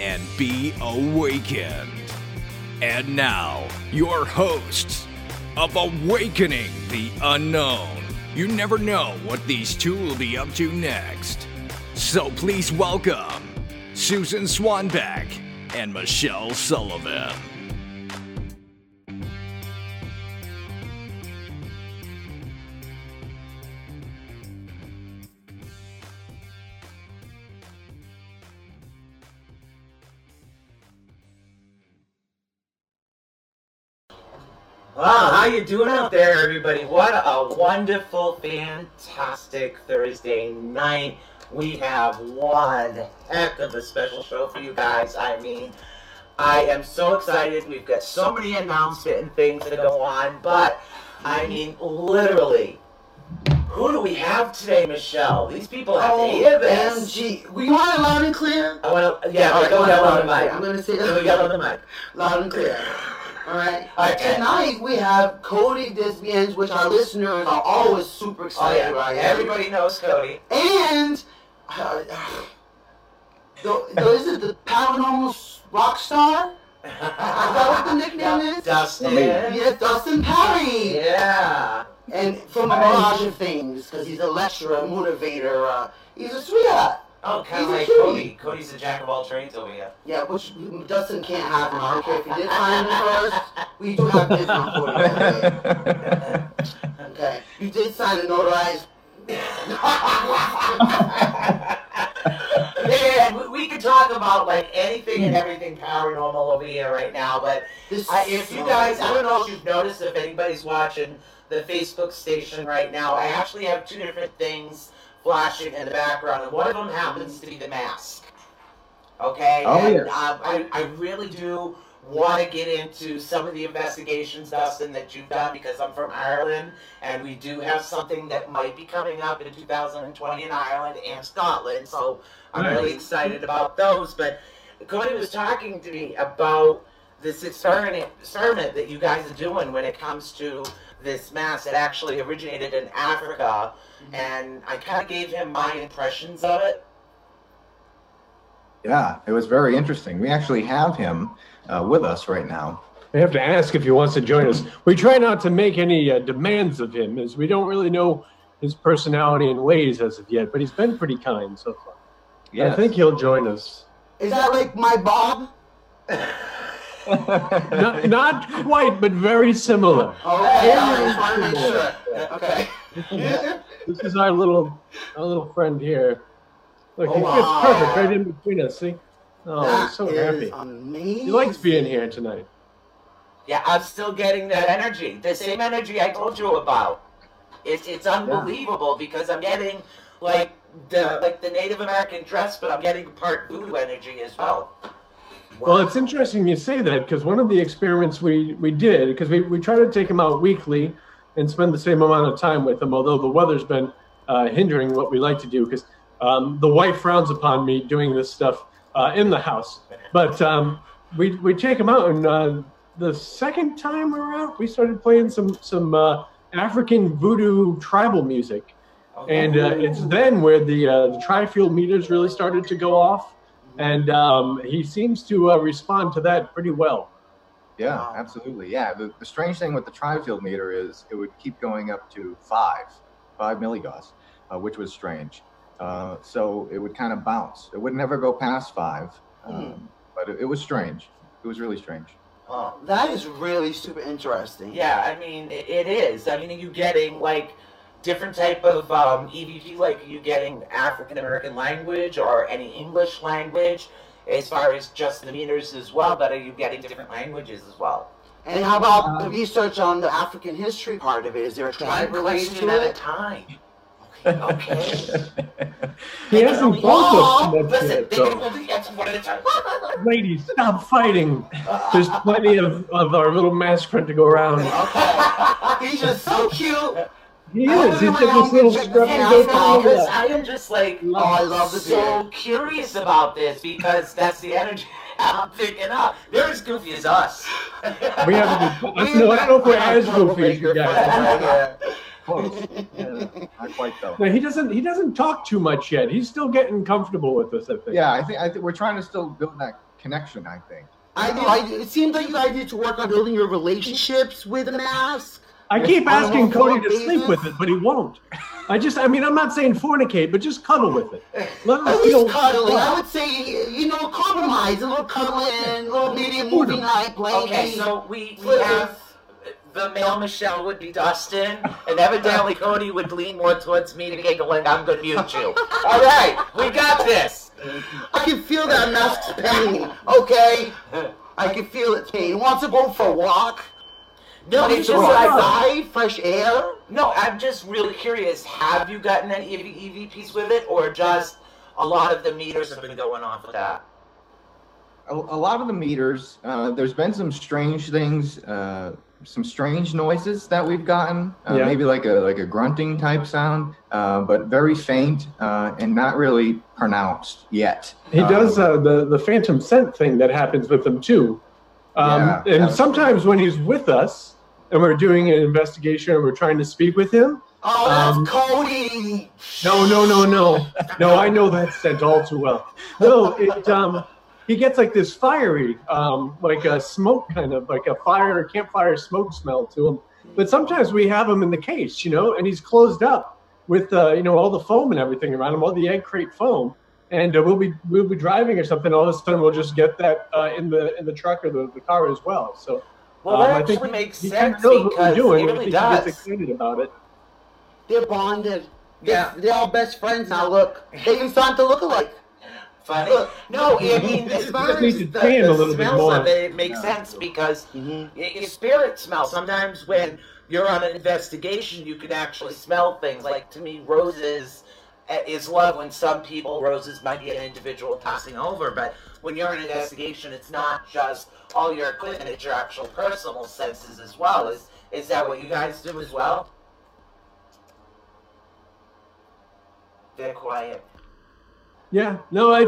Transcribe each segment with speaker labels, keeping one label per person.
Speaker 1: and be awakened. And now, your hosts of Awakening the Unknown. You never know what these two will be up to next. So please welcome Susan Swanbeck and Michelle Sullivan.
Speaker 2: Wow, how you doing out there, everybody? What a wonderful, fantastic Thursday night. We have one heck of a special show for you guys. I mean, I am so excited. We've got so many announcements and things that go on, but I mean, literally, who do we have today, Michelle? These people have AMS.
Speaker 3: OMG. We want it loud and clear?
Speaker 2: I want to, yeah, go ahead
Speaker 3: loud
Speaker 2: on
Speaker 3: and
Speaker 2: the
Speaker 3: clear.
Speaker 2: mic.
Speaker 3: I'm going to say
Speaker 2: Who we got on the mic.
Speaker 3: loud and clear. Alright.
Speaker 2: Okay.
Speaker 3: Tonight we have Cody Desbiens, which our listeners are always super
Speaker 2: Oh,
Speaker 3: excited
Speaker 2: yeah.
Speaker 3: about.
Speaker 2: Everybody knows Cody.
Speaker 3: And uh, uh, the, the, is it the paranormal s- rock star? Is that what the nickname is?
Speaker 2: Dustin.
Speaker 3: Yeah, Dustin Perry.
Speaker 2: Yeah.
Speaker 3: And from a Mirage of Things, because he's a lecturer, motivator. Uh, he's a sweetheart.
Speaker 2: Oh, kind
Speaker 3: He's
Speaker 2: of
Speaker 3: a
Speaker 2: like
Speaker 3: cutie.
Speaker 2: Cody. Cody's a jack of all trades over here.
Speaker 3: Yeah, which Dustin can't have him. I don't care if he did find him first. We do have this on recording. Okay. okay. You did sign a notarized.
Speaker 2: Man, we, we could talk about like anything and everything paranormal over here right now, but
Speaker 3: This
Speaker 2: I, if you guys, I don't know if you've noticed, if anybody's watching the Facebook station right now, I actually have two different things flashing in the background, and one of them happens to be the mask. Okay?
Speaker 4: Oh,
Speaker 2: and, um, I, I really do want to get into some of the investigations, Dustin, that you've done because I'm from Ireland, and we do have something that might be coming up in 2020 in Ireland and Scotland, so I'm
Speaker 4: Nice.
Speaker 2: really excited about those. But Cody was talking to me about this experiment, experiment that you guys are doing when it comes to this mass that actually originated in Africa, and I kind of gave him my impressions of it.
Speaker 4: Yeah, it was very interesting. We actually have him uh, with us right now.
Speaker 5: We have to ask if he wants to join us. We try not to make any uh, demands of him, as we don't really know his personality and ways as of yet. But he's been pretty kind so far. I think he'll join us.
Speaker 3: Is that like my Bob?
Speaker 5: Not, not quite, but very similar.
Speaker 3: Oh, okay. I just want to make sure. Okay.
Speaker 5: This is our little, our little friend here. Look, he
Speaker 3: Oh,
Speaker 5: fits
Speaker 3: wow.
Speaker 5: perfect right in between us. See? Oh,
Speaker 3: That
Speaker 5: he's so
Speaker 3: is
Speaker 5: happy.
Speaker 3: amazing.
Speaker 5: He likes being here tonight.
Speaker 2: Yeah, I'm still getting that energy. The same energy I told you about. It's it's unbelievable because I'm getting like the like the Native American dress, but I'm getting part voodoo energy as well.
Speaker 5: Well, it's interesting you say that because one of the experiments we, we did, because we, we try to take him out weekly and spend the same amount of time with him, although the weather's been uh, hindering what we like to do because um, the wife frowns upon me doing this stuff uh, in the house. But um, we, we take him out, and uh, the second time we were out, we started playing some, some uh, African voodoo tribal music. And uh, it's then where the, uh, the tri-fuel meters really started to go off and um, he seems to uh, respond to that pretty well.
Speaker 4: Yeah,
Speaker 3: Wow.
Speaker 4: absolutely. Yeah, the, the strange thing with the tri-field meter is it would keep going up to five, five milligauss, uh, which was strange. Uh, so it would kind of bounce. It would never go past five, um, but it, it was strange. It was really strange.
Speaker 2: Oh.
Speaker 3: That is really super interesting.
Speaker 2: Yeah, I mean it, it is. I mean you're getting like different type of um, EVP, like you getting African American language or any English language, as far as just the meters as well. But are you getting different languages as well?
Speaker 3: And how about the research on the African history part of it? Is there a tribe
Speaker 2: One
Speaker 3: related
Speaker 2: question
Speaker 3: to
Speaker 2: at a
Speaker 3: it?
Speaker 2: time.
Speaker 3: Okay.
Speaker 5: He has them both
Speaker 3: Oh,
Speaker 5: up to
Speaker 3: listen,
Speaker 5: that
Speaker 3: they
Speaker 5: shit,
Speaker 3: will do X one at a time.
Speaker 5: so. Ladies, stop fighting. There's plenty of, of our little mascot to go around.
Speaker 3: Okay. He's just so cute. Oh,
Speaker 5: He
Speaker 3: I
Speaker 5: is. He's
Speaker 3: wonder
Speaker 5: got
Speaker 3: why
Speaker 5: this little
Speaker 3: I'm
Speaker 5: scruffy
Speaker 3: getting
Speaker 5: goatee
Speaker 3: out
Speaker 5: over
Speaker 3: now,
Speaker 2: Because
Speaker 5: there.
Speaker 2: I am just like oh,
Speaker 3: I love the
Speaker 2: so
Speaker 3: beard.
Speaker 2: curious about this because that's the energy I'm picking up. They're as goofy as us.
Speaker 5: We have a good. No, I don't know if we're as goofy as you guys.
Speaker 4: Close. Yeah, not quite though.
Speaker 5: No, he doesn't. He doesn't talk too much yet. He's still getting comfortable with us. I think.
Speaker 4: Yeah, I think I think we're trying to still build that connection. I think.
Speaker 3: I do. I do. It seems like you guys need to work on building your relationships with a mask.
Speaker 5: I keep
Speaker 3: On a
Speaker 5: asking
Speaker 3: more
Speaker 5: Cody to
Speaker 3: formal
Speaker 5: sleep with it, but he won't. I just. I mean, I'm not saying fornicate, but just cuddle with it. Let
Speaker 2: Oh,
Speaker 3: At
Speaker 5: us, you
Speaker 3: least
Speaker 5: know,
Speaker 3: cuddling. I would say, you know, compromise, a little cuddling, a little maybe a movie night, blanket.
Speaker 2: Okay, so we, we have the male Michelle would be Dustin, and evidently Cody would lean more towards me to get going. I'm gonna mute you. All right, we got this.
Speaker 3: I can feel that mask's pain, okay? I can feel its pain. Want to go for a walk?
Speaker 2: No,
Speaker 3: Want to
Speaker 2: it's
Speaker 3: go
Speaker 2: just like
Speaker 3: outside, fresh air?
Speaker 2: no. I'm just really curious. Have you gotten any E EV, EVPs with it, or just a lot of the meters have been going off with that?
Speaker 4: a, a lot of the meters, uh, there's been some strange things, uh, some strange noises that we've gotten. Uh,
Speaker 5: Yeah.
Speaker 4: Maybe like a like a grunting type sound, uh, but very faint uh, and not really pronounced yet.
Speaker 5: He
Speaker 4: Um,
Speaker 5: does uh, the the phantom scent thing that happens with him too, um,
Speaker 4: Yeah,
Speaker 5: and
Speaker 4: absolutely.
Speaker 5: sometimes when he's with us and we're doing an investigation and we're trying to speak with him.
Speaker 3: Oh, that's
Speaker 5: Um,
Speaker 3: Cody!
Speaker 5: No, no, no, no, no. I know that scent all too well. No, it um, he gets like this fiery, um, like a smoke kind of like a fire campfire smoke smell to him. But sometimes we have him in the case, you know, and he's closed up with uh, you know all the foam and everything around him, all the egg crate foam. And uh, we'll be we'll be driving or something. All of a sudden, we'll just get that uh, in the in the truck or the, the car as well. So
Speaker 2: Well,
Speaker 5: um,
Speaker 2: that
Speaker 5: I think
Speaker 2: actually makes
Speaker 5: he kind
Speaker 2: sense
Speaker 5: of knows what we're
Speaker 2: because
Speaker 5: doing.
Speaker 2: it
Speaker 5: and I
Speaker 2: really
Speaker 5: think he gets
Speaker 2: does.
Speaker 5: excited about it.
Speaker 3: They're bonded.
Speaker 2: Yeah.
Speaker 3: They're, they're all best friends now, look. They even starting to look alike.
Speaker 2: Funny. No, I mean, as far
Speaker 5: Just need
Speaker 2: as
Speaker 5: to
Speaker 2: the,
Speaker 5: tan a
Speaker 2: the
Speaker 5: little bit
Speaker 2: smells
Speaker 5: more. Mm-hmm.
Speaker 2: of it, it makes
Speaker 4: Yeah.
Speaker 2: sense because y- your spirit smells. Sometimes when you're on an investigation, you can actually smell things. Like to me, roses uh, is love. When some people, roses might be an individual passing over, but when you're on an investigation, it's not just all your equipment; it's your actual personal senses as well. Is is that what you guys do as well? They're quiet.
Speaker 5: Yeah, no, I,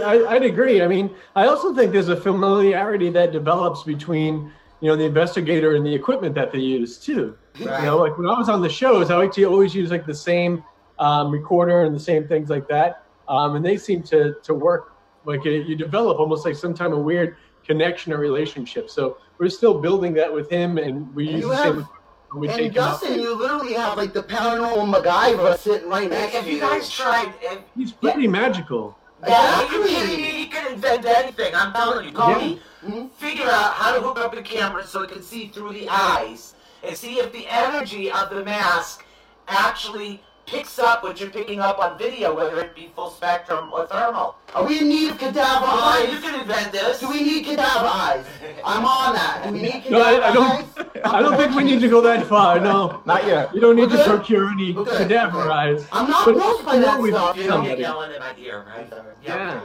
Speaker 5: I, I'd agree. I mean, I also think there's a familiarity that develops between, you know, the investigator and the equipment that they use too. You know, like when I was on the shows, I like to always use like the same um, recorder and the same things like that, um, and they seem to to work. Like you you develop almost like some type of weird connection or relationship. So we're still building that with him, and we
Speaker 3: And
Speaker 5: use
Speaker 3: you
Speaker 5: the same.
Speaker 3: have-
Speaker 5: equipment We
Speaker 3: and
Speaker 5: take him out.
Speaker 3: Dustin, you literally have like the paranormal MacGyver sitting right next
Speaker 2: Have
Speaker 3: to you.
Speaker 2: you guys tried? have-
Speaker 5: He's pretty magical.
Speaker 2: Yeah, you can,
Speaker 3: Exactly.
Speaker 2: he can invent anything. I'm telling you, Cody.
Speaker 3: Mhm.
Speaker 2: Figure out how to hook up the camera so it can see through the eyes and see if the energy of the mask actually picks up what you're picking up on video, whether it be full spectrum or thermal.
Speaker 3: Are we in need of cadaver
Speaker 2: Oh, you
Speaker 3: eyes?
Speaker 2: can invent this.
Speaker 3: Do we need cadaver eyes? I'm on that. Do we need cadaver
Speaker 5: No, I, I
Speaker 3: eyes?
Speaker 5: don't. I don't think we need to go that far. No.
Speaker 4: Not yet.
Speaker 5: You don't need
Speaker 3: We're
Speaker 5: to
Speaker 3: good?
Speaker 5: procure any
Speaker 3: We're good.
Speaker 5: cadaver
Speaker 3: Okay.
Speaker 5: eyes.
Speaker 3: I'm not
Speaker 5: But
Speaker 3: moved by
Speaker 5: you know
Speaker 3: that
Speaker 5: we've
Speaker 3: stuff,
Speaker 2: You
Speaker 5: done
Speaker 2: don't
Speaker 5: that.
Speaker 2: get yelling in my ear, right?
Speaker 5: Yeah.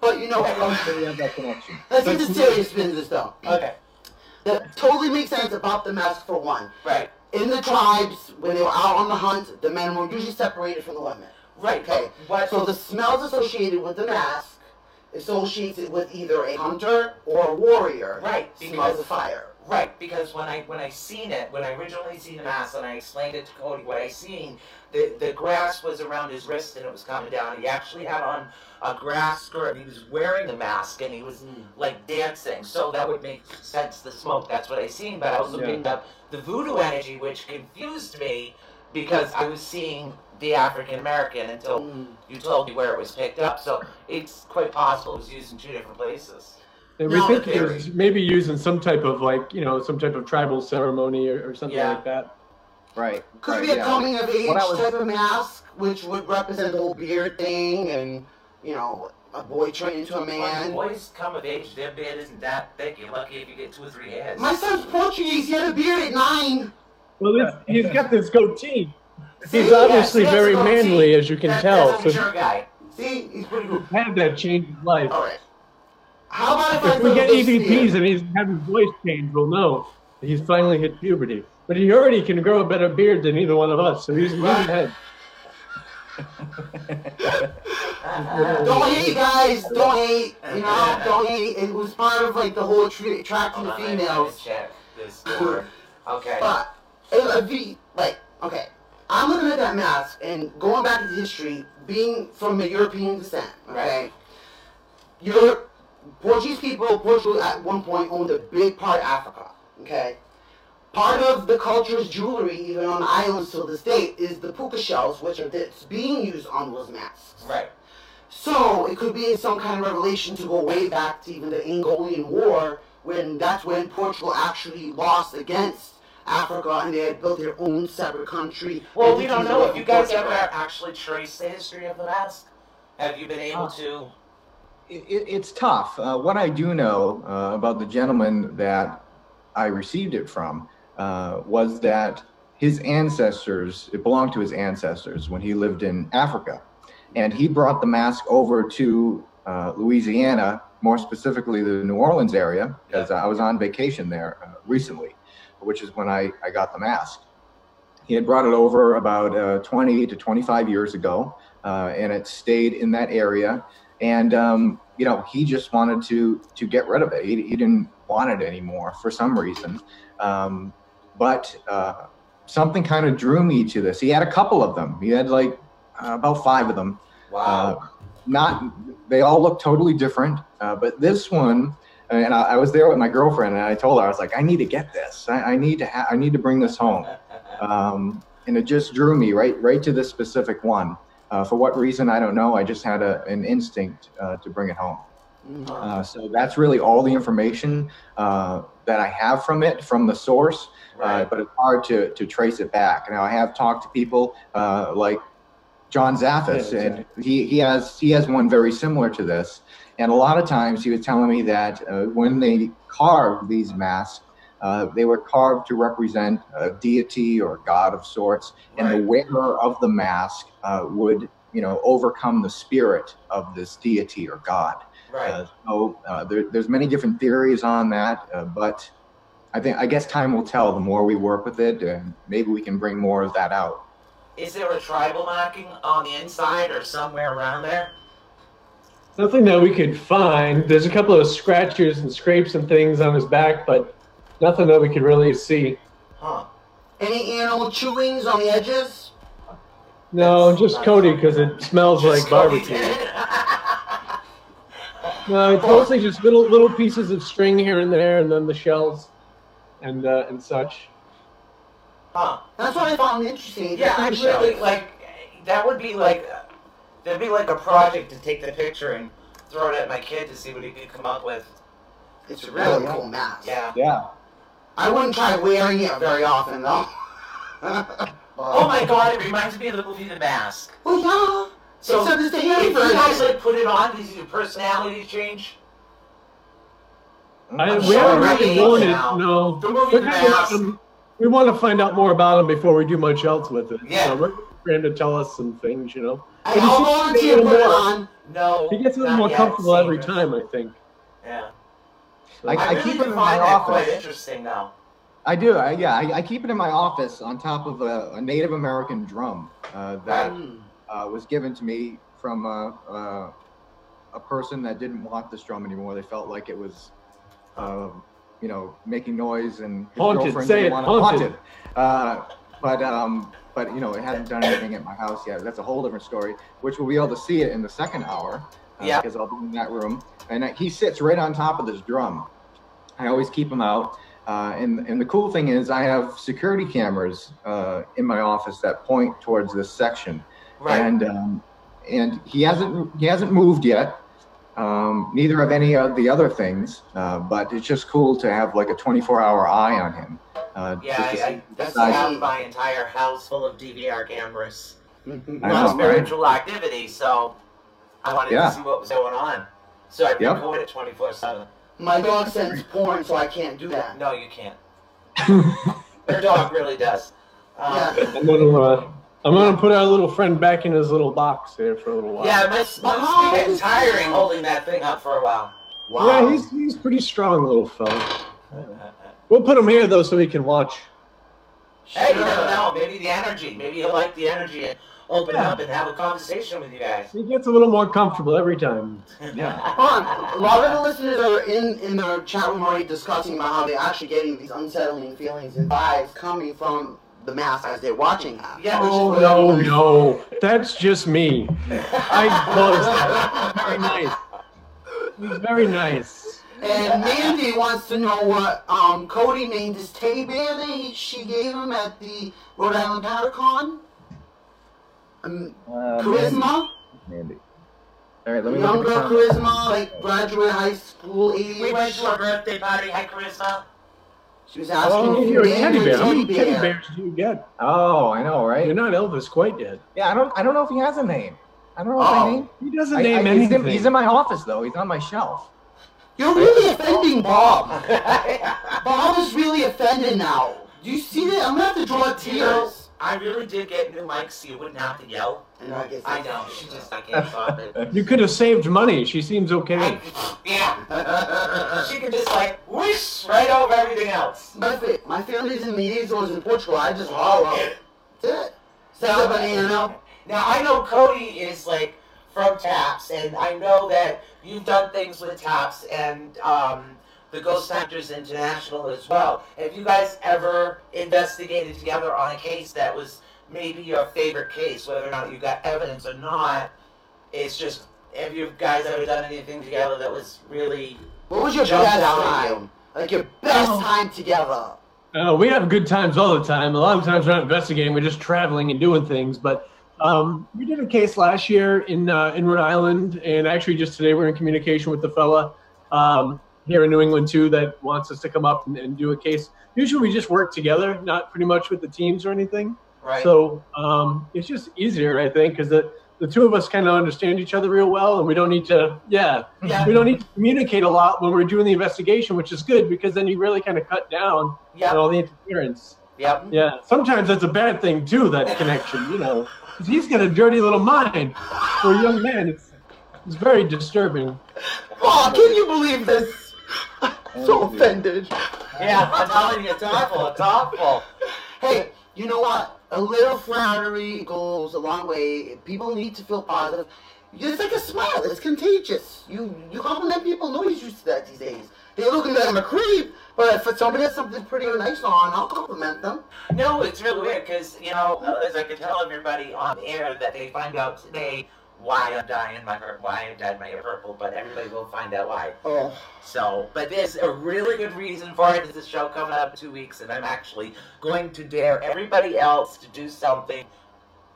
Speaker 3: But you know,
Speaker 4: So we have that connection.
Speaker 3: let's get to serious business though. Uh,
Speaker 2: Okay.
Speaker 3: That totally makes sense about the mask for one.
Speaker 2: Right.
Speaker 3: In the tribes, when they were out on the hunt, the men were usually separated from the women.
Speaker 2: Right.
Speaker 3: Okay.
Speaker 2: What?
Speaker 3: So the smells associated with the mask associates it with either a hunter or a warrior.
Speaker 2: Right,
Speaker 3: Smells
Speaker 2: because-
Speaker 3: of fire.
Speaker 2: Right, because when I when I seen it, when I originally seen the mask and I explained it to Cody, what I seen, the the grass was around his wrist and it was coming down. He actually had on a grass skirt. He was wearing the mask and he was like dancing. So that would make sense. The smoke. That's what I seen. But I also
Speaker 5: Yeah.
Speaker 2: picked up the voodoo energy, which confused me because I was seeing the African American until you told me where it was picked up. So it's quite possible it was used in two different places.
Speaker 5: And we
Speaker 3: No,
Speaker 5: think
Speaker 3: okay.
Speaker 5: it was maybe using some type of like you know some type of tribal ceremony or, or something
Speaker 2: Yeah.
Speaker 5: like that.
Speaker 4: Right.
Speaker 3: Could
Speaker 4: right,
Speaker 3: be a
Speaker 4: yeah.
Speaker 3: coming of age
Speaker 4: What I was-
Speaker 3: type of mask, which would represent the whole beard thing and, you know, a boy turning into a
Speaker 2: When
Speaker 3: man.
Speaker 2: boys come of age, their beard isn't that thick. You're lucky if you get two or three hairs.
Speaker 3: My son's Portuguese, he had a beard at nine.
Speaker 5: Well, it's, he's got this goatee, He's
Speaker 3: See,
Speaker 5: obviously
Speaker 3: yes, yes,
Speaker 5: very
Speaker 3: well,
Speaker 5: manly,
Speaker 3: see,
Speaker 5: as you can
Speaker 3: that-
Speaker 5: tell,
Speaker 3: That's a
Speaker 5: so-
Speaker 3: mature guy. See, he's pretty cool.
Speaker 5: Have that change his life.
Speaker 3: All right. How about if, Oh, I
Speaker 5: If we
Speaker 3: throw
Speaker 5: get E
Speaker 3: this to
Speaker 5: EVPs
Speaker 3: you?
Speaker 5: and he's had his voice change, we'll know that he's finally hit puberty. But he already can grow a better beard than either one of us, so he's he's ahead.
Speaker 3: Don't hate, guys. Don't hate. You know, don't hate. It was part of like the whole tra- attracting
Speaker 2: Hold
Speaker 3: the
Speaker 2: on, I'm gonna
Speaker 3: females.
Speaker 2: check this door. Okay.
Speaker 3: But it'll be like okay. I'm looking at that mask and going back into history, being from a European descent. Okay, Europe, Portuguese people, Portugal at one point owned a big part of Africa. Okay, part of the culture's jewelry, even on the islands till this day, is the puka shells, which are that's being used on those masks.
Speaker 2: Right.
Speaker 3: So it could be some kind of revelation to go way back to even the Angolian War, when that's when Portugal actually lost against Africa and they had built their own separate country.
Speaker 2: Well,
Speaker 3: and
Speaker 2: we
Speaker 3: it
Speaker 2: don't
Speaker 3: came
Speaker 2: know.
Speaker 3: away
Speaker 2: Have you
Speaker 3: from
Speaker 2: guys ever
Speaker 3: Portugal.
Speaker 2: actually traced the history of the mask? Have you been able to?
Speaker 4: It, it, it's tough. Uh, what I do know uh, about the gentleman that I received it from uh, was that his ancestors, it belonged to his ancestors when he lived in Africa. And he brought the mask over to uh, Louisiana, more specifically the New Orleans area, because I was on vacation there uh, recently, which is when I, I got the mask. He had brought it over about uh, 20 to 25 years ago, uh, and it stayed in that area and um, you know he just wanted to to get rid of it he, he didn't want it anymore for some reason um, but uh, something kind of drew me to this he had a couple of them he had like uh, about five of them
Speaker 2: Wow.
Speaker 4: uh, not they all look totally different, uh, but this one, and I, I was there with my girlfriend, and I told her I was like, I need to get this. I, I need to ha- I need to bring this home,
Speaker 2: uh,
Speaker 4: um, and it just drew me right right to this specific one. Uh, for what reason I don't know. I just had a, an instinct uh, to bring it home. Uh, so that's really all the information uh, that I have from it, from the source. Uh,
Speaker 2: right.
Speaker 4: but it's hard to, to trace it back. Now I have talked to people uh, like John Zaffis,
Speaker 5: Yeah,
Speaker 4: and he, he has he has one very similar to this. And a lot of times he was telling me that uh, when they carved these masks, uh, they were carved to represent a deity or a god of sorts, and the wearer of the mask uh, would you know overcome the spirit of this deity or god.
Speaker 2: right.
Speaker 4: Uh, so uh, there, there's many different theories on that, uh, but I think I guess time will tell. The more we work with it, uh, maybe we can bring more of that out.
Speaker 2: Is there a tribal marking on the inside or somewhere around there?
Speaker 5: Nothing that we could find. There's a couple of scratches and scrapes and things on his back, but nothing that we could really see.
Speaker 2: Huh.
Speaker 3: Any animal chewings on the edges?
Speaker 5: No, Oh, just Cody because it smells like barbecue. No, it's mostly just little little pieces of string here and there, and then the shells, and uh, and such.
Speaker 2: huh.
Speaker 3: That's what I found interesting.
Speaker 2: Yeah, I
Speaker 3: Just
Speaker 2: really
Speaker 3: show.
Speaker 2: like. That would be like. uh, That'd be like a project to take the picture and throw it at my kid to see what he could come up with.
Speaker 3: It's a really cool mask.
Speaker 2: Yeah.
Speaker 4: Yeah.
Speaker 3: I wouldn't try wearing it very often though.
Speaker 2: Oh
Speaker 3: oh
Speaker 2: my god! It reminds me of the movie The Mask.
Speaker 3: Oh yeah.
Speaker 2: So
Speaker 3: Except it's the
Speaker 2: if
Speaker 3: hairy
Speaker 2: you guys
Speaker 3: version.
Speaker 2: like put it on, does your personality change?
Speaker 5: I,
Speaker 2: I'm
Speaker 5: we haven't
Speaker 2: sorry,
Speaker 5: really
Speaker 2: I
Speaker 5: known it.
Speaker 2: now.
Speaker 5: No,
Speaker 2: The movie
Speaker 5: We're
Speaker 2: The
Speaker 5: kinda letting
Speaker 2: Mask.
Speaker 5: them- um, we want to find out more about him before we do much else with it.
Speaker 2: Yeah.
Speaker 5: So we're for him to tell us some things. You know,
Speaker 3: And I'll volunteer to put it on.
Speaker 2: No.
Speaker 5: he gets a little
Speaker 2: not
Speaker 5: more
Speaker 2: yet,
Speaker 5: comfortable every
Speaker 2: secret.
Speaker 5: time. I think.
Speaker 2: Yeah.
Speaker 4: I, I,
Speaker 2: really
Speaker 4: keep
Speaker 2: do
Speaker 4: it in my
Speaker 2: find that quite
Speaker 4: office.
Speaker 2: interesting, though.
Speaker 4: I do. I, yeah, I, I keep it in my office on top of a, a Native American drum uh, that
Speaker 3: Mm.
Speaker 4: uh, was given to me from a, uh, a person that didn't want this drum anymore. They felt like it was, um, you know, making noise and his
Speaker 5: Haunted,
Speaker 4: girlfriend
Speaker 5: say
Speaker 4: didn't
Speaker 5: it,
Speaker 4: want
Speaker 5: haunted.
Speaker 4: Uh, but um, but you know, it hadn't done anything at my house yet. That's a whole different story, which we'll be able to see it in the second hour. uh,
Speaker 2: Yeah.
Speaker 4: Because I'll be in that room, and uh, he sits right on top of this drum. I always keep him out. Uh, and, and the cool thing is, I have security cameras uh, in my office that point towards this section
Speaker 2: Right.
Speaker 4: and um, and he hasn't he hasn't moved yet. Um, neither have any of the other things, uh, but it's just cool to have like a 24 hour eye on him. Uh,
Speaker 2: yeah,
Speaker 4: just to
Speaker 2: I, I,
Speaker 4: see-
Speaker 2: that's
Speaker 4: I-
Speaker 2: have my entire house full of DVR cameras.
Speaker 4: I
Speaker 2: on
Speaker 3: Mm.
Speaker 4: know,
Speaker 2: spiritual activity, so I wanted
Speaker 4: Yeah.
Speaker 2: to see what was going on. So I
Speaker 4: Yep.
Speaker 2: record it 24 7.
Speaker 3: My dog sends porn, so I can't do that.
Speaker 2: No, you can't. Your dog really does. Um,
Speaker 3: Yeah.
Speaker 5: I'm gonna, uh, I'm gonna put our little friend back in his little box there for a little while.
Speaker 2: Yeah, my, my feet getting tiring holding that thing up for a while.
Speaker 5: Yeah, he's he's pretty strong, little fella. We'll put him here though, so he can watch.
Speaker 2: Hey, you never know. Maybe the energy. Maybe he'll like the energy and open up and have a conversation with you guys.
Speaker 5: He gets a little more comfortable every time.
Speaker 4: Yeah.
Speaker 3: Hold on. A lot of the listeners that are in, in our chat room already discussing about how they're actually getting these unsettling feelings and vibes coming from the mask as they're watching us.
Speaker 2: Yeah, which is
Speaker 5: Oh
Speaker 2: what-
Speaker 5: no, no, that's just me. I was that. very nice. He's very nice.
Speaker 3: And Mandy wants to know what um, Cody named his teddy bear that he, she gave him at the Rhode Island Paracon. Um,
Speaker 4: Uh,
Speaker 3: charisma?
Speaker 4: Mandy. All right, let me
Speaker 3: Young
Speaker 4: look
Speaker 3: girl
Speaker 4: at the comments.
Speaker 3: charisma, like graduate high school age.
Speaker 2: We went to a birthday party. Hi, Charisma.
Speaker 3: She was
Speaker 5: How
Speaker 3: asking
Speaker 5: long
Speaker 3: if
Speaker 5: are
Speaker 3: you
Speaker 5: you Oh, a
Speaker 3: named your Oh, teddy
Speaker 5: teddy bear? How many teddy
Speaker 3: bear.
Speaker 5: bears do you get?
Speaker 4: Oh, I know,
Speaker 5: You're
Speaker 4: right?
Speaker 5: not Elvis quite yet.
Speaker 4: Yeah, I don't. I don't know if he has a name. I don't know if
Speaker 3: Oh.
Speaker 4: I name.
Speaker 5: He doesn't
Speaker 4: I, I,
Speaker 5: name
Speaker 4: he's,
Speaker 5: anything.
Speaker 4: in, he's in my office though. He's on my shelf.
Speaker 3: You're really offending Bob.
Speaker 2: I
Speaker 3: Bob is really offended now. Do you see that? I'm gonna have to draw tears.
Speaker 2: really did get new mics so you wouldn't have to yell.
Speaker 3: And I guess
Speaker 2: I know. She just, I can't stop it.
Speaker 5: you could have saved money. She seems okay.
Speaker 2: I, yeah. She could just, like, whoosh right over everything else.
Speaker 3: My, fa- my family's in the Azores in Portugal. I just holler. That's it. Set up an A&L.
Speaker 2: Now I know Cody is like from Taps, and I know that you've done things with Taps and um, the Ghost Hunters International as well. Have you guys ever investigated together on a case that was maybe your favorite case, whether or not you got evidence or not? It's just have you guys ever done anything together that was really
Speaker 3: What was your
Speaker 2: Jump
Speaker 3: best
Speaker 2: down.
Speaker 3: time? Like your best
Speaker 5: Oh.
Speaker 3: time together.
Speaker 5: Uh, we have good times all the time. A lot of times we're not investigating; we're just traveling and doing things. But um, we did a case last year in uh, in Rhode Island, and actually just today we're in communication with the fella um, here in New England too that wants us to come up and, and do a case. Usually we just work together, not pretty much with the teams or anything.
Speaker 2: right?
Speaker 5: So um, it's just easier, I think, because the the two of us kind of understand each other real well, and we don't need to, yeah,
Speaker 2: yeah,
Speaker 5: we don't need to communicate a lot when we're doing the investigation, which is good because then you really kind of cut down and
Speaker 2: yep,
Speaker 5: all the interference.
Speaker 2: yep.
Speaker 5: Yeah, sometimes that's a bad thing too. That connection, you know, 'Cause he's got a dirty little mind for a young man. It's, it's very disturbing.
Speaker 3: Oh, can you believe this? Oh, I'm so
Speaker 4: dude.
Speaker 3: offended.
Speaker 2: Yeah, I'm telling you, it's awful. It's awful.
Speaker 3: Hey, you know what? A little flattery goes a long way. People need to feel positive. It's like a smile. It's contagious. You you compliment people. Nobody's used to that these days. They look at them a creep, but if somebody has something pretty or nice on, I'll compliment them.
Speaker 2: No, it's really weird because, you know, as I can tell everybody on air that they find out today why I'm dying my pur- why I'm dying my hair purple, but everybody will find out why.
Speaker 3: Oh,
Speaker 2: So, but there's a really good reason for it. There's a show coming up in two weeks, and I'm actually going to dare everybody else to do something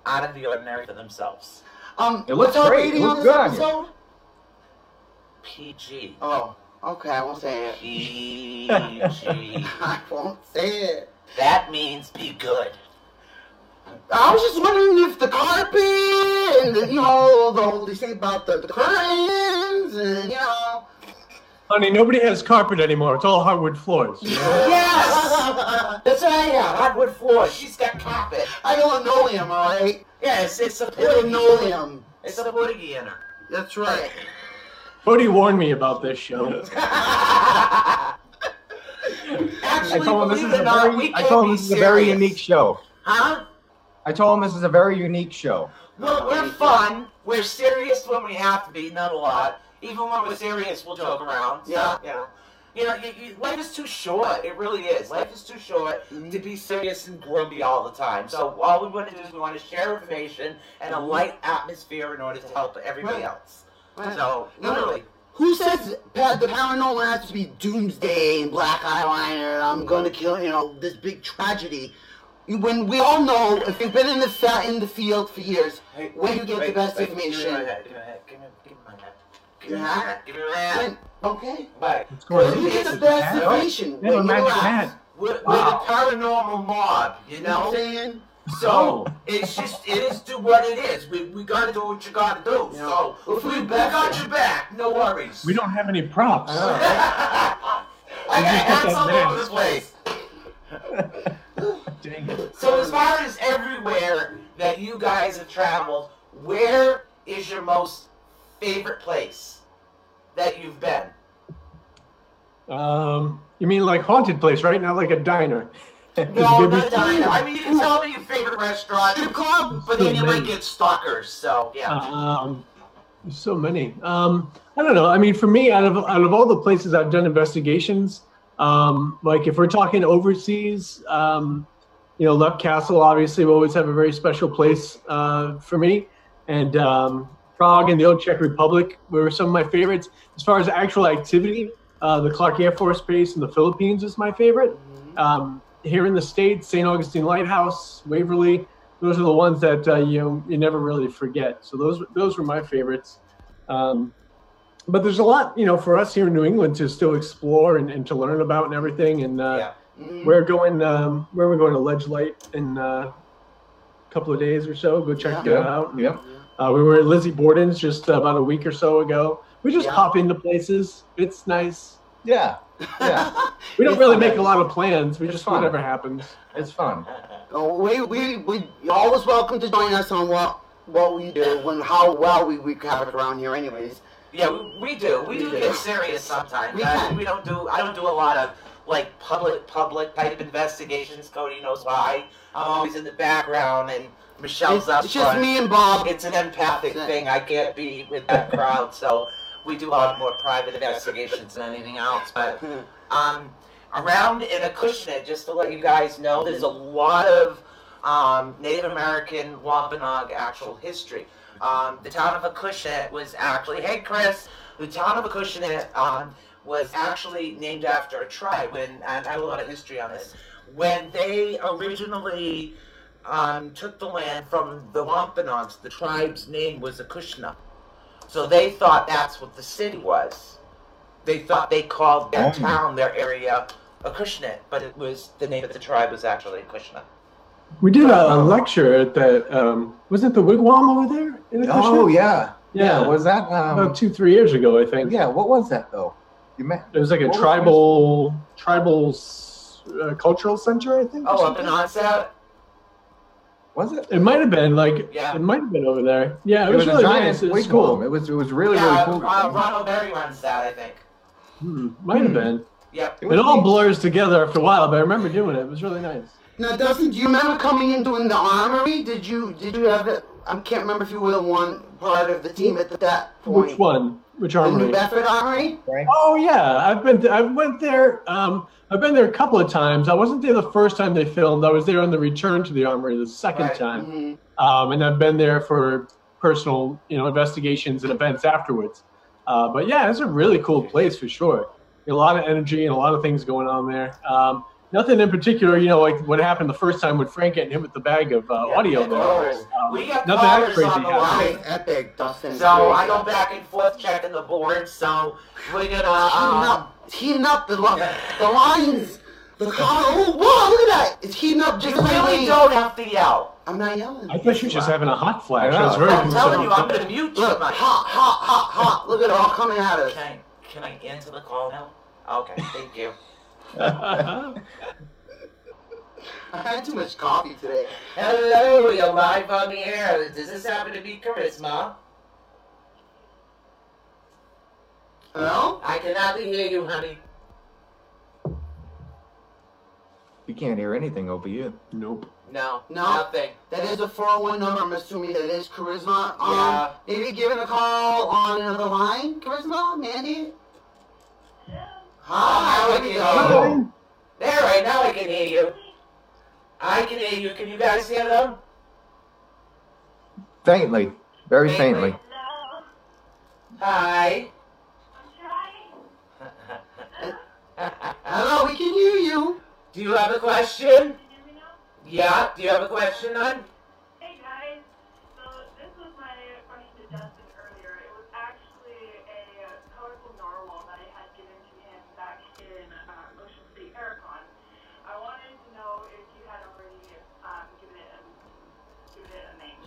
Speaker 2: out of the ordinary for themselves.
Speaker 3: um,
Speaker 4: It looks
Speaker 3: what's our
Speaker 4: great. It
Speaker 3: rating on
Speaker 4: looks
Speaker 3: this
Speaker 4: good on you.
Speaker 3: episode?
Speaker 2: PG.
Speaker 3: Oh, okay. I won't say it.
Speaker 2: PG.
Speaker 3: I won't say it.
Speaker 2: that means be good.
Speaker 3: I was just wondering if the carpet and the, you know the whole they say about the, the curtains and you know.
Speaker 5: Honey, nobody has carpet anymore. It's all hardwood floors.
Speaker 2: Yes! That's what I have. Hardwood floor. She's got carpet.
Speaker 3: I don't know him, alright?
Speaker 2: Yes, it's a
Speaker 3: I don't
Speaker 2: pudding.
Speaker 3: know him.
Speaker 2: It's a pudding in her.
Speaker 3: That's right.
Speaker 5: Bodie warned me about this show.
Speaker 2: Actually,
Speaker 4: I told him this
Speaker 2: believe it
Speaker 4: is a
Speaker 2: or not,
Speaker 4: very,
Speaker 2: we
Speaker 4: I
Speaker 2: can
Speaker 4: told him
Speaker 2: be
Speaker 4: this is a very
Speaker 2: serious.
Speaker 4: unique show.
Speaker 2: Huh?
Speaker 4: I told him this is a very unique show.
Speaker 2: Well, we're fun. We're serious when we have to be, not a lot. Even when we're serious, we'll joke around. So,
Speaker 3: Yeah.
Speaker 2: You know, you know you, you, life is too short. It really is. Life is too short to be serious and grumpy all the time. So all we want to do is we want to share information and a light atmosphere in order to help everybody
Speaker 3: Right.
Speaker 2: else. So,
Speaker 3: No, no.
Speaker 2: literally.
Speaker 3: Who says pa- the paranormal has to be doomsday and black eyeliner and I'm gonna kill, you know, this big tragedy? When we all know, if you've been in the fa- in the field for years, Where you get the best information.
Speaker 2: Give me my hat. Give me my hat. Give me, give me my hat. Give me
Speaker 3: Your
Speaker 2: my
Speaker 3: hat?
Speaker 2: hat. Give me my hat.
Speaker 3: when, okay,
Speaker 2: Bye.
Speaker 5: What's going
Speaker 3: when
Speaker 5: on?
Speaker 3: you get the best
Speaker 5: Magic
Speaker 3: information,
Speaker 5: They have a
Speaker 3: when you
Speaker 5: magic
Speaker 3: relax,
Speaker 5: hat.
Speaker 2: We're, we're
Speaker 5: Wow.
Speaker 2: the paranormal mob, you
Speaker 3: you know what
Speaker 2: know?
Speaker 3: I'm saying?
Speaker 2: So it's just it is do what it is. We we gotta do what you gotta do.
Speaker 3: Yeah.
Speaker 2: So
Speaker 3: If
Speaker 2: if we,
Speaker 3: we
Speaker 2: we
Speaker 3: back
Speaker 2: got
Speaker 3: it.
Speaker 2: your back, no worries.
Speaker 5: We don't have any props.
Speaker 2: I got
Speaker 5: just got
Speaker 2: hats
Speaker 5: that
Speaker 2: all over
Speaker 5: mask.
Speaker 2: the place.
Speaker 5: Dang it.
Speaker 2: So as far as everywhere, that you guys have traveled, where is your most favorite place that you've been?
Speaker 5: Um, you mean like haunted place, right? Not like a diner.
Speaker 2: No, not a diner. I mean, you can tell me uh, your favorite restaurant.
Speaker 3: Strip club?
Speaker 2: But then you might get stalkers, so yeah.
Speaker 5: Um, there's so many. Um, I don't know. I mean, for me, out of out of all the places I've done investigations, um, like if we're talking overseas, um, you know, Luck Castle obviously will always have a very special place uh, for me, and um, Prague and the Old Czech Republic were some of my favorites. As far as actual activity, uh, the Clark Air Force Base in the Philippines is my favorite. Um, here in the states, St. Augustine Lighthouse, Waverly, those are the ones that uh, you you never really forget. So those those were my favorites. Um, but there's a lot, you know, for us here in New England to still explore and, and to learn about and everything. And uh, we're going um, where we're going to Ledge Light in uh, a couple of days or so. Go check
Speaker 4: Yeah.
Speaker 5: that out.
Speaker 4: Yep.
Speaker 5: Uh, we were at Lizzie Borden's just about a week or so ago. We just
Speaker 3: Yeah.
Speaker 5: hop into places. It's nice.
Speaker 4: Yeah. Yeah.
Speaker 5: We don't
Speaker 4: It's
Speaker 5: really
Speaker 4: fun.
Speaker 5: make a lot of plans. We
Speaker 4: It's
Speaker 5: just
Speaker 4: fun.
Speaker 5: whatever happens.
Speaker 4: it's fun.
Speaker 3: Oh, we, we, we, you're always welcome to join us on what, what we do and how well we, we have it around here anyways.
Speaker 2: Yeah, we, we do. We do
Speaker 3: We do.
Speaker 2: get serious sometimes.
Speaker 3: We
Speaker 2: I-
Speaker 3: can.
Speaker 2: we don't do. I don't do a lot of like public public type investigations. Cody knows why. I'm always in the background, and Michelle's
Speaker 3: It's,
Speaker 2: up
Speaker 3: it's just
Speaker 2: front.
Speaker 3: me and Bob.
Speaker 2: It's an empathic
Speaker 3: That's it.
Speaker 2: thing. I can't be with that crowd, so we do a lot more private investigations than anything else. But um, around in Acushnet, just to let you guys know, there's a lot of um, Native American Wampanoag actual history. Um, the town of Acushnet was actually, hey Chris, the town of Acushnet um, was actually named after a tribe. When and I have a lot of history on this. When they originally um, took the land from the Wampanoags, the tribe's name was Acushnet. So they thought that's what the city was. They thought they called their
Speaker 4: Oh.
Speaker 2: town, their area, Acushnet, but it was the name of the tribe was actually Acushnet.
Speaker 5: We did a,
Speaker 4: Oh.
Speaker 5: a lecture at that. Um, wasn't it the Wigwam over there? In the
Speaker 4: Oh yeah.
Speaker 5: yeah.
Speaker 4: Was that um,
Speaker 5: about two, three years ago, I think.
Speaker 4: yeah, what was that though? You met
Speaker 5: It was like a
Speaker 4: What was
Speaker 5: tribal, tribal s- uh, cultural center, I think.
Speaker 2: Oh,
Speaker 5: or
Speaker 2: up
Speaker 5: something.
Speaker 2: in onset?
Speaker 4: was it?
Speaker 5: it might have been like
Speaker 2: Yeah.
Speaker 5: it might have been over there. Yeah, it,
Speaker 4: It was a
Speaker 5: really
Speaker 4: giant
Speaker 5: nice. It was
Speaker 4: wigwam.
Speaker 5: cool.
Speaker 4: It was it was really
Speaker 2: yeah,
Speaker 4: really cool.
Speaker 2: uh, Ron O'Berry runs that, I think.
Speaker 5: Hmm, might have
Speaker 4: Hmm.
Speaker 5: been.
Speaker 2: Yep.
Speaker 4: was
Speaker 5: It all
Speaker 4: neat.
Speaker 5: blurs together after a while, but I remember doing it. It was really nice.
Speaker 3: Now, Dustin, do you remember coming in doing the armory? Did you, did you have the, I can't remember if you were the one part of the team at that point.
Speaker 5: Which one? Which
Speaker 3: The New
Speaker 5: armory?
Speaker 3: Bedford Armory?
Speaker 5: Oh yeah, I've been. I went there. Um, I've been there a couple of times. I wasn't there the first time they filmed. I was there on the return to the armory the second
Speaker 2: Right.
Speaker 5: time.
Speaker 3: Mhm.
Speaker 5: um, and I've been there for personal, you know, investigations and events afterwards. Uh, but yeah, it's a really cool place for sure. A lot of energy and a lot of things going on there. Um, nothing in particular, you know, like what happened the first time with Frank getting hit with the bag of uh, audio.
Speaker 2: Yeah,
Speaker 5: There.
Speaker 2: callers.
Speaker 5: Um,
Speaker 2: oh, we got
Speaker 5: nothing that
Speaker 2: callers
Speaker 5: crazy
Speaker 2: on the
Speaker 5: happened.
Speaker 2: line.
Speaker 3: Great, epic, Dustin.
Speaker 2: So I go back and forth checking the board, so we're gonna
Speaker 3: Heating
Speaker 2: uh,
Speaker 3: up, heating up the, li- the lines, the car. Oh, wow, look at that! It's heating up
Speaker 2: you
Speaker 3: just like
Speaker 2: really
Speaker 3: me.
Speaker 2: don't have to yell.
Speaker 3: I'm not yelling.
Speaker 5: I thought you were just having a hot flash.
Speaker 4: I
Speaker 5: I was
Speaker 4: know.
Speaker 5: very
Speaker 2: I'm telling
Speaker 5: concerned.
Speaker 2: you, I'm gonna mute you.
Speaker 3: Look, hot, hot, hot, hot. Look at it all coming out of
Speaker 2: Can
Speaker 3: us.
Speaker 2: I can I answer the call now? Okay, thank you.
Speaker 3: I had too much coffee today.
Speaker 2: Hello, you're live on the air. Does this happen to be charisma?
Speaker 3: Hello?
Speaker 2: I cannot hear you, honey.
Speaker 4: You can't hear anything over you.
Speaker 5: nope.
Speaker 2: No,
Speaker 3: No.
Speaker 2: nothing.
Speaker 3: That is a 401 number, I'm assuming that is charisma. Um,
Speaker 2: Yeah.
Speaker 3: Maybe give it a call on another line, charisma, Mandy? Hi,
Speaker 2: Hi,
Speaker 3: there we
Speaker 2: Mandy.
Speaker 3: go.
Speaker 4: Oh,
Speaker 2: There, right now I can hear you. I can hear you. Can you guys hear them?
Speaker 4: Faintly. Very faintly.
Speaker 2: Hi.
Speaker 3: Hello, we can hear you.
Speaker 2: Do you have a question? Yeah. Do you have a question, hon?
Speaker 6: Hey guys, so this was my question to Justin earlier. It was actually a colorful narwhal that I had given to him back in um, Ocean City Aircon. I wanted to know if you had already um, given it a, given it a name.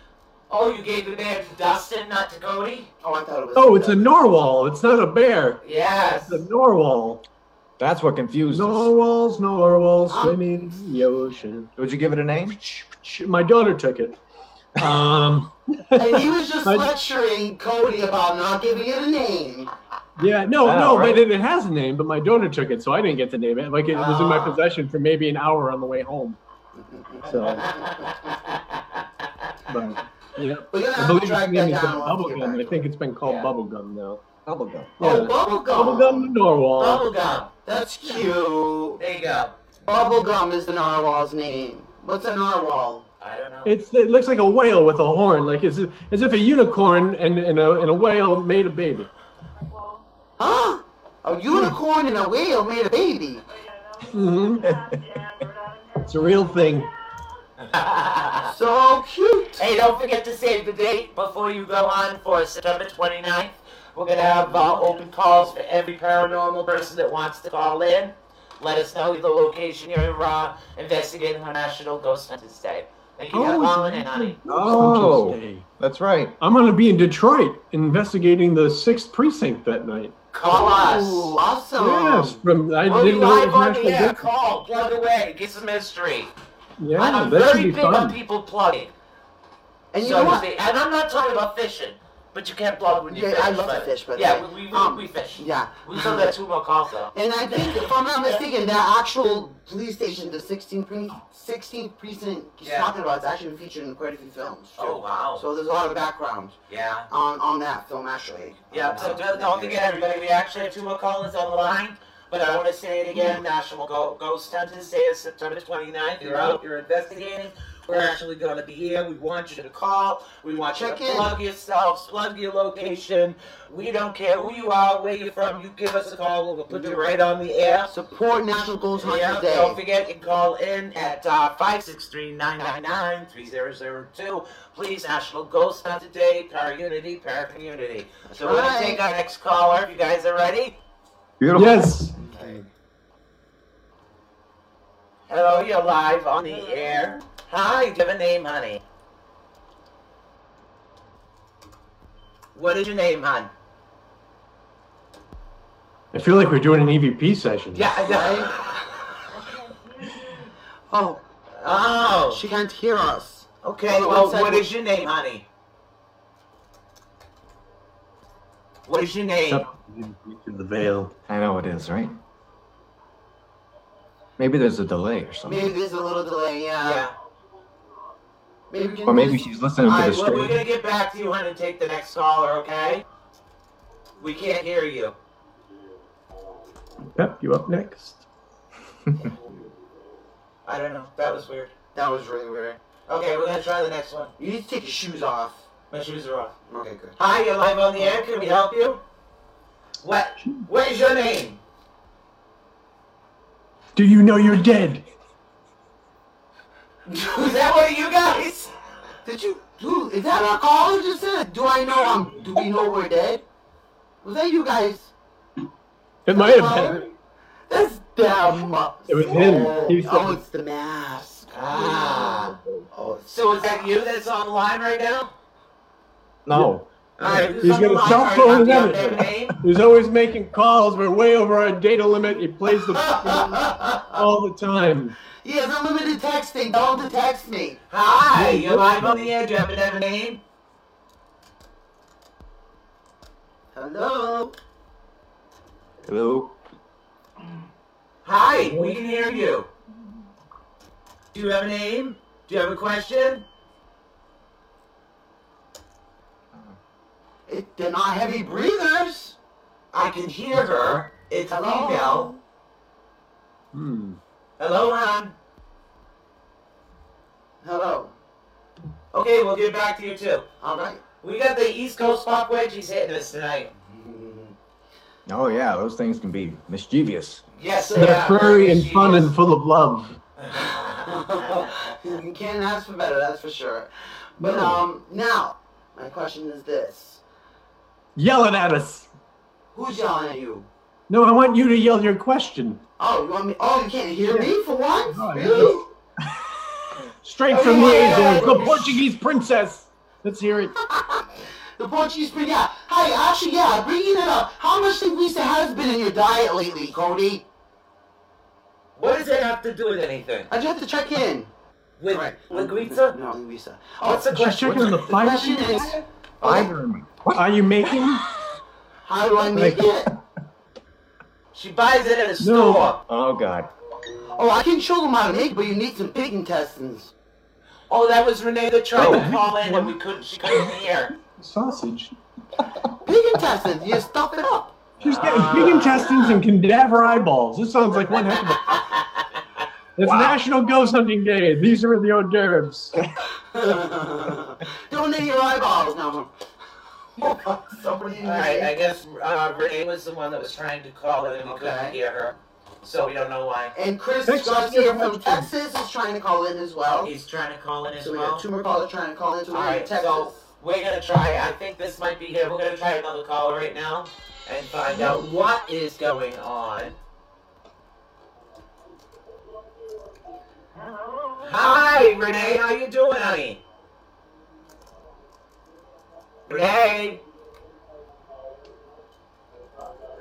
Speaker 2: Oh, you gave the man to Dustin, not to Cody?
Speaker 3: Oh, I thought it was.
Speaker 5: Oh, it's a narwhal. It's not a bear.
Speaker 2: Yes.
Speaker 5: It's a narwhal.
Speaker 4: That's what confused us.
Speaker 5: Narwhals, narwhals, swimming in the ocean.
Speaker 4: Would you give it a name?
Speaker 5: My daughter took it. Um,
Speaker 3: And he was just
Speaker 5: I-
Speaker 3: lecturing Cody about not giving it a name.
Speaker 5: yeah, no,
Speaker 4: Wow,
Speaker 5: no,
Speaker 4: right.
Speaker 5: but it, it has a name. But my daughter took it, so I didn't get to name it. Like it was in my
Speaker 3: Ah.
Speaker 5: possession for maybe an hour on the way home. So, but yeah,
Speaker 3: But you're
Speaker 5: I
Speaker 3: not
Speaker 5: believe
Speaker 3: gonna
Speaker 5: its
Speaker 3: track
Speaker 5: name
Speaker 3: that
Speaker 5: is
Speaker 3: down. once you get
Speaker 5: Bubblegum.
Speaker 3: back
Speaker 5: I think
Speaker 3: to
Speaker 5: it's been called
Speaker 3: Yeah.
Speaker 5: Bubblegum now.
Speaker 4: Bubblegum.
Speaker 3: it. Oh,
Speaker 5: Yeah. Bubblegum
Speaker 3: bubblegum. Oh.
Speaker 5: Norwal.
Speaker 3: Bubblegum. That's cute.
Speaker 2: There you go.
Speaker 3: Bubblegum is the narwhal's name. What's a narwhal?
Speaker 2: I don't know.
Speaker 5: It's, it looks like a whale with a horn, like it's, as if a unicorn and, and, a, and a whale made a baby.
Speaker 6: Well,
Speaker 3: Huh? A unicorn and a whale made a baby.
Speaker 6: oh yeah, no.
Speaker 5: hmm
Speaker 6: Dan, we're not in here.
Speaker 5: It's a real thing.
Speaker 3: So cute.
Speaker 2: hey, don't forget to save the date before you go on for September 29th. We're going to have uh, open calls for every paranormal person that wants to call in. Let us know the location you're uh, investigating on National Ghost Hunters Day. Thank you for
Speaker 5: Oh,
Speaker 2: calling in, honey.
Speaker 4: Oh. That's right.
Speaker 5: I'm going to be in Detroit investigating the sixth precinct that night.
Speaker 3: Oh,
Speaker 2: Call
Speaker 3: Ooh,
Speaker 2: us.
Speaker 3: awesome.
Speaker 5: Yes, from I
Speaker 2: Oh. We'll be
Speaker 5: didn't know it
Speaker 2: live
Speaker 5: was
Speaker 2: on the
Speaker 5: National
Speaker 2: air.
Speaker 5: Day.
Speaker 2: Call, plug away, get some mystery.
Speaker 5: Yeah,
Speaker 2: I'm
Speaker 5: that
Speaker 2: very
Speaker 5: should be
Speaker 2: big on
Speaker 5: fun.
Speaker 2: people plugging.
Speaker 3: And you
Speaker 2: So
Speaker 3: know
Speaker 2: you
Speaker 3: what?
Speaker 2: see- and I'm not talking about fishing, but you can't blog when you
Speaker 3: Yeah,
Speaker 2: fish.
Speaker 3: I love to
Speaker 2: but-
Speaker 3: fish, by the
Speaker 2: yeah,
Speaker 3: way.
Speaker 2: we, we,
Speaker 3: Um,
Speaker 2: we fish.
Speaker 3: Yeah.
Speaker 2: We still got two more calls though.
Speaker 3: And I think, if I'm not mistaken, that actual police station, the 16th, pre- 16th precinct he's
Speaker 2: Yeah.
Speaker 3: talking about, is actually featured in quite a few films. too.
Speaker 2: Oh wow.
Speaker 3: So there's a lot of background
Speaker 2: yeah.
Speaker 3: on, on that film, actually.
Speaker 2: Yeah.
Speaker 3: Um,
Speaker 2: So don't, don't forget everybody. We actually have two more callers on the line. But I want to say it again, National Go- Ghost Hunters Day is September 29th. You're out, you're investigating. We're actually going to be here. We want you to call. We want you
Speaker 3: Check
Speaker 2: to
Speaker 3: in.
Speaker 2: plug yourselves, plug your location. We don't care who you are, where you're from. You give us a call. We'll put you right on the air.
Speaker 3: Support National Ghost Hunter
Speaker 2: Yeah,
Speaker 3: Day.
Speaker 2: don't forget, you can call in at uh, 563-999-3002. Please, National Ghost Hunt today, Para Unity, Para Community. So we're going
Speaker 3: right.
Speaker 2: to take our next caller, if you guys are ready.
Speaker 4: Beautiful.
Speaker 5: Yes.
Speaker 2: Hello, you're live on the air. Hi, do you have a name, honey? What is your name, hon?
Speaker 5: I feel like we're doing an EVP session.
Speaker 2: Yeah, I know.
Speaker 3: Oh,
Speaker 2: Oh,
Speaker 3: she can't hear us.
Speaker 2: okay.
Speaker 3: Hold on
Speaker 2: Well,
Speaker 3: one sec.
Speaker 2: what is your name, honey? What is your name?
Speaker 5: Up into the veil.
Speaker 4: I know it is, right? Maybe there's a delay or something.
Speaker 3: Maybe there's a little delay, yeah.
Speaker 2: Yeah.
Speaker 3: Maybe we can
Speaker 4: Or maybe
Speaker 3: just-
Speaker 4: she's listening
Speaker 2: All
Speaker 4: to the
Speaker 2: right, well, we're
Speaker 4: stream.
Speaker 2: gonna get back to you when and take the next caller, okay? We can't hear you.
Speaker 5: Pep, you up next?
Speaker 2: I don't know. That was weird.
Speaker 3: That was really weird.
Speaker 2: Okay, we're gonna try the next one.
Speaker 3: You need to take your shoes off.
Speaker 2: My shoes are off.
Speaker 3: Okay, good.
Speaker 2: Hi, you're live on the air. Can we help you? What? What is your name?
Speaker 5: Do you know you're dead?
Speaker 2: Is that one of you guys?
Speaker 3: Did you? Dude, is that our caller just said? Do I know I'm? Do we know we're dead? Was that you guys?
Speaker 5: It might have been.
Speaker 3: That's damn.
Speaker 5: It was him. He said-
Speaker 3: oh, it's the mask.
Speaker 2: Ah.
Speaker 3: Oh, it's
Speaker 2: So is that you that's online right now?
Speaker 4: No.
Speaker 3: Ah.
Speaker 2: All right, who's
Speaker 5: He's
Speaker 2: on
Speaker 5: got a
Speaker 2: the line
Speaker 5: cell
Speaker 2: right
Speaker 5: phone
Speaker 2: now? Do
Speaker 5: and
Speaker 2: you have their
Speaker 5: everything.
Speaker 2: name?
Speaker 5: He's always making calls. We're way over our data limit. He plays the all the time.
Speaker 3: he has unlimited texting. Don't to text me.
Speaker 2: Hi, you're live on the air. Do you have another name?
Speaker 3: Hello.
Speaker 4: Hello.
Speaker 2: Hi, we can hear you. Do you have a name? Do you have a question?
Speaker 3: It, they're not heavy breathers.
Speaker 2: I can hear her. It's a
Speaker 3: Hello.
Speaker 2: female.
Speaker 5: Hmm.
Speaker 2: Hello, hon.
Speaker 3: Hello.
Speaker 2: Okay, we'll get back to you too.
Speaker 3: All right.
Speaker 2: We got the East Coast pop wedgies hitting us tonight.
Speaker 4: Oh yeah, those things can be mischievous.
Speaker 2: Yes, they
Speaker 5: They're
Speaker 2: are.
Speaker 5: furry and
Speaker 2: She
Speaker 5: fun
Speaker 2: is.
Speaker 5: and full of love.
Speaker 3: you can't ask for better. That's for sure. But
Speaker 5: No.
Speaker 3: um, now my question is this:
Speaker 5: Yelling at us.
Speaker 3: Who's yelling at you?
Speaker 5: No, I want you to yell your question
Speaker 3: Oh, you want me? Oh, you can't hear me for once?
Speaker 5: No, I
Speaker 3: Really?
Speaker 5: straight from Liaison, the Portuguese princess. Let's hear it.
Speaker 3: The Portuguese spring, yeah. Hey, actually, yeah, bringing it up. How much linguiça has been in your diet lately, Cody?
Speaker 2: What does it have to do with anything?
Speaker 3: I just have to check in.
Speaker 2: With
Speaker 3: Correct.
Speaker 2: Linguica?
Speaker 3: No, linguiça. Oh,
Speaker 2: What's the
Speaker 5: Just
Speaker 2: question?
Speaker 5: checking on the
Speaker 3: the question
Speaker 5: fiber.
Speaker 3: is,
Speaker 4: Fiberman. What?
Speaker 5: Are you making?
Speaker 3: Oh, how do I make it?
Speaker 2: She buys it at a
Speaker 5: No.
Speaker 2: store.
Speaker 4: Oh God.
Speaker 3: Oh, I can show them how to make it, but you need some pig intestines.
Speaker 2: Oh, that was Renee that tried
Speaker 4: Oh.
Speaker 2: to call in and we couldn't. She couldn't hear.
Speaker 5: Sausage.
Speaker 3: Pig intestines, you stuff it up.
Speaker 5: She's getting big intestines and cadaver eyeballs. This sounds like one heck of a. It's National Ghost Hunting Day. These are the hors d'oeuvres.
Speaker 3: Donate your eyeballs now. Somebody in
Speaker 2: All right, I
Speaker 3: here.
Speaker 2: guess uh, Renee was the one that was trying to call in and we couldn't
Speaker 3: Okay.
Speaker 2: hear her, so we don't know why.
Speaker 3: And Chris
Speaker 5: Next
Speaker 3: Garcia from
Speaker 5: question.
Speaker 3: Texas is trying to call in as well.
Speaker 2: He's trying to call in as
Speaker 3: So we
Speaker 2: well.
Speaker 3: got two more callers trying to call in. So
Speaker 2: All
Speaker 3: we're in
Speaker 2: right,
Speaker 3: Texas.
Speaker 2: so we're gonna try. I think this might be here. We're gonna try another caller right now and find out what is going on. Hi, Renee. How you doing, honey? Renee.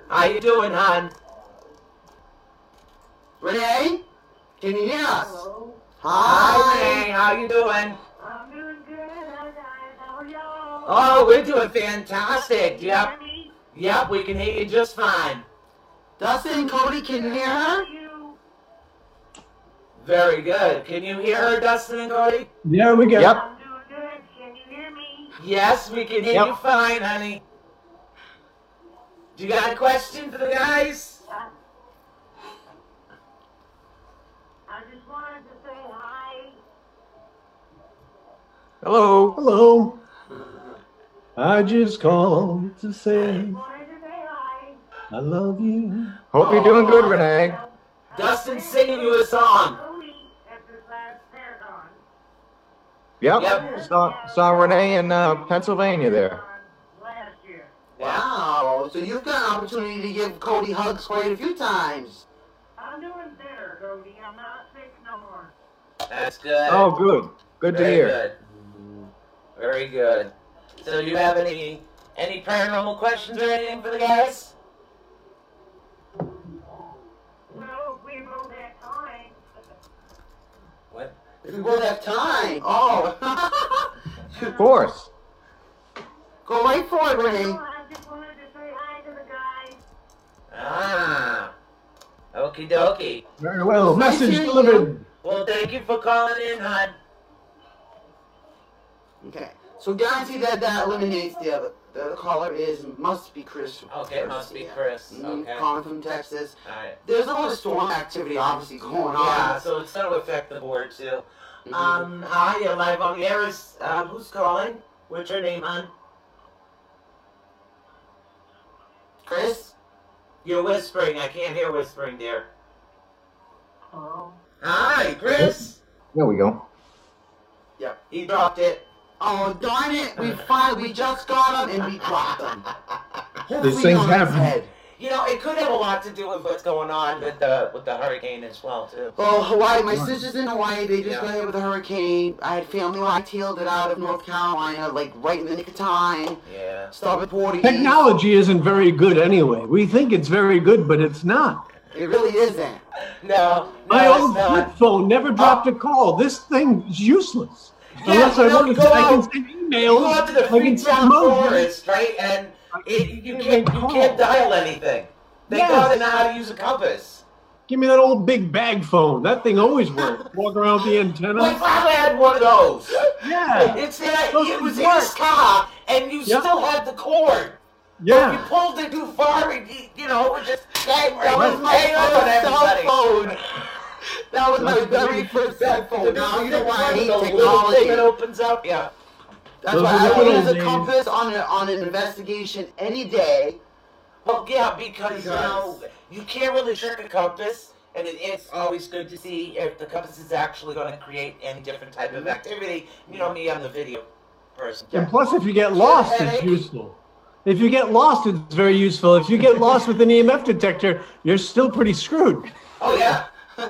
Speaker 2: How you doing, hon?
Speaker 3: Renee, can you hear us?
Speaker 6: Hello.
Speaker 2: Hi,
Speaker 3: Hi.
Speaker 2: Renee. How you doing?
Speaker 6: I'm doing good, guys. How are y'all?
Speaker 2: Oh, we're doing fantastic.
Speaker 6: Can
Speaker 2: Yep.
Speaker 6: you hear me?
Speaker 2: Yep. We can hear you just fine.
Speaker 3: Dustin, Cody, can you hear her?
Speaker 6: You-
Speaker 2: Very good. Can you hear her, Dustin and Cody?
Speaker 5: Yeah, we got.
Speaker 4: Yep.
Speaker 6: I'm doing good. Can you hear me?
Speaker 2: Yes, we can hear
Speaker 4: Yep.
Speaker 2: you fine, honey. Do you got a question for the guys?
Speaker 6: I I just wanted to say hi.
Speaker 5: Hello. Hello. I just called to say
Speaker 6: Wanted to say hi.
Speaker 5: I love you.
Speaker 4: Hope you're doing good, Renee.
Speaker 2: Dustin's singing you a song.
Speaker 6: Cody at this last Paragon.
Speaker 4: Yep.
Speaker 2: Yep.
Speaker 4: Saw saw Renee in uh, Pennsylvania there.
Speaker 6: Last year.
Speaker 2: Yeah.
Speaker 3: Wow. So you've got an opportunity to give Cody hugs quite a few times.
Speaker 6: I'm doing better, Cody. I'm not sick no more.
Speaker 2: That's good.
Speaker 4: Oh, good. Good to
Speaker 2: Very
Speaker 4: hear.
Speaker 2: good. Very good. So, do you have any any paranormal questions or anything for the guys?
Speaker 6: Well, if we both had time.
Speaker 2: What?
Speaker 3: If we both have time. Oh.
Speaker 4: Of course.
Speaker 3: Go right for it, Renee.
Speaker 6: No, I just wanted to say hi to the guys.
Speaker 2: Ah. Okie dokie.
Speaker 5: Very well.
Speaker 3: Nice
Speaker 5: Message
Speaker 3: hearing
Speaker 5: delivered.
Speaker 2: Well, thank you for calling in, hon.
Speaker 3: Okay. So guarantee that that eliminates the other. The other caller is must be Chris.
Speaker 2: Okay, must be
Speaker 3: Garcia.
Speaker 2: Chris.
Speaker 3: Mhm,
Speaker 2: Okay.
Speaker 3: Calling from Texas.
Speaker 2: Alright.
Speaker 3: There's a lot of storm activity obviously going
Speaker 2: Yeah,
Speaker 3: on.
Speaker 2: so it's going to affect the board, too.
Speaker 3: Mhm.
Speaker 2: Um, hi, you're live on the air. Is, uh, who's calling? What's your name, hon?
Speaker 3: Chris.
Speaker 2: You're whispering. I can't hear whispering, dear.
Speaker 6: Hello.
Speaker 2: Hi, Chris.
Speaker 4: There we go.
Speaker 2: He dropped it.
Speaker 3: Oh darn it! We finally we just got him and we dropped him. Hopefully
Speaker 5: These things
Speaker 3: not his
Speaker 5: happen.
Speaker 3: head.
Speaker 2: You know, it could have a lot to do with what's going on with the with the hurricane as well, too.
Speaker 3: Well, Oh, Hawaii. My sister's in Hawaii. They just
Speaker 2: Yeah.
Speaker 3: got hit with a hurricane. I had family who tailed it out of North Carolina, like right in the nick of time.
Speaker 2: Yeah.
Speaker 3: Started Portuguese.
Speaker 5: Technology isn't very good anyway. We think it's very good, but it's not.
Speaker 3: It really isn't.
Speaker 2: No,
Speaker 5: My
Speaker 2: no,
Speaker 5: old
Speaker 2: it's not.
Speaker 5: flip phone never dropped a call. This thing's useless.
Speaker 2: Yeah,
Speaker 5: Unless I
Speaker 2: no,
Speaker 5: want to,
Speaker 2: go
Speaker 5: I can
Speaker 2: out.
Speaker 5: send
Speaker 2: You
Speaker 5: emails.
Speaker 2: go out to the
Speaker 5: I can
Speaker 2: freak
Speaker 5: send
Speaker 2: town
Speaker 5: emojis.
Speaker 2: forest, right? And it, you
Speaker 5: They
Speaker 2: can't you
Speaker 5: call.
Speaker 2: can't dial anything. They
Speaker 5: Yes.
Speaker 2: gotta know how to use a compass.
Speaker 5: Give me that old big bag phone. That thing always works. Walk around with the
Speaker 2: My
Speaker 5: antenna.
Speaker 2: father had one of those.
Speaker 5: Yeah,
Speaker 2: It's that
Speaker 5: Those
Speaker 2: it was in
Speaker 5: work.
Speaker 2: his car, and you
Speaker 5: Yeah.
Speaker 2: still had the cord. You
Speaker 5: yeah.
Speaker 2: pulled it too far, and you, you know, it just came right
Speaker 3: That was my
Speaker 2: hang up on everybody.
Speaker 3: first cell phone. That was my very first cell phone. Now you know why I hate
Speaker 2: The little thing that
Speaker 3: technology.
Speaker 2: opens up. Yeah.
Speaker 3: That's
Speaker 5: Those
Speaker 3: why
Speaker 5: are the
Speaker 3: I would
Speaker 5: good
Speaker 3: use
Speaker 5: old
Speaker 3: a
Speaker 5: days.
Speaker 3: compass on, a, on an investigation any day.
Speaker 2: Well, Oh, yeah, because you
Speaker 3: Because-
Speaker 2: know you can't really trick a compass, and it, it's always good to see if the compass is actually going to create any different type of activity. You know me, I'm the video person.
Speaker 5: And plus, if you get lost, it's
Speaker 2: Headache.
Speaker 5: useful. If you get lost, it's very useful. If you get lost with an EMF detector, you're still pretty screwed.
Speaker 2: Oh yeah.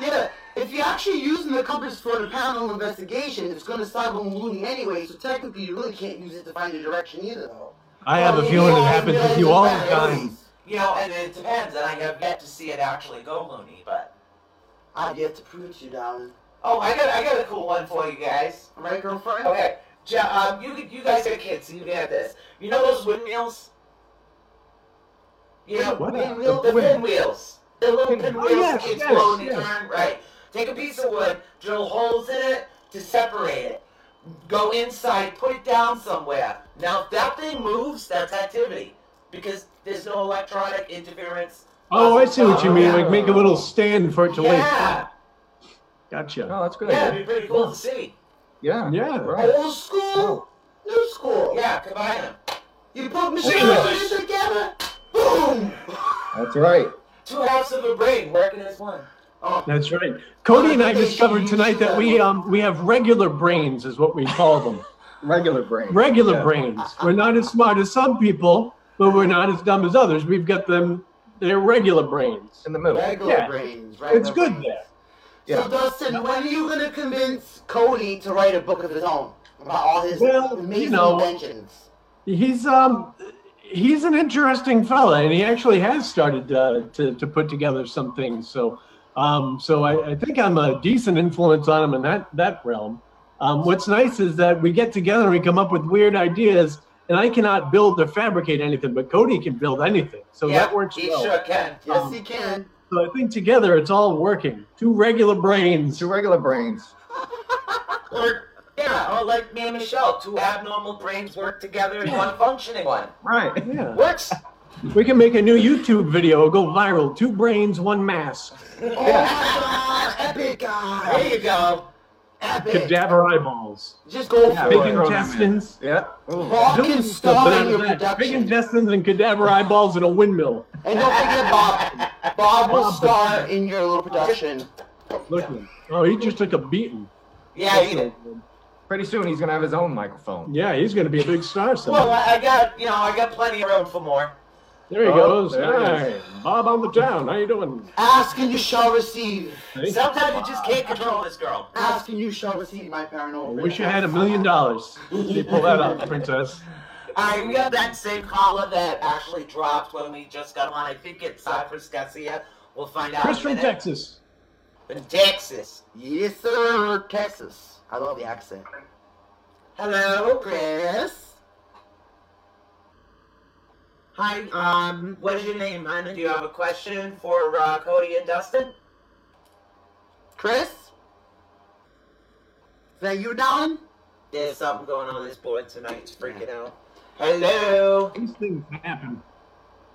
Speaker 3: Yeah, if you're actually using the compass for the paranormal investigation, it's going to start ballooning anyway, so technically you really can't use it to find your direction either, though.
Speaker 5: I have a
Speaker 3: Well,
Speaker 5: feeling it
Speaker 3: yeah,
Speaker 5: happens
Speaker 3: yeah,
Speaker 5: with you all the
Speaker 3: it's
Speaker 5: time.
Speaker 2: You know, and it depends, and I have yet to see it actually go loony, but
Speaker 3: I've yet to prove it to you, darling.
Speaker 2: Oh, I got I got a cool one for you guys.
Speaker 3: Right, girlfriend?
Speaker 2: Okay, Ja- um, you you guys are kids, so you can have this. You know those windmills? You know,
Speaker 5: What?
Speaker 2: windmill,
Speaker 5: The
Speaker 2: the
Speaker 5: wind-
Speaker 2: pinwheels. The little
Speaker 5: Pin-
Speaker 2: pinwheels
Speaker 5: oh, yes,
Speaker 2: kids
Speaker 5: yes,
Speaker 2: blow and they
Speaker 5: yes.
Speaker 2: turn, right? Take a piece of wood, drill holes in it to separate it. Go inside, put it down somewhere. Now, if that thing moves, that's activity. Because there's no electronic interference.
Speaker 5: Oh, I see what you mean.
Speaker 2: Yeah.
Speaker 5: Like make a little stand for it to wait.
Speaker 2: yeah.
Speaker 5: Gotcha.
Speaker 4: Oh, that's a good.
Speaker 2: Yeah,
Speaker 4: idea.
Speaker 2: it'd be pretty cool to see.
Speaker 4: Yeah.
Speaker 5: Yeah.
Speaker 4: Right.
Speaker 3: Old
Speaker 5: Oh.
Speaker 3: school, new school.
Speaker 2: Yeah, combine them.
Speaker 3: You put machine
Speaker 2: Yeah.
Speaker 3: learning together, boom.
Speaker 4: That's right.
Speaker 2: Two halves of a brain working as one.
Speaker 5: That's right. Cody and I discovered tonight that we um we have regular brains is what we call them.
Speaker 4: Regular brain.
Speaker 5: Regular
Speaker 4: Yeah.
Speaker 5: brains. We're not as smart as some people, but we're not as dumb as others. We've got them they're regular brains.
Speaker 4: In the middle.
Speaker 3: Regular
Speaker 5: Yeah.
Speaker 3: brains, regular
Speaker 5: It's good
Speaker 3: brains.
Speaker 5: there.
Speaker 4: Yeah.
Speaker 3: So Dustin, when are you gonna convince Cody to write a book of his own about all his
Speaker 5: Well, you
Speaker 3: amazing
Speaker 5: know-
Speaker 3: inventions?
Speaker 5: He's um he's an interesting fella, and he actually has started uh, to to put together some things. So um so I, I think I'm a decent influence on him in that that realm. Um, what's nice is that we get together and we come up with weird ideas, and I cannot build or fabricate anything, but Cody can build anything. So
Speaker 2: yeah,
Speaker 5: that works
Speaker 2: He
Speaker 5: well.
Speaker 2: sure can.
Speaker 3: Yes,
Speaker 5: Um,
Speaker 3: he can.
Speaker 5: So I think together it's all working. Two regular brains.
Speaker 4: Two regular brains.
Speaker 2: Or, yeah, or like me and Michelle, two abnormal brains work together in one functioning one.
Speaker 4: Right.
Speaker 5: Yeah.
Speaker 2: Works.
Speaker 5: We can make a new YouTube video, it'll go viral. Two brains, one mask.
Speaker 3: Oh my god, epic
Speaker 2: There
Speaker 3: guy,
Speaker 2: you go.
Speaker 3: epic.
Speaker 5: Cadaver eyeballs.
Speaker 3: Just go
Speaker 4: Yeah,
Speaker 3: for
Speaker 5: Big
Speaker 4: right.
Speaker 3: it.
Speaker 5: intestines.
Speaker 4: Yeah. Ooh.
Speaker 3: Fucking star in your
Speaker 5: Big
Speaker 3: production.
Speaker 5: intestines and cadaver eyeballs and a windmill.
Speaker 3: And don't forget Bob. Bob will star in your little production.
Speaker 5: Look at him. Oh, he just took a beating.
Speaker 2: Yeah, he did.
Speaker 4: Pretty soon he's gonna have his own microphone.
Speaker 5: Yeah, he's going to be a big star
Speaker 2: Well,
Speaker 5: someday.
Speaker 2: I I got, you know, I got plenty of room for more.
Speaker 5: There he
Speaker 4: Oh,
Speaker 5: goes.
Speaker 4: there it
Speaker 5: Hi, Bob on the town. How you doing?
Speaker 3: Ask and you shall receive.
Speaker 5: Hey.
Speaker 2: Sometimes you just can't control this girl.
Speaker 3: Ask and you shall receive, my paranormal.
Speaker 5: Wish you had a million dollars. You pull that up, princess.
Speaker 2: Alright, we got that same caller that actually dropped when we just got on. I think it's Cypress Garcia. We'll find out.
Speaker 5: Chris
Speaker 2: in a
Speaker 5: from
Speaker 2: minute.
Speaker 5: Texas.
Speaker 2: From Texas.
Speaker 3: Yes, sir, Texas. I love the accent.
Speaker 2: Hello, Chris.
Speaker 3: Chris?
Speaker 2: Hi, um, what is your name, hon? Do you have a question for uh, Cody and Dustin?
Speaker 3: Chris? Is that you, Don?
Speaker 2: There's something going on with this board tonight. It's freaking out. Hello.
Speaker 5: These things happen.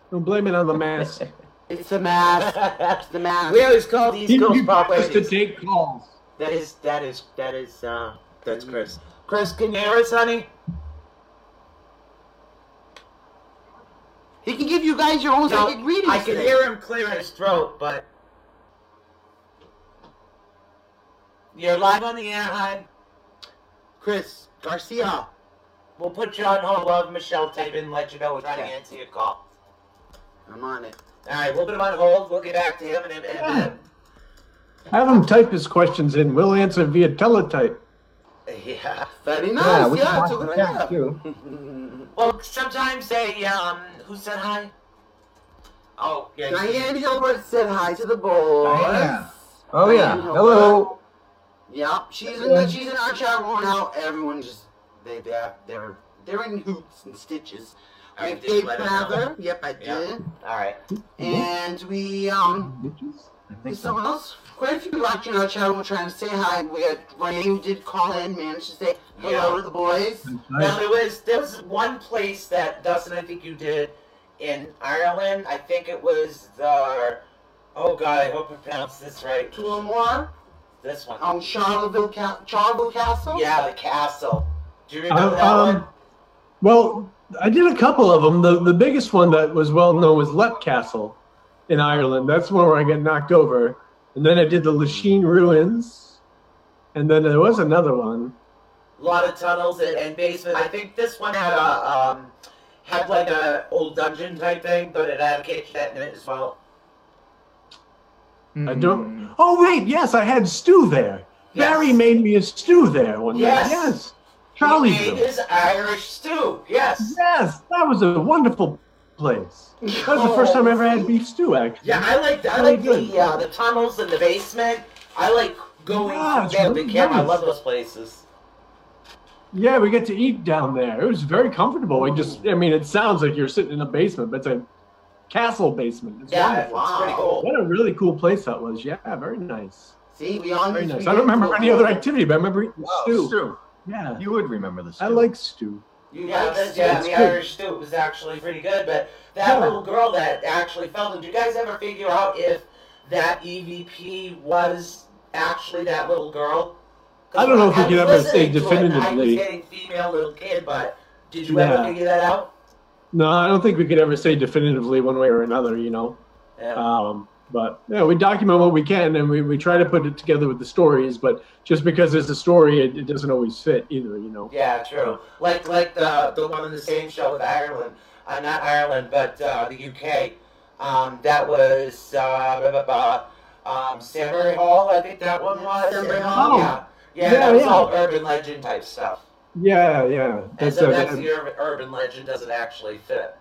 Speaker 5: Don't blame it on the mask.
Speaker 3: It's the mask. It's the mask.
Speaker 2: we always call these girls pop
Speaker 5: Just to
Speaker 2: ladies.
Speaker 5: take calls.
Speaker 2: That is, that is, that is, uh, that's Chris. Chris, can you hear us, honey?
Speaker 3: He can give you guys your own psychic readings.
Speaker 2: I can
Speaker 3: today.
Speaker 2: hear him clear his throat, but. You're live on the air, hon.
Speaker 3: Chris Garcia.
Speaker 2: We'll put you on hold, love. Michelle, type in, let you know we're trying to answer your call.
Speaker 3: I'm on it.
Speaker 2: All right, we'll put him on hold. We'll get back to him in a minute.
Speaker 5: Have him type his questions in. We'll answer via teletype.
Speaker 2: Yeah.
Speaker 3: Very
Speaker 4: Yeah,
Speaker 3: nice.
Speaker 4: we
Speaker 3: Yeah,
Speaker 4: can
Speaker 3: it's a
Speaker 4: watch
Speaker 3: good
Speaker 4: the chat,
Speaker 3: idea.
Speaker 4: too.
Speaker 2: Well, sometimes they, um, who said hi? Oh, yeah.
Speaker 3: Diane Hilbert said hi to the boys.
Speaker 4: Diane. Oh
Speaker 3: Diane
Speaker 4: yeah.
Speaker 3: Hilbert.
Speaker 4: Hello.
Speaker 3: Yep, she's in the, she's in our chat room now. Everyone just they they are- they're they're in hoops and stitches. We
Speaker 2: I
Speaker 3: have
Speaker 2: did
Speaker 3: Dave
Speaker 2: let her
Speaker 3: Mather. Yep, I
Speaker 2: Yeah.
Speaker 3: did.
Speaker 2: All right.
Speaker 3: And we um
Speaker 5: Bitches.
Speaker 4: I think
Speaker 3: there's
Speaker 4: so.
Speaker 3: someone else. Quite a few people actually in our chat room trying to say hi. We had Renee did call in, managed to say hello
Speaker 2: Yeah.
Speaker 3: to the boys.
Speaker 2: Now there was there was one place that Dustin, I think you did in Ireland. I think it was the. Oh God, I hope I pronounced this right.
Speaker 3: Two or more
Speaker 2: This one.
Speaker 3: on Charleville, Ca- Charleville Castle.
Speaker 2: Yeah, the castle. Do you remember
Speaker 5: Um,
Speaker 2: that one?
Speaker 5: um, well, I did a couple of them. The, the biggest one that was well known was Lepp Castle in Ireland. That's one where I got knocked over. And then I did the Lachine Ruins. And then there was another one.
Speaker 2: A lot of tunnels and, and basement. I think this one had a um had like a old dungeon type thing, but it had a kitchenette in it as well.
Speaker 5: I don't. Oh, wait. Yes, I had stew there.
Speaker 2: Yes.
Speaker 5: Barry made me a stew there one
Speaker 2: Yes.
Speaker 5: night. Yes.
Speaker 2: He
Speaker 5: Charlie's.
Speaker 2: made his Irish stew. Yes.
Speaker 5: Yes. That was a wonderful place. That was
Speaker 2: Oh.
Speaker 5: the first time I ever had beef stew, actually.
Speaker 2: Yeah, I like I
Speaker 5: Really
Speaker 2: like
Speaker 5: good.
Speaker 2: the uh, the tunnels in the basement. I like going
Speaker 5: Ah, it's
Speaker 2: to bed.
Speaker 5: really
Speaker 2: Camp. I
Speaker 5: nice.
Speaker 2: love those places.
Speaker 5: Yeah, we get to eat down there. It was very comfortable. We just, I mean, it sounds like you're sitting in a basement, but it's a castle basement. It's
Speaker 2: Yeah,
Speaker 5: wonderful.
Speaker 2: it's pretty
Speaker 3: Wow.
Speaker 2: cool.
Speaker 5: What a really cool place that was. Yeah, very nice.
Speaker 3: See, we on
Speaker 5: Very nice. I don't remember any other activity, but I remember eating
Speaker 4: Wow,
Speaker 5: stew.
Speaker 4: stew.
Speaker 5: Yeah,
Speaker 4: You would remember the stew.
Speaker 5: I like stew.
Speaker 2: You guys,
Speaker 3: that's-
Speaker 2: yeah,
Speaker 5: that's
Speaker 2: the
Speaker 5: good.
Speaker 2: Irish stew was actually pretty good, but that
Speaker 5: Yeah.
Speaker 2: little girl that actually fell, did you guys ever figure out if that EVP was actually that little girl? 'Cause
Speaker 5: I don't know if we
Speaker 2: I
Speaker 5: could
Speaker 2: was
Speaker 5: ever say
Speaker 2: listening to it, and I was
Speaker 5: definitively.
Speaker 2: getting female little kid, but did you
Speaker 5: Yeah.
Speaker 2: ever figure that out?
Speaker 5: No, I don't think we could ever say definitively one way or another, you know.
Speaker 2: Yeah.
Speaker 5: Um, but yeah, we document what we can and we, we try to put it together with the stories, but just because there's a story, it, it doesn't always fit either, you know.
Speaker 2: Yeah, true. Like like the the one in the same show with Ireland, uh, not Ireland, but uh, the UK. Um, that was uh, blah, blah, blah, um, Stanbury Hall. I think that one was.
Speaker 3: Stanbury
Speaker 2: And-
Speaker 3: Hall.
Speaker 2: Yeah, yeah,
Speaker 5: Yeah,
Speaker 2: that was
Speaker 5: yeah.
Speaker 2: all urban legend type stuff.
Speaker 5: Yeah, yeah.
Speaker 2: And
Speaker 5: That's
Speaker 2: so
Speaker 5: a-
Speaker 2: that's the ur- urban legend doesn't actually fit.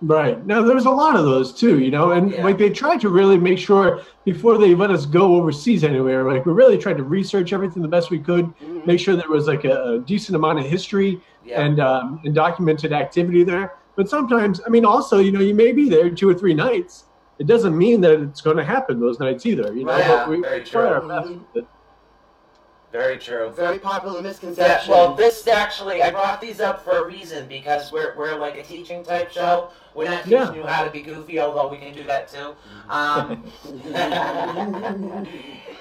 Speaker 5: Right. Now there was a lot of those too, you know, and
Speaker 2: Yeah.
Speaker 5: like they tried to really make sure before they let us go overseas anywhere, like we really tried to research everything the best we could, make sure there was like a, a decent amount of history
Speaker 2: Yeah.
Speaker 5: and um, and documented activity there. But sometimes, I mean, also, you know, you may be there two or three nights. It doesn't mean that it's going to happen those nights either, you know.
Speaker 2: Yeah,
Speaker 5: but we
Speaker 2: very
Speaker 5: try our
Speaker 3: true.
Speaker 5: best with it.
Speaker 2: Very true.
Speaker 3: Mm-hmm. Very popular
Speaker 2: Yeah,
Speaker 3: misconception.
Speaker 2: well, this actually, I brought these up for a reason because we're, we're like a teaching type show. We're not teaching
Speaker 5: Yeah.
Speaker 2: you how to be goofy, although we can do that too. Um,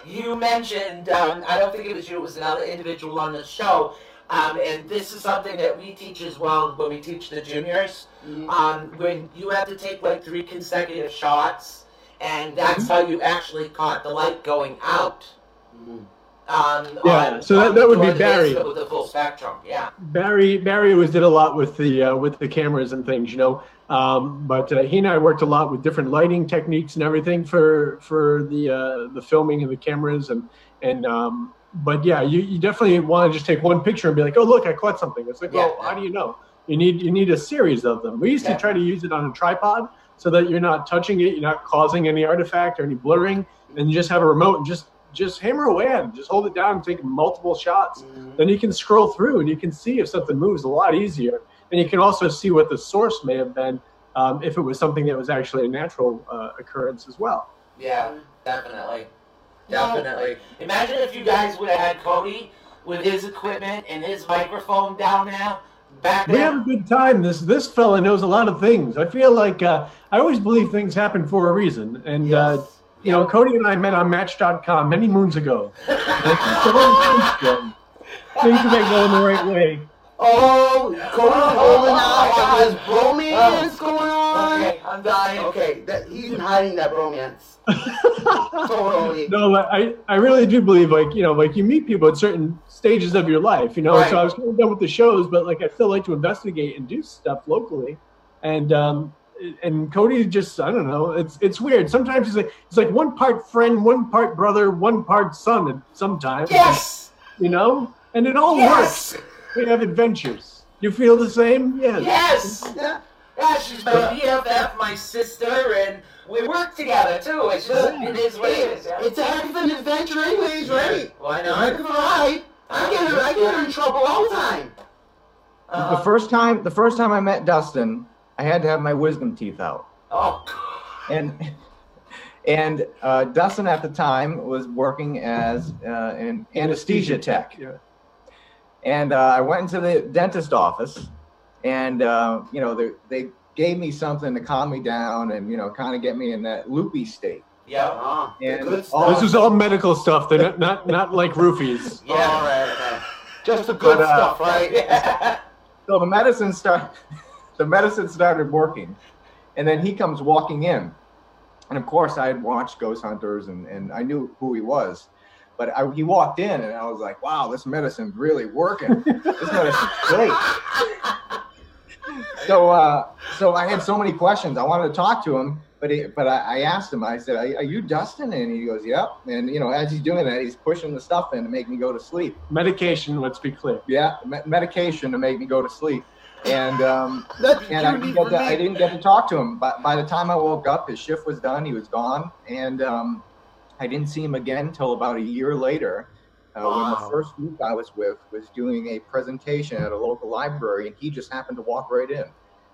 Speaker 2: you mentioned, um, I don't think it was you, it was another individual on the show, um, and this is something that we teach as well when we teach the juniors.
Speaker 3: Mhm.
Speaker 2: Um, when you have to take like three consecutive shots, and
Speaker 5: Mm-hmm.
Speaker 2: that's how you actually caught the light going out. Um,
Speaker 5: Mm-hmm. Yeah,
Speaker 2: on-
Speaker 5: so that-
Speaker 2: on
Speaker 5: that would be
Speaker 2: the
Speaker 5: Barry.
Speaker 2: instrument With the full spectrum, yeah.
Speaker 5: Barry Barry always did a lot with the uh, with the cameras and things, you know. Um, but uh, he and I worked a lot with different lighting techniques and everything for for the uh, the filming and the cameras and and um, but yeah, you, you definitely want to just take one picture and be like, oh look, I caught something. It's like,
Speaker 2: Yeah.
Speaker 5: well, how do you know? You need you need a series of them. We used
Speaker 2: Yeah.
Speaker 5: to try to use it on a tripod so that you're not touching it, you're not causing any artifact or any blurring, and you just have a remote and just just hammer away at it, just hold it down and take multiple shots
Speaker 3: Mhm.
Speaker 5: then you can scroll through and you can see if something moves a lot easier. And you can also see what the source may have been um, if it was something that was actually a natural uh, occurrence as well.
Speaker 2: Yeah, definitely.
Speaker 3: Now-
Speaker 2: Definitely. Imagine if you guys would have had Cody with his equipment and his microphone down now, back
Speaker 5: We have a
Speaker 2: there.
Speaker 5: good time. This this fella knows a lot of things. I feel like uh, I always believe things happen for a reason. And uh,
Speaker 3: Yes.
Speaker 5: you know, Cody and I met on Match.com many moons ago. Like, so many things done. things have been going the right way.
Speaker 3: Oh, Cody
Speaker 2: Oh,
Speaker 3: Coleman
Speaker 2: my God.
Speaker 3: out on this bromance going on.
Speaker 2: Okay, I'm dying.
Speaker 3: Okay, that, he's been hiding that bromance. totally.
Speaker 5: No, but I, I really do believe like you know like you meet people at certain stages of your life, you know.
Speaker 2: Right.
Speaker 5: So I was kind of done with the shows, but like I still like to investigate and do stuff locally, and um and Cody just I don't know it's it's weird. Sometimes he's like he's like one part friend, one part brother, one part son, and sometimes
Speaker 2: Yes!
Speaker 5: you know, and it all
Speaker 2: Yes!
Speaker 5: works. We have adventures. You feel the same? Yes.
Speaker 2: Yes!
Speaker 3: Yeah.
Speaker 2: Yeah, she's my BFF, my sister, and we work together too. It's just, it is what it is.
Speaker 3: It's,
Speaker 2: yeah.
Speaker 3: it's a heck of an adventure anyways, right?
Speaker 2: Why
Speaker 3: A heck
Speaker 2: not?
Speaker 3: of a ride. I get her, I get her in trouble all the time.
Speaker 4: The
Speaker 2: Uh,
Speaker 4: first time, the first time I met Dustin, I had to have my wisdom teeth out,
Speaker 2: oh,
Speaker 4: and and uh, Dustin at the time was working as uh, an anesthesia tech,
Speaker 5: Yeah.
Speaker 4: and uh, I went into the dentist office, and uh, you know they they gave me something to calm me down and you know kind of get me in that loopy state.
Speaker 2: yeah.
Speaker 3: Uh-huh.
Speaker 4: And
Speaker 3: good
Speaker 4: all-
Speaker 3: stuff.
Speaker 5: This is all medical stuff. They're not not, not like roofies.
Speaker 2: Yeah.
Speaker 3: All right, okay. Just the good
Speaker 4: But, uh,
Speaker 3: stuff, right?
Speaker 2: Yeah.
Speaker 4: So the medicine start, the medicine started working, and then he comes walking in, and of course I had watched Ghost Hunters and and I knew who he was, but I, he walked in and I was like, wow, this medicine's really working. This medicine's great. So uh, so I had so many questions. I wanted to talk to him, but he, but I, I asked him. I said, are, are you Dustin? And he goes, yep. And you know, as he's doing that, he's pushing the stuff in to make me go to sleep
Speaker 5: Medication. Let's be clear.
Speaker 4: yeah, me- medication to make me go to sleep. And um, and I didn't, get to, I
Speaker 3: me.
Speaker 4: didn't get to talk to him. But by the time I woke up, his shift was done. He was gone, and um, I didn't see him again until about a year later. Uh, When
Speaker 3: Wow.
Speaker 4: the first group I was with was doing a presentation at a local library, and he just happened to walk right in.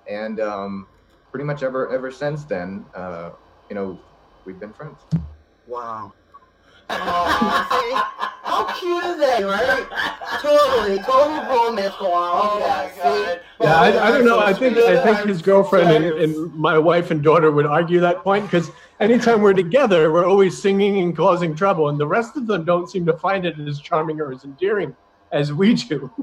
Speaker 4: And um, pretty much ever ever since then, uh, you know, we've been friends.
Speaker 3: Wow. How cute is that, right? totally, total romance going on.
Speaker 2: Oh
Speaker 3: yeah,
Speaker 2: my God.
Speaker 3: see?
Speaker 5: Yeah, I, I don't know. I think I think his girlfriend and,
Speaker 3: Yes.
Speaker 5: and my wife and daughter would argue that point because anytime we're together, we're always singing and causing trouble, and the rest of them don't seem to find it as charming or as endearing as we do.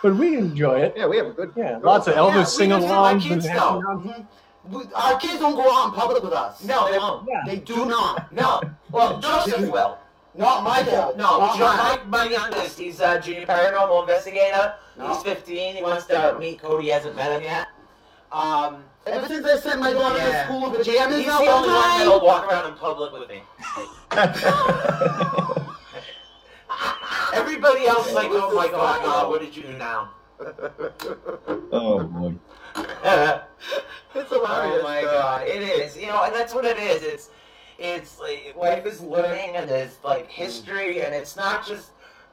Speaker 5: But we enjoy it.
Speaker 4: Yeah, we have a good
Speaker 5: Yeah, lots of Elvis
Speaker 3: Yeah, we don't let our
Speaker 5: sing-alongs and
Speaker 3: kids
Speaker 5: happy
Speaker 3: know.
Speaker 5: hours.
Speaker 3: Mhm. We- Our kids don't go out in public with us.
Speaker 2: No, they won't.
Speaker 3: They do not. No.
Speaker 2: Well, Joseph will.
Speaker 3: Not my dad.
Speaker 2: No,
Speaker 3: Not
Speaker 2: John,
Speaker 3: mine.
Speaker 2: my money on this. He's a junior paranormal investigator.
Speaker 3: No.
Speaker 2: He's 15. He wants to meet Cody. He hasn't met him yet. Um,
Speaker 3: Ever since I sent my daughter
Speaker 2: Yeah.
Speaker 3: to school in pajamas
Speaker 2: he's the
Speaker 3: all the
Speaker 2: only one
Speaker 3: time.
Speaker 2: that'll walk around in public with me. Everybody else is like, oh my god, God, what did you do now?
Speaker 4: Oh boy.
Speaker 3: It's
Speaker 2: Oh
Speaker 3: hilarious.
Speaker 2: my
Speaker 3: though.
Speaker 2: god, it is. You know, and that's what it is. It's it's like life is learning and it's like history and it's not just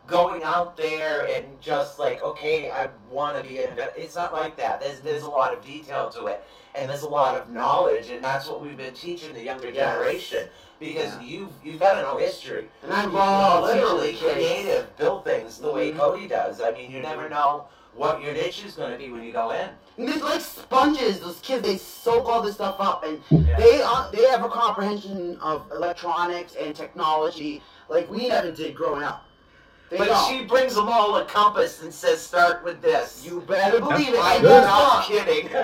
Speaker 2: going out there and just like okay, I want to be an inve- It's not like that. There's there's a lot of detail to it and there's a lot of knowledge and that's what we've been teaching the younger
Speaker 3: Yes.
Speaker 2: generation because you've you've got to know history.
Speaker 3: And I'm
Speaker 2: You
Speaker 3: "Oh,
Speaker 2: can
Speaker 3: all
Speaker 2: Oh, literally
Speaker 3: teaching kids.
Speaker 2: creative, build things the way Cody does. I mean, you never know what your niche is going to be when you go in.
Speaker 3: And It's like sponges. Those kids, they soak all this stuff up, and
Speaker 2: Yeah.
Speaker 3: they are, they have a comprehension of electronics and technology like we never did growing up. They
Speaker 2: But
Speaker 3: don't.
Speaker 2: she brings them all a compass and says, "Start with this."
Speaker 3: you better believe it.
Speaker 2: I'm
Speaker 3: And
Speaker 4: Good.
Speaker 2: not
Speaker 3: it's not.
Speaker 2: kidding.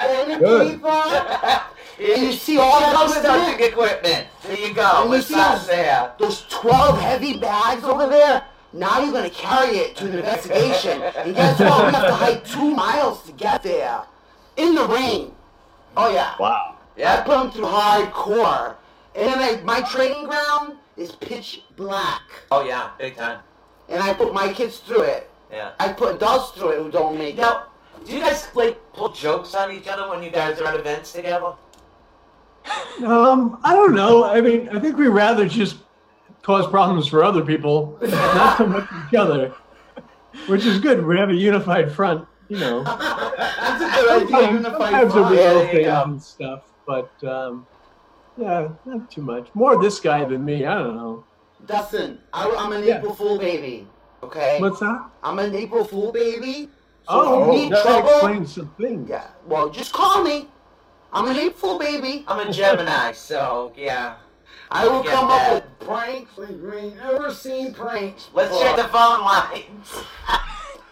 Speaker 3: And if
Speaker 4: Good.
Speaker 3: people- and you
Speaker 2: It's
Speaker 3: see all that
Speaker 2: all
Speaker 3: other stuff.
Speaker 2: stuffing equipment. There you go.
Speaker 3: And you
Speaker 2: It's
Speaker 3: see
Speaker 2: not
Speaker 3: those-
Speaker 2: there.
Speaker 3: Those 12 heavy bags over there, now you're going to carry it to an investigation. and guess what? We have to hike two miles to get there. In the rain. Oh, yeah.
Speaker 4: Wow.
Speaker 3: I put them through hardcore. And then I, my training ground is pitch black.
Speaker 2: Oh yeah, big time.
Speaker 3: And I put my kids through it.
Speaker 2: Yeah.
Speaker 3: I put adults through it who don't make
Speaker 2: Now, do you guys like pull jokes on each other when you guys are at events together?
Speaker 5: Um, I don't know. I mean, I think we rather just cause problems for other people, not so much each other, which is good. We have a unified front, you know.
Speaker 3: That's a good idea.
Speaker 5: Sometimes sometimes there'll
Speaker 2: front.
Speaker 5: be little
Speaker 2: Yeah, there you
Speaker 5: things
Speaker 2: go.
Speaker 5: and stuff, but um, yeah, not too much. More this guy than me. I don't know.
Speaker 3: Dustin, I, I'm an
Speaker 5: Yeah.
Speaker 3: April Fool baby. Okay?
Speaker 5: What's that?
Speaker 3: I'm an April Fool baby. So
Speaker 5: Oh,
Speaker 3: if you need
Speaker 5: that
Speaker 3: trouble,
Speaker 5: explains some things.
Speaker 3: Yeah. Well, just call me. I'm an hateful baby.
Speaker 2: I'm a Gemini, so yeah.
Speaker 3: I will
Speaker 2: Get
Speaker 3: come
Speaker 2: that.
Speaker 3: up with pranks like you ain't never seen pranks.
Speaker 2: Let's check the phone lines.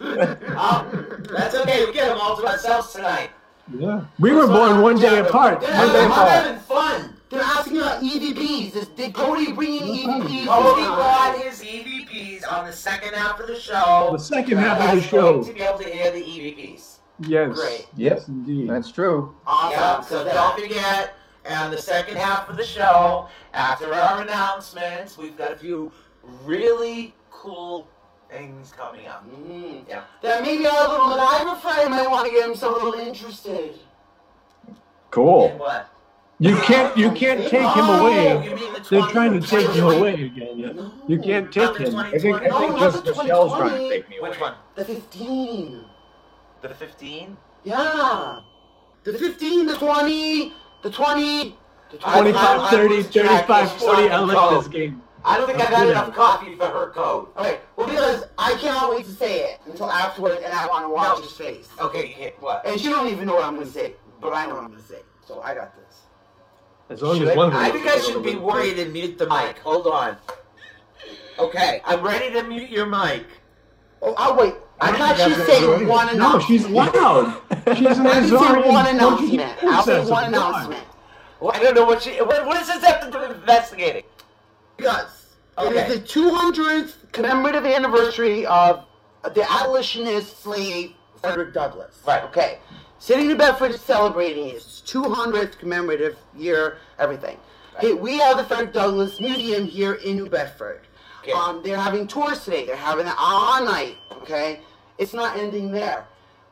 Speaker 3: Um,
Speaker 2: That's okay. We get them all to ourselves tonight.
Speaker 5: Yeah. We were born one day apart.
Speaker 3: They're
Speaker 5: One day
Speaker 3: having, I'm
Speaker 5: apart.
Speaker 3: having fun. They're asking about EVPs. Is, did Cody E bring in
Speaker 2: Mm-hmm. Cody
Speaker 3: EVPs?
Speaker 2: bought his EVPs E on the second half of the show.
Speaker 5: The second half of the
Speaker 2: You guys are going
Speaker 5: show.
Speaker 2: To be able to hear the E EVPs.
Speaker 5: Yes.
Speaker 3: Great.
Speaker 5: Yes, indeed.
Speaker 4: That's true.
Speaker 3: Awesome.
Speaker 2: Yeah, so
Speaker 3: that-
Speaker 2: don't forget, and the second half of the show, after our announcements, we've got a few really cool things coming up.
Speaker 3: Mm.
Speaker 2: Yeah.
Speaker 3: That maybe our little MacGyver friend might want to get himself a little interested.
Speaker 2: And
Speaker 4: Cool.
Speaker 2: what?
Speaker 5: You can't. You can't take him
Speaker 2: Oh,
Speaker 5: away.
Speaker 2: you mean the 20
Speaker 5: They're trying to take him away again. You- You can't take him.
Speaker 4: I think, I think
Speaker 3: No,
Speaker 4: just
Speaker 3: that's a
Speaker 4: Michelle's
Speaker 3: 2020.
Speaker 4: trying to take me away.
Speaker 2: Which one?
Speaker 3: The 15.
Speaker 2: The 15?
Speaker 3: Yeah. The 15, the 20, the 20, the
Speaker 5: 25,
Speaker 3: 25.
Speaker 5: 30, 35, 40. I like this game.
Speaker 2: Oh. I don't think I got enough coffee for her code.
Speaker 3: Okay, well, because I cannot wait to say it until afterwards, and I want to watch his face.
Speaker 2: Okay, hit what?
Speaker 3: And she don't even know what I'm going to say, but I know what I'm going to say. So I got this.
Speaker 5: As long
Speaker 2: Should
Speaker 5: as
Speaker 2: I-
Speaker 5: one. of
Speaker 2: I
Speaker 5: them-
Speaker 2: think I should be worried and mute the mic. Hold on. Okay, I'm ready to mute your mic.
Speaker 3: Oh, I'll wait. I thought she said one announcement.
Speaker 5: No, she's loud. She's an
Speaker 3: I didn't say
Speaker 5: Azorian
Speaker 3: one
Speaker 5: monkey
Speaker 3: announcement. I'll say
Speaker 5: princess.
Speaker 3: one
Speaker 5: Come on.
Speaker 3: announcement.
Speaker 2: Well, I don't know what she. What, what does this have to do with investigating?
Speaker 3: Yes. It
Speaker 2: Okay.
Speaker 3: is the 200th commemorative anniversary of the abolitionist slave Frederick Douglass.
Speaker 2: Right.
Speaker 3: Okay. City of Bedford is celebrating its 200th commemorative year, everything. Okay, we have the Frederick Douglass Museum here in New Bedford.
Speaker 2: Okay.
Speaker 3: Um, they're having tours today. They're having an all night. Okay. It's not ending there.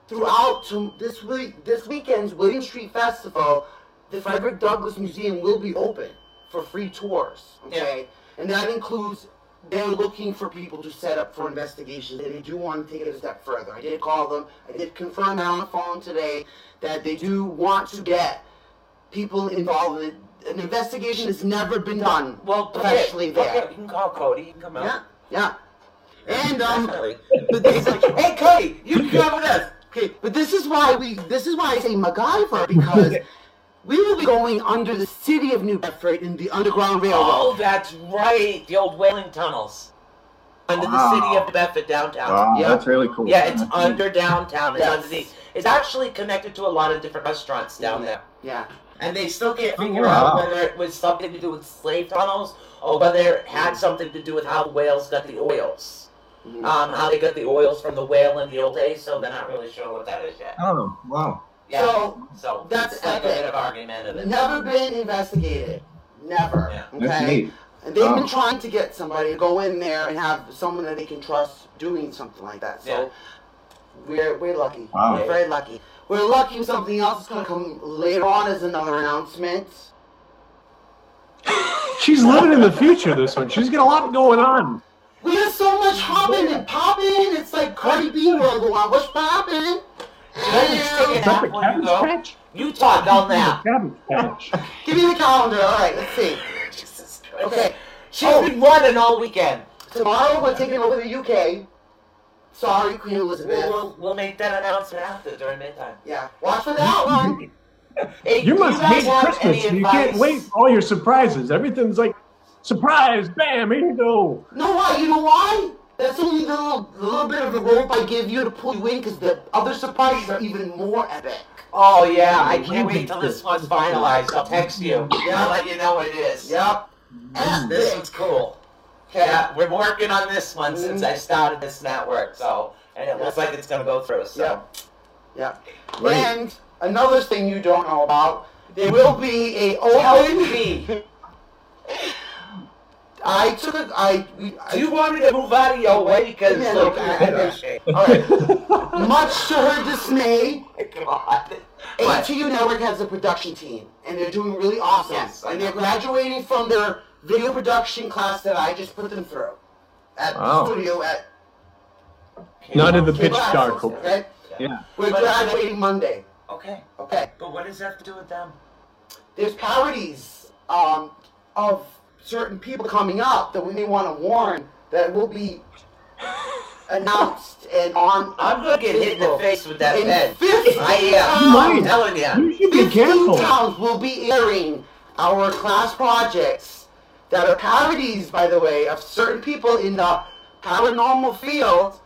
Speaker 3: Throughout to this week, this weekend's William Street Festival, the Frederick Douglass Museum will be open for free tours. Okay, and that includes they're looking for people to set up for investigations, and they do want to take it a step further. I did call them. I did confirm that on the phone today that they do want to get people involved. in it. An investigation has never been done
Speaker 2: Well,
Speaker 3: professionally
Speaker 2: okay,
Speaker 3: there.
Speaker 2: okay, You can call Cody. You can come out.
Speaker 3: Yeah, yeah. And um,
Speaker 2: Definitely.
Speaker 3: but this,
Speaker 2: hey, Cody, you can come with us.
Speaker 3: okay, but this is why we. This is why I say MacGyver because we will be going under the city of New Bedford in the Underground Railroad.
Speaker 2: Oh, that's right. The old Whaling Tunnels. Under the city
Speaker 4: Wow.
Speaker 2: of Bedford downtown.
Speaker 4: Wow,
Speaker 2: yeah.
Speaker 4: that's really cool.
Speaker 2: yeah, it's under downtown. It's
Speaker 3: Yes.
Speaker 2: underneath. It's actually connected to a lot of different restaurants down there.
Speaker 3: Yeah.
Speaker 2: And they still can't
Speaker 4: Oh,
Speaker 2: figure
Speaker 4: wow.
Speaker 2: out whether it was something to do with slave tunnels or whether it had something to do with how the whales got the oils.
Speaker 3: Mhm.
Speaker 2: Um, how they got the oils from the whale in the old days, so they're not really sure what that is yet.
Speaker 4: Oh, wow.
Speaker 2: Yeah.
Speaker 3: So
Speaker 2: so
Speaker 3: that's
Speaker 2: it's like a
Speaker 3: epic.
Speaker 2: bit of argument. Of it.
Speaker 3: never been investigated. Never.
Speaker 2: Yeah. Oh.
Speaker 4: That's neat.
Speaker 3: And they've
Speaker 4: Wow.
Speaker 3: been trying to get somebody to go in there and have someone that they can trust doing something like that. So
Speaker 2: Yeah.
Speaker 3: we're we're lucky.
Speaker 4: Wow.
Speaker 3: We're very lucky. We're lucky with something else that's gonna come later on as another announcement.
Speaker 5: She's living in the future, this one. She's got a lot going on.
Speaker 3: We have so much hopping and popping, it's like Cardi B world going on. What's popping?
Speaker 2: Take a nap
Speaker 5: Not the
Speaker 2: when you
Speaker 5: cabbage
Speaker 2: go.
Speaker 5: patch.
Speaker 2: You talk, I'll nap.
Speaker 5: Cabbage patch.
Speaker 3: Give me the calendar. All right, let's see.
Speaker 2: Jesus Christ. Oh.
Speaker 3: Okay.
Speaker 2: She's been running all weekend.
Speaker 3: Tomorrow we're taking over the UK. Sorry, Queen Elizabeth.
Speaker 2: We'll, we'll, we'll make that announcement after during midtime.
Speaker 3: Yeah, watch for that one.
Speaker 2: Hey, do
Speaker 5: You must
Speaker 2: guys
Speaker 5: hate
Speaker 2: have
Speaker 5: Christmas.
Speaker 2: any
Speaker 5: You can't
Speaker 2: advice?
Speaker 5: wait for all your surprises. Everything's like, surprise, bam, here you go.
Speaker 3: No, why? You know why? That's only the little, the little bit of a rope I give you to pull you in, because the other surprises are even more epic.
Speaker 2: Oh yeah, I can't wait till this one's finalized. I'll text you. Yeah, I'll let you know what it is.
Speaker 3: Yep.
Speaker 2: This
Speaker 3: Epic.
Speaker 2: one's cool.
Speaker 3: Okay.
Speaker 2: Yeah, we're working on this one since
Speaker 3: Mm-hmm.
Speaker 2: I started this network, so and it looks like it's gonna go through. So
Speaker 3: Yeah.
Speaker 4: Great.
Speaker 3: And another thing you don't know about, there will be a open.
Speaker 2: LB,
Speaker 3: I took a. I. we- I
Speaker 2: do you want me to move out of your way? Because
Speaker 3: Yeah,
Speaker 2: look,
Speaker 3: yeah,
Speaker 2: I
Speaker 3: yeah.
Speaker 2: appreciate.
Speaker 3: all right. Much to her dismay,
Speaker 2: it. Come on. What?
Speaker 3: ATU Network has a production team, and they're doing really awesome.
Speaker 2: Yes, I
Speaker 3: and
Speaker 2: know.
Speaker 3: they're graduating from their video production class that I just put them through at
Speaker 4: Wow.
Speaker 2: Oh.
Speaker 3: the studio at
Speaker 5: Not in the pitch
Speaker 3: Cable
Speaker 5: dark.
Speaker 3: Access,
Speaker 5: hopefully.
Speaker 3: Okay?
Speaker 4: Yeah.
Speaker 3: We're
Speaker 2: But-
Speaker 3: graduating Monday.
Speaker 2: Okay,
Speaker 3: Okay.
Speaker 2: but what does that have to do with them?
Speaker 3: There's parodies um, of certain people coming up that we may want to warn that will be announced and on.
Speaker 2: I'm gonna get hit in the face with that
Speaker 3: In
Speaker 2: pen.
Speaker 3: 15
Speaker 2: I am.
Speaker 5: might.
Speaker 2: I'm telling you.
Speaker 5: You should be
Speaker 3: 15
Speaker 5: careful.
Speaker 3: towns will be airing our class projects that are parodies, by the way, of certain people in the paranormal field.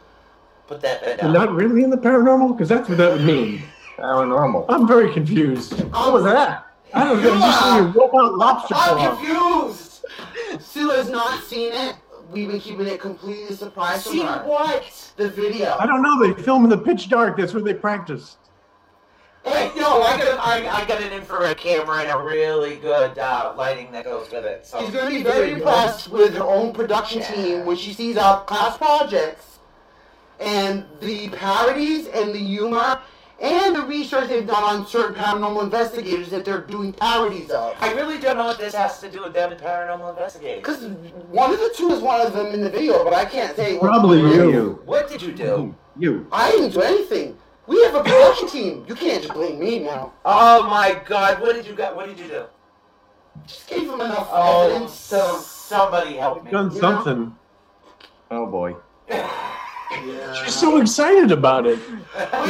Speaker 2: Put that pen
Speaker 5: You're
Speaker 2: down.
Speaker 5: not really in the paranormal? Because that's what that would mean.
Speaker 4: Paranormal.
Speaker 5: I'm very confused. What was that? I don't know. Just
Speaker 3: Yeah.
Speaker 5: a robot lobster claw.
Speaker 3: I'm confused. Sula's not seen it. We've been keeping it completely surprise from
Speaker 2: Seen
Speaker 3: her.
Speaker 2: what?
Speaker 3: The video.
Speaker 5: I don't know. They film in the pitch dark. That's where they practice.
Speaker 2: Hey, no, I got, I, I got an infrared camera and a really good uh, lighting that goes with it. So
Speaker 3: She's going to be very impressed with her own production team when she sees our class projects and the parodies and the humor and the research they've done on certain paranormal investigators that they're doing parodies of.
Speaker 2: I really don't know what this has to do with them in paranormal investigating.
Speaker 3: Because one of the two is one of them in the video, but I can't say. what-
Speaker 5: Probably you.
Speaker 2: What did you
Speaker 5: Oh,
Speaker 2: do?
Speaker 4: You.
Speaker 3: I didn't do anything. We have a production team. You can't just blame me now.
Speaker 2: Oh my God! What did you got? What did you do?
Speaker 3: Just gave him enough
Speaker 2: Oh,
Speaker 3: evidence. So
Speaker 2: somebody help me!
Speaker 5: Done
Speaker 3: You know?
Speaker 5: something.
Speaker 4: Oh, boy.
Speaker 5: She's so excited about it.
Speaker 3: We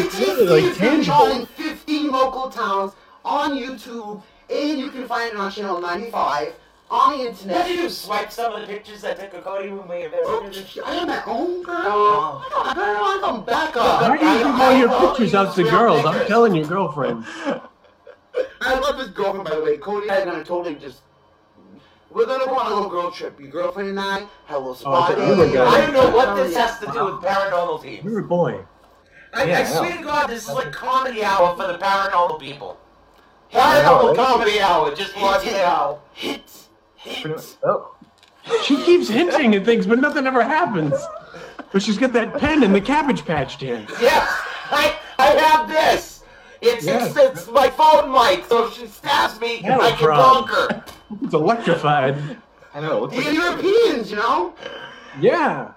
Speaker 5: It's
Speaker 3: just
Speaker 5: really, like,
Speaker 3: like
Speaker 5: tangible.
Speaker 3: in 15 local towns on YouTube, and you can find it on channel 95 on the
Speaker 2: What did
Speaker 3: internet.
Speaker 2: you swipe some of the pictures that took a Cody when we
Speaker 3: Oh,
Speaker 2: visited?
Speaker 3: I am my own girl.
Speaker 2: Oh.
Speaker 3: I don't know, I'm back
Speaker 5: Why
Speaker 3: up.
Speaker 5: do you give all your pictures out to girls? I'm telling your girlfriend.
Speaker 3: I love his girlfriend, by the way. Cody and I are gonna totally just. We're gonna go on a little girl trip. Your girlfriend and I, hello, spot.
Speaker 5: okay, we were Oh, going.
Speaker 2: I don't know what this
Speaker 3: Oh,
Speaker 2: has to do with paranormal teams.
Speaker 5: You're a boy.
Speaker 2: I, I
Speaker 4: Yeah,
Speaker 2: swear
Speaker 4: yeah.
Speaker 2: to God, this is like comedy hour for the paranormal people.
Speaker 4: I know,
Speaker 2: Paranormal
Speaker 4: right?
Speaker 2: comedy hour, just watch it out.
Speaker 3: Hits. Hits.
Speaker 4: Oh,
Speaker 5: She keeps hinting at things, but nothing ever happens. But she's got that pen and the cabbage patch dance.
Speaker 2: Yes, I, I have this. It's, it's, it's my phone mic, so if she stabs me,
Speaker 5: No
Speaker 2: I can
Speaker 5: problem.
Speaker 2: bonk her.
Speaker 5: It's electrified.
Speaker 4: I know. It looks
Speaker 3: The
Speaker 4: like
Speaker 3: Europeans, you know?
Speaker 5: Yeah.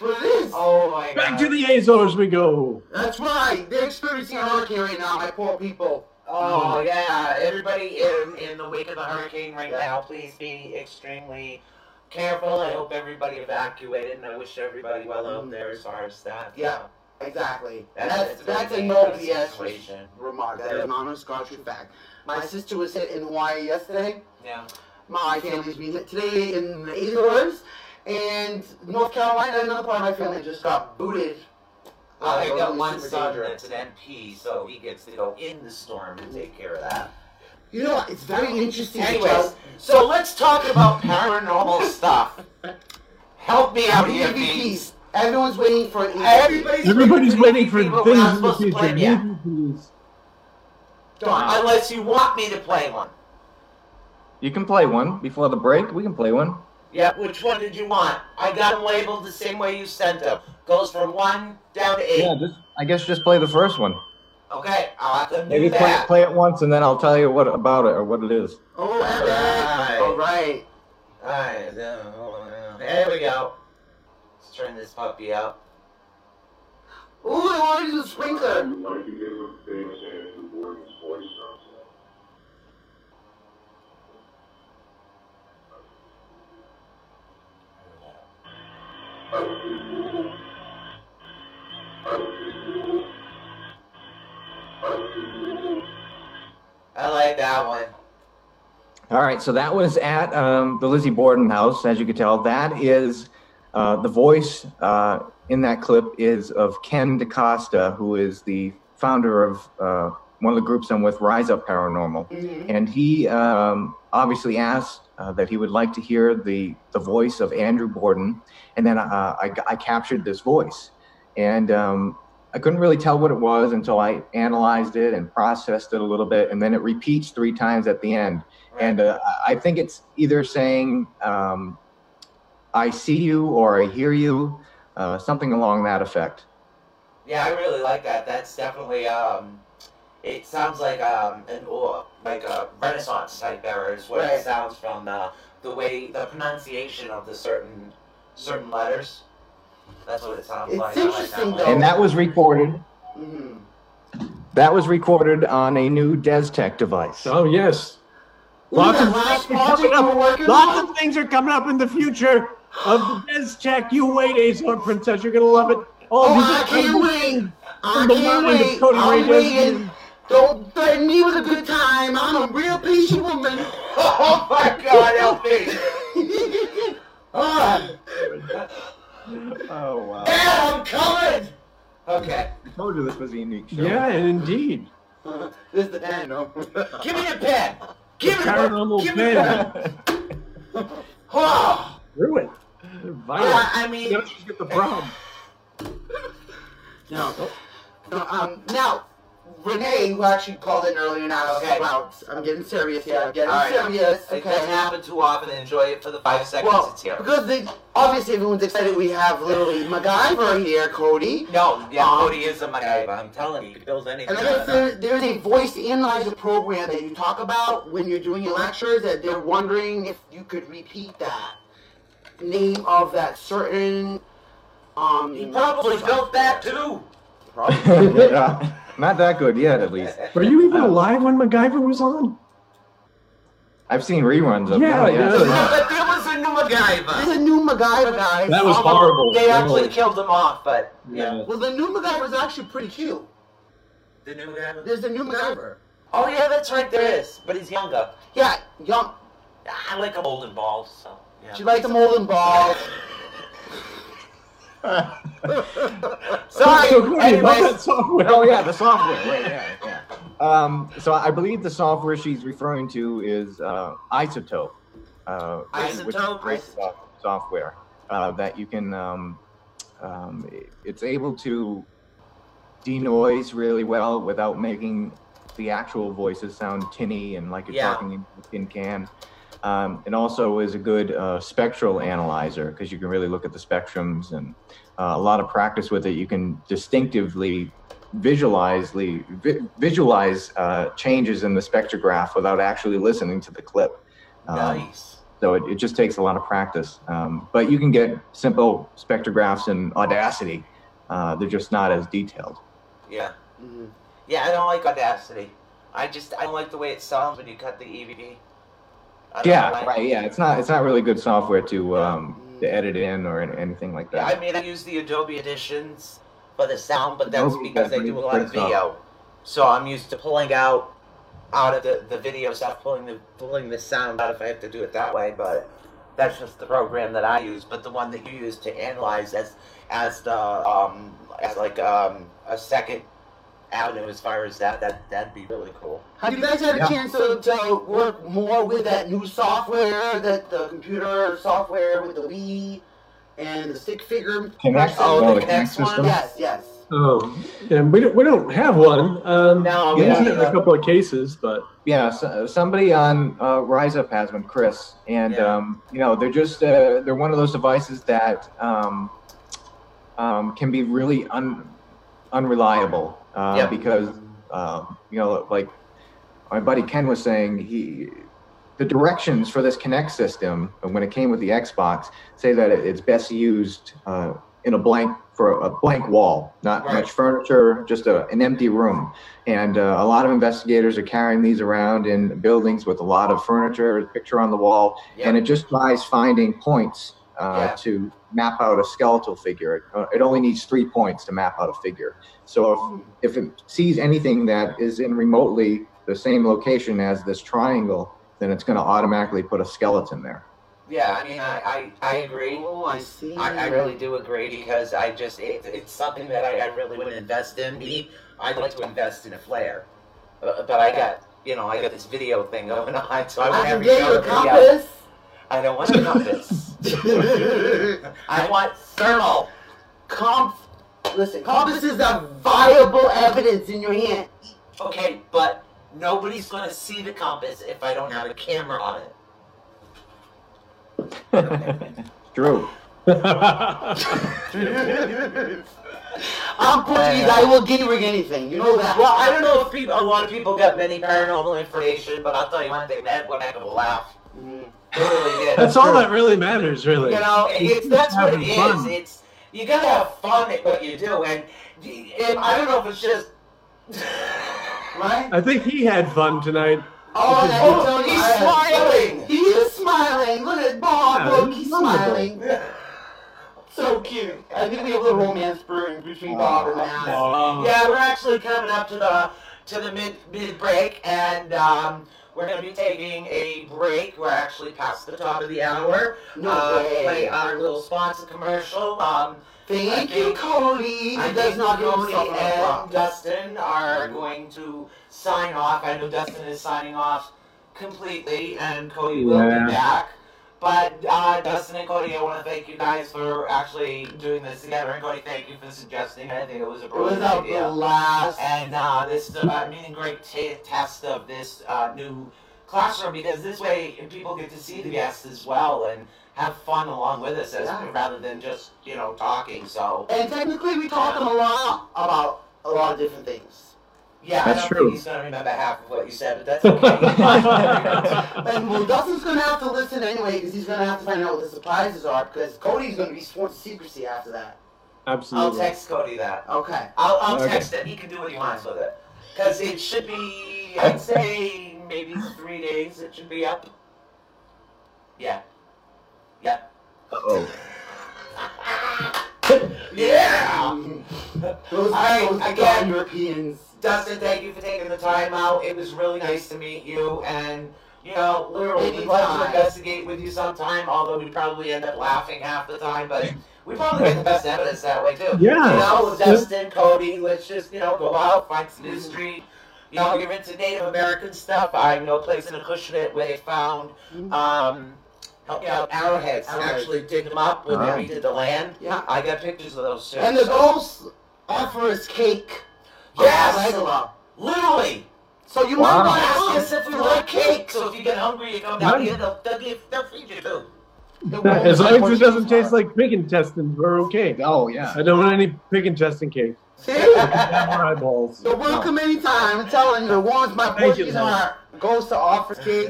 Speaker 3: That's what it is.
Speaker 2: Oh my god.
Speaker 5: Back to the Azores we go.
Speaker 3: That's right. They're experiencing a hurricane right now, my poor people.
Speaker 2: Oh yeah, everybody in, in the wake of the hurricane right now, please be extremely careful. I hope everybody evacuated, and I wish everybody well out there as far as that.
Speaker 3: Yeah. Exactly. And
Speaker 2: That's-
Speaker 3: that's that's
Speaker 2: that's
Speaker 3: a no
Speaker 2: a situation.
Speaker 3: BS remark. That is an honest God true fact. My sister was hit in Hawaii yesterday.
Speaker 2: Yeah.
Speaker 3: My family's being hit today in the Azores, and North Carolina. Another part of my family just got booted.
Speaker 2: Well, I
Speaker 3: Uh,
Speaker 2: got one
Speaker 3: super
Speaker 2: son
Speaker 3: dangerous.
Speaker 2: that's an MP, so he gets to go in the storm and take care of that.
Speaker 3: You know what? It's very interesting.
Speaker 2: Anyways,
Speaker 3: because-
Speaker 2: so let's talk about paranormal stuff. Help me out here, please.
Speaker 3: EVPs. E Everyone's waiting for an E EVP.
Speaker 2: Everybody's,
Speaker 5: Everybody's waiting for
Speaker 2: people,
Speaker 5: things
Speaker 2: we're not
Speaker 5: in the
Speaker 2: supposed to play
Speaker 5: future.
Speaker 2: them yet.
Speaker 5: Movies.
Speaker 3: Don,
Speaker 2: Unless you want me to play one.
Speaker 4: You can play one before the break. We can play one.
Speaker 2: Yeah, which one did you want? I got them labeled the same way you sent them. Goes from one down to eight.
Speaker 4: Yeah, just I guess just play the first one.
Speaker 2: Okay, I'll have to
Speaker 4: Maybe
Speaker 2: do
Speaker 4: play it,
Speaker 2: that.
Speaker 4: play it once, and then I'll tell you what about it or what it is.
Speaker 3: Oh, Epic. All right.
Speaker 2: Alright, uh, there we go. Let's turn this puppy out.
Speaker 3: Ooh, I want to do the sprinkler.
Speaker 2: I like that one.
Speaker 4: All right, so that was at um, the Lizzie Borden house, as you could tell. That is uh, the voice uh, in that clip is of Ken DaCosta, who is the founder of uh, one of the groups I'm with, Rise Up Paranormal,
Speaker 2: Mm-hmm.
Speaker 4: and he um, obviously asked uh, that he would like to hear the the voice of Andrew Borden, and then uh, I, I captured this voice, and um, I couldn't really tell what it was until I analyzed it and processed it a little bit, and then it repeats three times at the end. And uh, I- I think it's either saying, um, I see you or I hear you, uh, something along that effect.
Speaker 2: Yeah, I really like that. That's definitely um, it sounds like um an or like a Renaissance type era is what it
Speaker 3: Right.
Speaker 2: sounds from the the way the pronunciation of the certain certain letters. That's what it sounds
Speaker 3: It's
Speaker 2: like.
Speaker 3: interesting,
Speaker 2: I like that one.
Speaker 3: though.
Speaker 4: And that was recorded.
Speaker 3: Mm-hmm.
Speaker 4: That was recorded on a new DesTech device.
Speaker 5: Oh yes. Lots
Speaker 3: that
Speaker 5: of-
Speaker 3: last project we're working
Speaker 5: Lots
Speaker 3: on.
Speaker 5: of things are coming up in the future of the Biz Check. You wait, Azor Princess. You're gonna love it.
Speaker 3: Oh,
Speaker 5: these
Speaker 3: I can't
Speaker 5: incredible-
Speaker 3: wait. I
Speaker 5: Number one
Speaker 3: can't
Speaker 5: is
Speaker 3: wait.
Speaker 5: Cody
Speaker 3: I'm
Speaker 5: Ray
Speaker 3: waiting.
Speaker 5: Johnson.
Speaker 3: Don't threaten me with a good time. I'm a real peachy woman.
Speaker 2: Oh my God, help me!
Speaker 3: Ah,
Speaker 4: Oh, wow.
Speaker 2: Dad, I'm coming. Okay,
Speaker 4: I told you this was a unique show.
Speaker 5: Yeah, and indeed.
Speaker 3: this is the end. no?
Speaker 2: give me the pen. Give me the
Speaker 5: Paranormal
Speaker 2: give me the pen.
Speaker 5: pen.
Speaker 2: Oh,
Speaker 5: Screw it. They're
Speaker 2: yeah,
Speaker 5: violent.
Speaker 2: Uh, I mean,
Speaker 5: Let's just get the problem.
Speaker 3: No. No, um, now, Renee, who actually called in earlier now,
Speaker 2: Okay.
Speaker 3: okay. about, I'm getting serious here, I'm getting
Speaker 2: All right.
Speaker 3: serious,
Speaker 2: it doesn't
Speaker 3: okay?
Speaker 2: happen too often. Enjoy it for the five seconds
Speaker 3: Well,
Speaker 2: it's here.
Speaker 3: because they, obviously everyone's excited, we have literally MacGyver here, Cody.
Speaker 2: No, yeah,
Speaker 3: Um,
Speaker 2: Cody is a MacGyver. I'm telling you, you can build anything.
Speaker 3: And
Speaker 2: out
Speaker 3: like
Speaker 2: of
Speaker 3: there, there's a voice analyzer program that you talk about when you're doing your lectures that they're wondering if you could repeat that name of that certain um
Speaker 2: that. He probably built that too.
Speaker 4: Yeah. Not that good yet, at least.
Speaker 5: Were you even alive when MacGyver was on?
Speaker 4: I've seen reruns of
Speaker 5: Yeah,
Speaker 4: it.
Speaker 5: yeah.
Speaker 4: yeah.
Speaker 2: but there was a new MacGyver.
Speaker 3: There's a new MacGyver guy.
Speaker 5: That was
Speaker 2: Although
Speaker 5: horrible.
Speaker 2: They actually
Speaker 5: really.
Speaker 2: killed him off, but yeah.
Speaker 3: Well, the new MacGyver is actually pretty cute.
Speaker 2: The new MacGyver.
Speaker 3: There's a new MacGyver.
Speaker 2: Oh yeah, that's right. There is, but he's younger.
Speaker 3: Yeah, young.
Speaker 2: I like him old and bald, so yeah.
Speaker 3: She likes the molden balls.
Speaker 2: Sorry.
Speaker 5: So Cody, about
Speaker 2: anyways,
Speaker 5: that software.
Speaker 4: Oh yeah, the software. Right, yeah, yeah. Um, so I believe the software she's referring to is uh, Isotope. Uh, which-
Speaker 2: Isotope?
Speaker 4: which is soft- software uh, that you can. Um, um, it- it's able to denoise really well without making the actual voices sound tinny and like you're
Speaker 2: Yeah.
Speaker 4: talking in a tin can. Um, and also is a good uh, spectral analyzer because you can really look at the spectrums and uh, a lot of practice with it. You can distinctively visualizely vi- visualize uh, changes in the spectrograph without actually listening to the clip. Um,
Speaker 2: nice.
Speaker 4: So it, it just takes a lot of practice. Um, but you can get simple spectrographs in Audacity. Uh, they're just not as detailed.
Speaker 2: Yeah.
Speaker 3: Mhm.
Speaker 2: Yeah, I don't like Audacity. I just I don't like the way it sounds when you cut the EVP. I don't
Speaker 4: Yeah,
Speaker 2: know why.
Speaker 4: right. Yeah, it's not it's not really good software to um,
Speaker 3: Mm.
Speaker 4: to edit in or an- anything like
Speaker 2: Yeah, I
Speaker 4: that.
Speaker 2: mean, I use the Adobe editions for the sound, but that's
Speaker 4: Adobe
Speaker 2: because I do a lot of
Speaker 4: brings up-
Speaker 2: video. So I'm used to pulling out out of the, the video stuff, pulling the pulling the sound out if I have to do it that way. But that's just the program that I use. But the one that you use to analyze as as the um as like um a second avenue as far as that that that'd be really cool.
Speaker 3: Have you guys had a
Speaker 4: Yeah.
Speaker 3: chance to, to work more with that new software, that the computer software with the Wii and the stick figure?
Speaker 4: Kinect?
Speaker 3: Oh,
Speaker 4: Oh,
Speaker 3: the Kinect
Speaker 4: the Kinect
Speaker 3: one?
Speaker 4: system?
Speaker 3: Yes, yes.
Speaker 5: Oh, and we don't, we don't have one. Um,
Speaker 2: No,
Speaker 4: we
Speaker 5: we've
Speaker 4: don't
Speaker 5: had
Speaker 2: have
Speaker 5: a couple of cases, but
Speaker 4: Yeah, so, somebody on uh, Rise Up has one, Chris, and
Speaker 2: Yeah.
Speaker 4: um, you know they're just uh, they're one of those devices that um, um, can be really un- unreliable uh,
Speaker 2: Yeah.
Speaker 4: because um, you know like my buddy Ken was saying he the directions for this Kinect system uh, when it came with the Xbox say that it- it's best used uh, in a blank for a blank wall, not
Speaker 2: Right.
Speaker 4: much furniture, just a, an empty room. And uh, a lot of investigators are carrying these around in buildings with a lot of furniture, picture on the wall,
Speaker 2: Yeah.
Speaker 4: and it just tries finding points uh,
Speaker 2: Yeah.
Speaker 4: to map out a skeletal figure. It, uh, it only needs three points to map out a figure.
Speaker 2: Hmm.
Speaker 4: So if, if it sees anything that is in remotely the same location as this triangle, then it's going to automatically put a skeleton there.
Speaker 2: Yeah, I mean, I I, I agree.
Speaker 3: Oh, I see.
Speaker 2: I, I really do agree because I just it, it's something that I, I really wouldn't invest in. Me, I'd like to invest in a flare, Uh, but, but I got you know I got this video thing going on, so I
Speaker 3: I
Speaker 2: want
Speaker 3: can
Speaker 2: every
Speaker 3: get you a
Speaker 2: other video.
Speaker 3: compass.
Speaker 2: I don't want a compass. I want thermal.
Speaker 3: Comp. Listen, compasses are viable evidence in your hand.
Speaker 2: Okay, but nobody's gonna see the compass if I don't have a camera on it.
Speaker 4: Drew.
Speaker 3: I'm Portuguese. I will give anything. You know that.
Speaker 2: Well, I don't know if people, a lot of people got many paranormal information, but I'll tell you one thing: that one heck of a laugh. It really did.
Speaker 5: that's all that really matters, really.
Speaker 2: You know, it's, that's what it
Speaker 5: Having
Speaker 2: is.
Speaker 5: fun.
Speaker 2: It's you gotta have fun at what you do, and, and I don't know if it's just.
Speaker 3: right?
Speaker 5: I think he had fun tonight.
Speaker 3: Oh, that
Speaker 2: Oh,
Speaker 3: oh,
Speaker 2: he's smiling.
Speaker 3: He is smiling. Look at Bob.
Speaker 5: Yeah,
Speaker 3: Look,
Speaker 5: he's
Speaker 3: he's
Speaker 5: wonderful.
Speaker 3: smiling. So cute. I think we have a little romance brewing between
Speaker 4: Aw.
Speaker 3: Bob and
Speaker 2: Uh,
Speaker 3: Matt.
Speaker 5: Oh.
Speaker 2: yeah, we're actually coming up to the to the mid mid break, and um, we're gonna be taking a break. We're actually past the top of the hour.
Speaker 3: No
Speaker 2: uh,
Speaker 3: way.
Speaker 2: Play our little sponsor commercial. Um,
Speaker 3: Thank
Speaker 2: I
Speaker 3: you,
Speaker 2: think-
Speaker 3: Cody.
Speaker 2: I
Speaker 3: He does
Speaker 2: think
Speaker 3: not give
Speaker 2: Cody
Speaker 3: himself
Speaker 2: and
Speaker 3: enough props.
Speaker 2: Dustin are going to sign off. I know Dustin is signing off completely, and Cody will
Speaker 5: Yeah.
Speaker 2: be back. But uh, Dustin and Cody, I want to thank you guys for actually doing this together. And Cody, thank you for suggesting. it. I think it was a
Speaker 3: It was
Speaker 2: brilliant
Speaker 3: a
Speaker 2: idea.
Speaker 3: blast.
Speaker 2: And uh, this uh, I'm meeting great t- test of this uh, new classroom because this way people get to see the guests as well and have fun along with us as,
Speaker 3: Yeah.
Speaker 2: rather than just you know talking. So
Speaker 3: And technically, we talked a lot about a lot of different things.
Speaker 2: yeah,
Speaker 4: That's
Speaker 2: I don't
Speaker 4: true.
Speaker 2: think he's gonna remember half of what you said, but that's okay.
Speaker 3: And well, Dustin's gonna have to listen anyway because he's gonna have to find out what the surprises are because Cody's gonna be sworn to secrecy after that.
Speaker 2: I'll
Speaker 5: Absolutely.
Speaker 2: text Cody that.
Speaker 3: Okay.
Speaker 2: I'll, I'll
Speaker 4: Okay.
Speaker 2: text it. He can do what he wants with it because it should be I'd say maybe three days. It should be up. Yeah. Yeah.
Speaker 4: Uh-oh.
Speaker 3: Mm-hmm.
Speaker 2: Yeah!
Speaker 3: Those,
Speaker 2: right,
Speaker 3: those
Speaker 2: again.
Speaker 3: Europeans.
Speaker 2: Dustin, thank you for taking the time out. It was really nice to meet you, and, you know, literally, we'd love to
Speaker 3: Anytime.
Speaker 2: investigate with you sometime, although we probably end up laughing half the time, but we probably get the best evidence that way, too.
Speaker 5: Yeah.
Speaker 2: You know, Dustin, Cody, let's just, you know, go out, find some history. You know, you're into Native American stuff. I know a place in Acushnet where they found, um, help me out, arrowheads.
Speaker 3: Arrowheads.
Speaker 2: Actually dig them up when
Speaker 4: Wow.
Speaker 2: they redid the land.
Speaker 3: Yeah.
Speaker 2: I got pictures of those, too.
Speaker 3: And the ghost offers cake.
Speaker 2: Yes!
Speaker 3: Of Angela.
Speaker 2: Literally!
Speaker 3: So you
Speaker 4: Wow.
Speaker 3: might want
Speaker 2: ask
Speaker 3: to
Speaker 2: us if we like cake, so if you get hungry, you come down here, they'll, they'll, give, they'll feed you too.
Speaker 5: As long as it doesn't taste like pig intestines, we're okay.
Speaker 4: Oh yeah.
Speaker 5: I don't want any pig intestine cake. Or eyeballs.
Speaker 3: So welcome anytime. I'm telling you, it warms my
Speaker 5: Thank you,
Speaker 3: Portuguese
Speaker 5: Lord.
Speaker 3: heart. Goes to offer cake.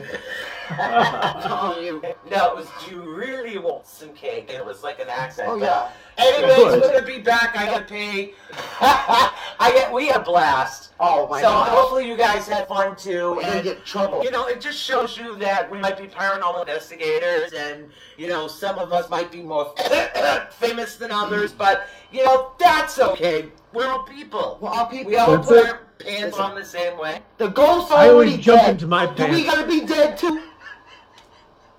Speaker 3: Oh, you.
Speaker 2: No, it was do you really want some cake? And it was like an accent.
Speaker 3: Oh
Speaker 2: but-
Speaker 3: yeah.
Speaker 2: Anyways,
Speaker 5: Good.
Speaker 2: we're gonna be back. I gotta pay. I get we had a blast.
Speaker 3: Oh my
Speaker 2: so
Speaker 3: god.
Speaker 2: hopefully you guys had fun too.
Speaker 3: We're gonna
Speaker 2: And,
Speaker 3: get in trouble.
Speaker 2: you know, it just shows you that we might be paranormal investigators, and you know, some of us might be more famous than others. But you know, that's okay. We're all people.
Speaker 3: Well, our people.
Speaker 2: We all
Speaker 5: That's
Speaker 2: put
Speaker 5: it.
Speaker 2: our pants on the same way.
Speaker 3: the ghosts are
Speaker 5: I
Speaker 3: already
Speaker 5: always jump
Speaker 3: dead.
Speaker 5: into my
Speaker 3: Do we
Speaker 5: pants.
Speaker 3: gotta be dead too?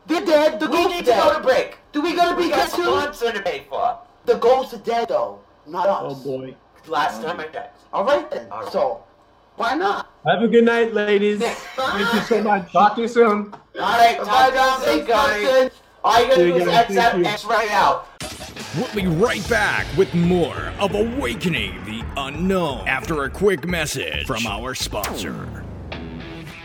Speaker 3: They're dead. The
Speaker 2: We
Speaker 3: ghosts are
Speaker 2: need to
Speaker 3: dead.
Speaker 2: go to break.
Speaker 3: Do we gotta be
Speaker 2: We got
Speaker 3: dead too?
Speaker 2: sponsor to pay for.
Speaker 3: The ghosts are dead though, not us.
Speaker 5: Oh boy.
Speaker 2: Last time I checked.
Speaker 3: All right then.
Speaker 2: All right.
Speaker 3: So, why not?
Speaker 5: Have a good night, ladies. Thank you so much.
Speaker 4: Talk to you soon.
Speaker 2: All right,
Speaker 3: Bye,
Speaker 2: time
Speaker 3: guys.
Speaker 2: down, thank
Speaker 3: Thanks,
Speaker 2: God.
Speaker 3: Dustin.
Speaker 2: All you gotta
Speaker 5: See you
Speaker 2: do is
Speaker 5: guys.
Speaker 2: X out,
Speaker 5: Thank you.
Speaker 2: X right out.
Speaker 1: We'll be right back with more of Awakening the Unknown after a quick message from our sponsor.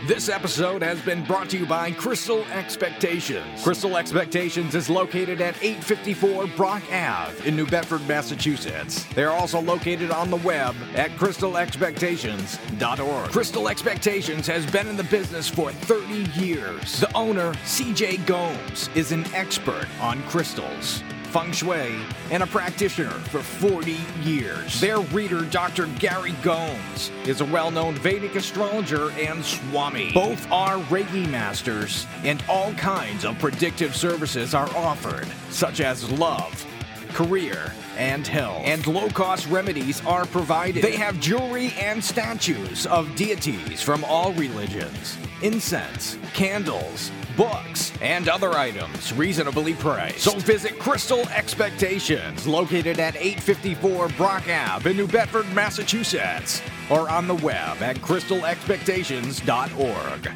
Speaker 1: This episode has been brought to you by Crystal Expectations. Crystal Expectations is located at 854 Brock Ave in New Bedford, Massachusetts. They are also located on the web at crystalexpectations.org. Crystal Expectations has been in the business for 30 years. The owner, CJ Gomes, is an expert on crystals feng shui, and a practitioner for 40 years. Their reader, Dr. Gary Gomes, is a well known Vedic astrologer and swami. Both are Reiki masters, and all kinds of predictive services are offered, such as love career, and health. And low cost remedies are provided. They have jewelry and statues of deities from all religions, incense, candles, books, and other items reasonably priced. So visit Crystal Expectations, located at 854 Brock Ave in New Bedford, Massachusetts, or on the web at crystalexpectations.org.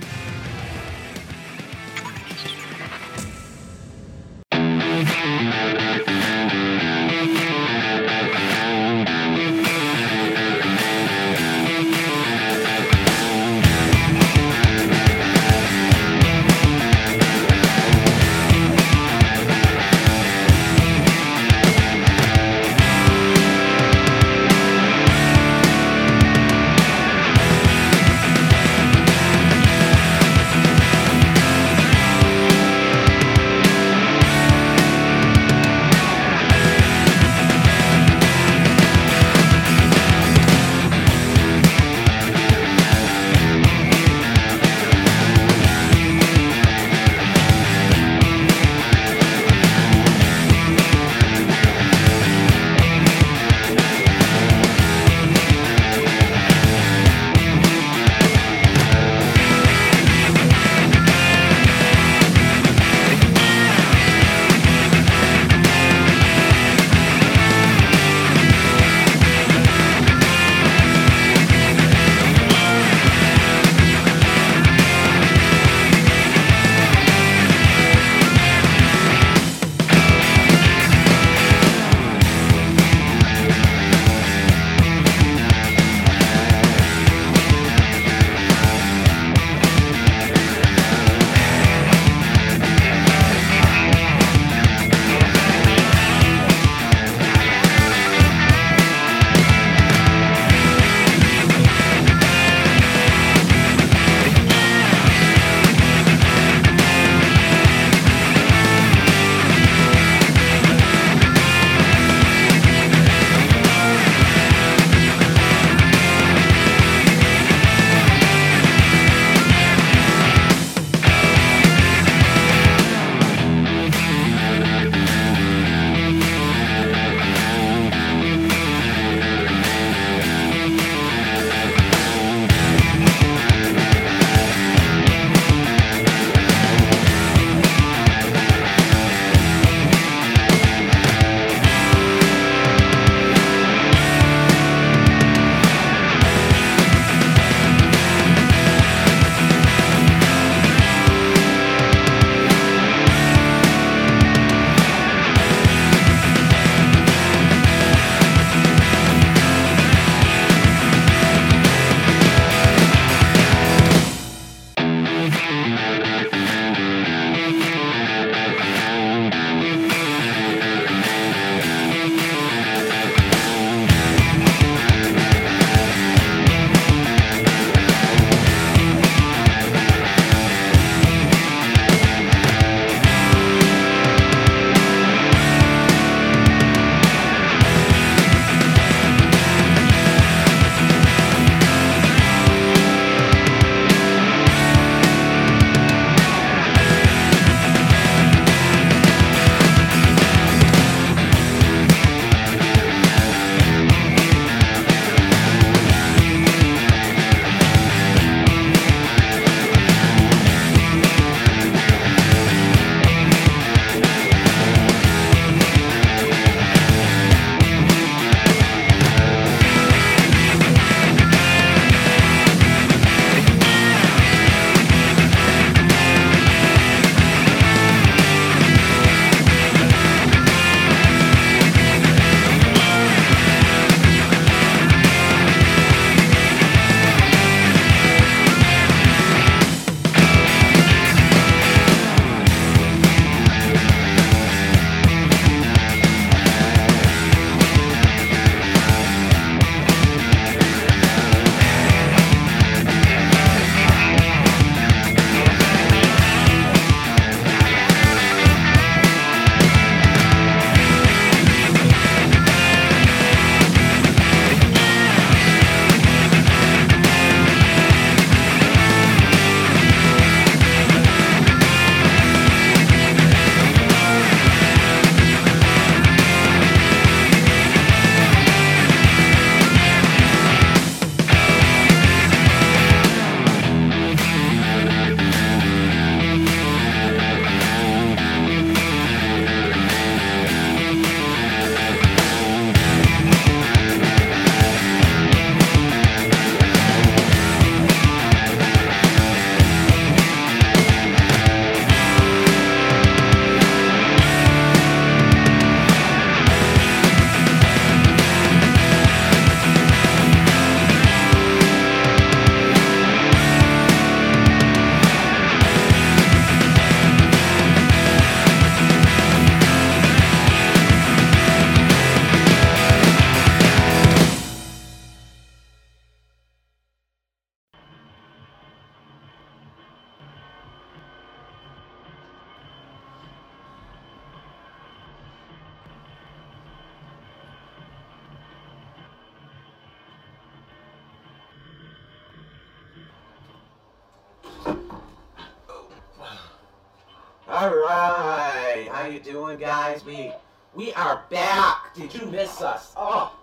Speaker 2: All right, how you doing, guys? We we are back. Did you miss us? Oh,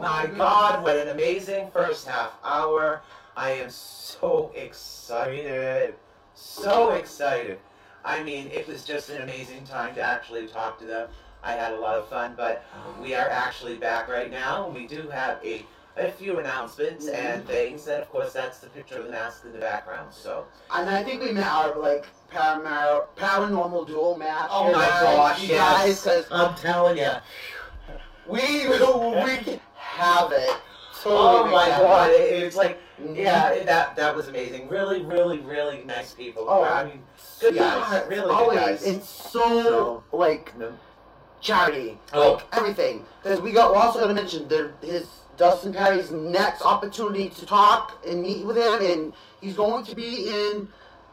Speaker 2: my God! What an amazing first half hour. I am so excited, so excited. I mean, it was just an amazing time to actually talk to them. I had a lot of fun, but we are actually back right now. We do have a a few announcements and things, and of course, that's the picture of the mask in the background. So.
Speaker 3: And I think we met our like paramar- paranormal duel match.
Speaker 2: Oh
Speaker 3: here,
Speaker 2: my
Speaker 3: guys.
Speaker 2: gosh,
Speaker 3: you
Speaker 2: yes.
Speaker 3: guys, 'cause
Speaker 2: I'm telling you.
Speaker 3: we we can have it.
Speaker 2: Oh
Speaker 3: Totally
Speaker 2: my
Speaker 3: have
Speaker 2: god,
Speaker 3: it.
Speaker 2: it, it's like,
Speaker 3: Mhm.
Speaker 2: yeah, it- that that was amazing. Really, really, really nice people.
Speaker 3: Oh,
Speaker 2: I mean, good guys, really good
Speaker 3: always.
Speaker 2: guys.
Speaker 3: It's
Speaker 2: So-
Speaker 3: so like
Speaker 2: No.
Speaker 3: charity,
Speaker 2: Oh.
Speaker 3: like everything. Because we got we're also going to mention there, his Dustin Perry's next opportunity to talk and meet with him, and he's going to be in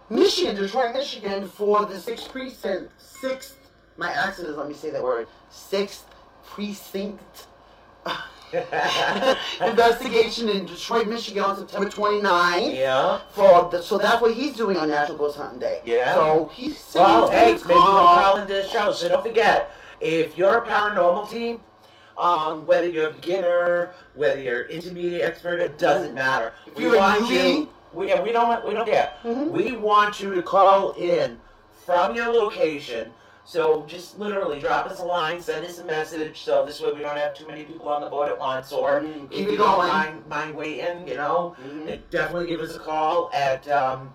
Speaker 3: Michigan, Detroit, Michigan, for the sixth precinct. Sixth, my accent is let me say that word. Sixth precinct investigation in Detroit, Michigan, on September 29th.
Speaker 2: yeah.
Speaker 3: For the, so that's what he's doing on National Ghost Hunting Day.
Speaker 2: Yeah.
Speaker 3: So he's
Speaker 2: Well,
Speaker 3: saying
Speaker 2: hey,
Speaker 3: he's
Speaker 2: maybe we'll
Speaker 3: called-
Speaker 2: call into the show. So don't forget, if you're a paranormal team, um, whether you're a beginner, whether you're intermediate expert, it doesn't matter.
Speaker 3: If
Speaker 2: We
Speaker 3: you're a
Speaker 2: want
Speaker 3: newbie-
Speaker 2: you. We, yeah, we don't. We don't care.
Speaker 3: Mhm.
Speaker 2: We want you to call in from your location. So just literally drop us a line, send us a message. So this way we don't have too many people on the board at once, or
Speaker 3: Mm,
Speaker 2: if
Speaker 3: keep
Speaker 2: you
Speaker 3: it
Speaker 2: don't
Speaker 3: going.
Speaker 2: mind, mind waiting, you know.
Speaker 3: Mhm.
Speaker 2: Definitely give us a call at um,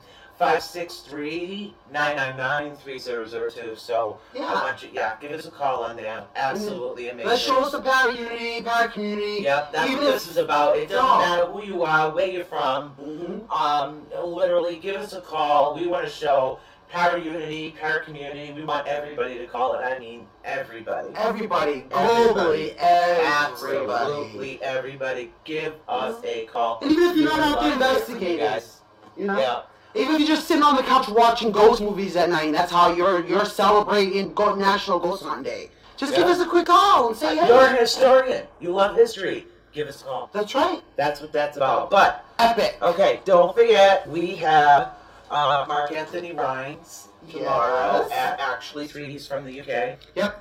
Speaker 2: 563-999-3002. So I
Speaker 3: Yeah.
Speaker 2: want you, yeah, give us a call on there. Absolutely amazing.
Speaker 3: Let's show us the power unity, power community.
Speaker 2: Yep, that's
Speaker 3: Even
Speaker 2: what this
Speaker 3: if-
Speaker 2: is about. It doesn't
Speaker 3: No.
Speaker 2: matter who you are, where you're from.
Speaker 3: Mhm.
Speaker 2: Um, literally, give us a call. We want to show power unity, power community. We want everybody to call it. I mean, everybody.
Speaker 3: Everybody, globally, everybody.
Speaker 2: Absolutely, everybody, give us a call.
Speaker 3: And even if you're
Speaker 2: We
Speaker 3: not
Speaker 2: love
Speaker 3: out
Speaker 2: to
Speaker 3: there
Speaker 2: hear from you
Speaker 3: investigating,
Speaker 2: guys.
Speaker 3: You know?
Speaker 2: yeah.
Speaker 3: Even if you're just sitting on the couch watching ghost movies at night, that's how you're you're celebrating Go- National Ghost Hunt Day. Just give
Speaker 2: Yeah.
Speaker 3: us a quick call and say, hey.
Speaker 2: You're a historian. You love history. Give us a call.
Speaker 3: that's right.
Speaker 2: That's what that's about. But
Speaker 3: Epic.
Speaker 2: okay, don't forget we have uh, Mark Anthony Rhines tomorrow
Speaker 3: Yes.
Speaker 2: at actually three. He's from the UK.
Speaker 3: Yep.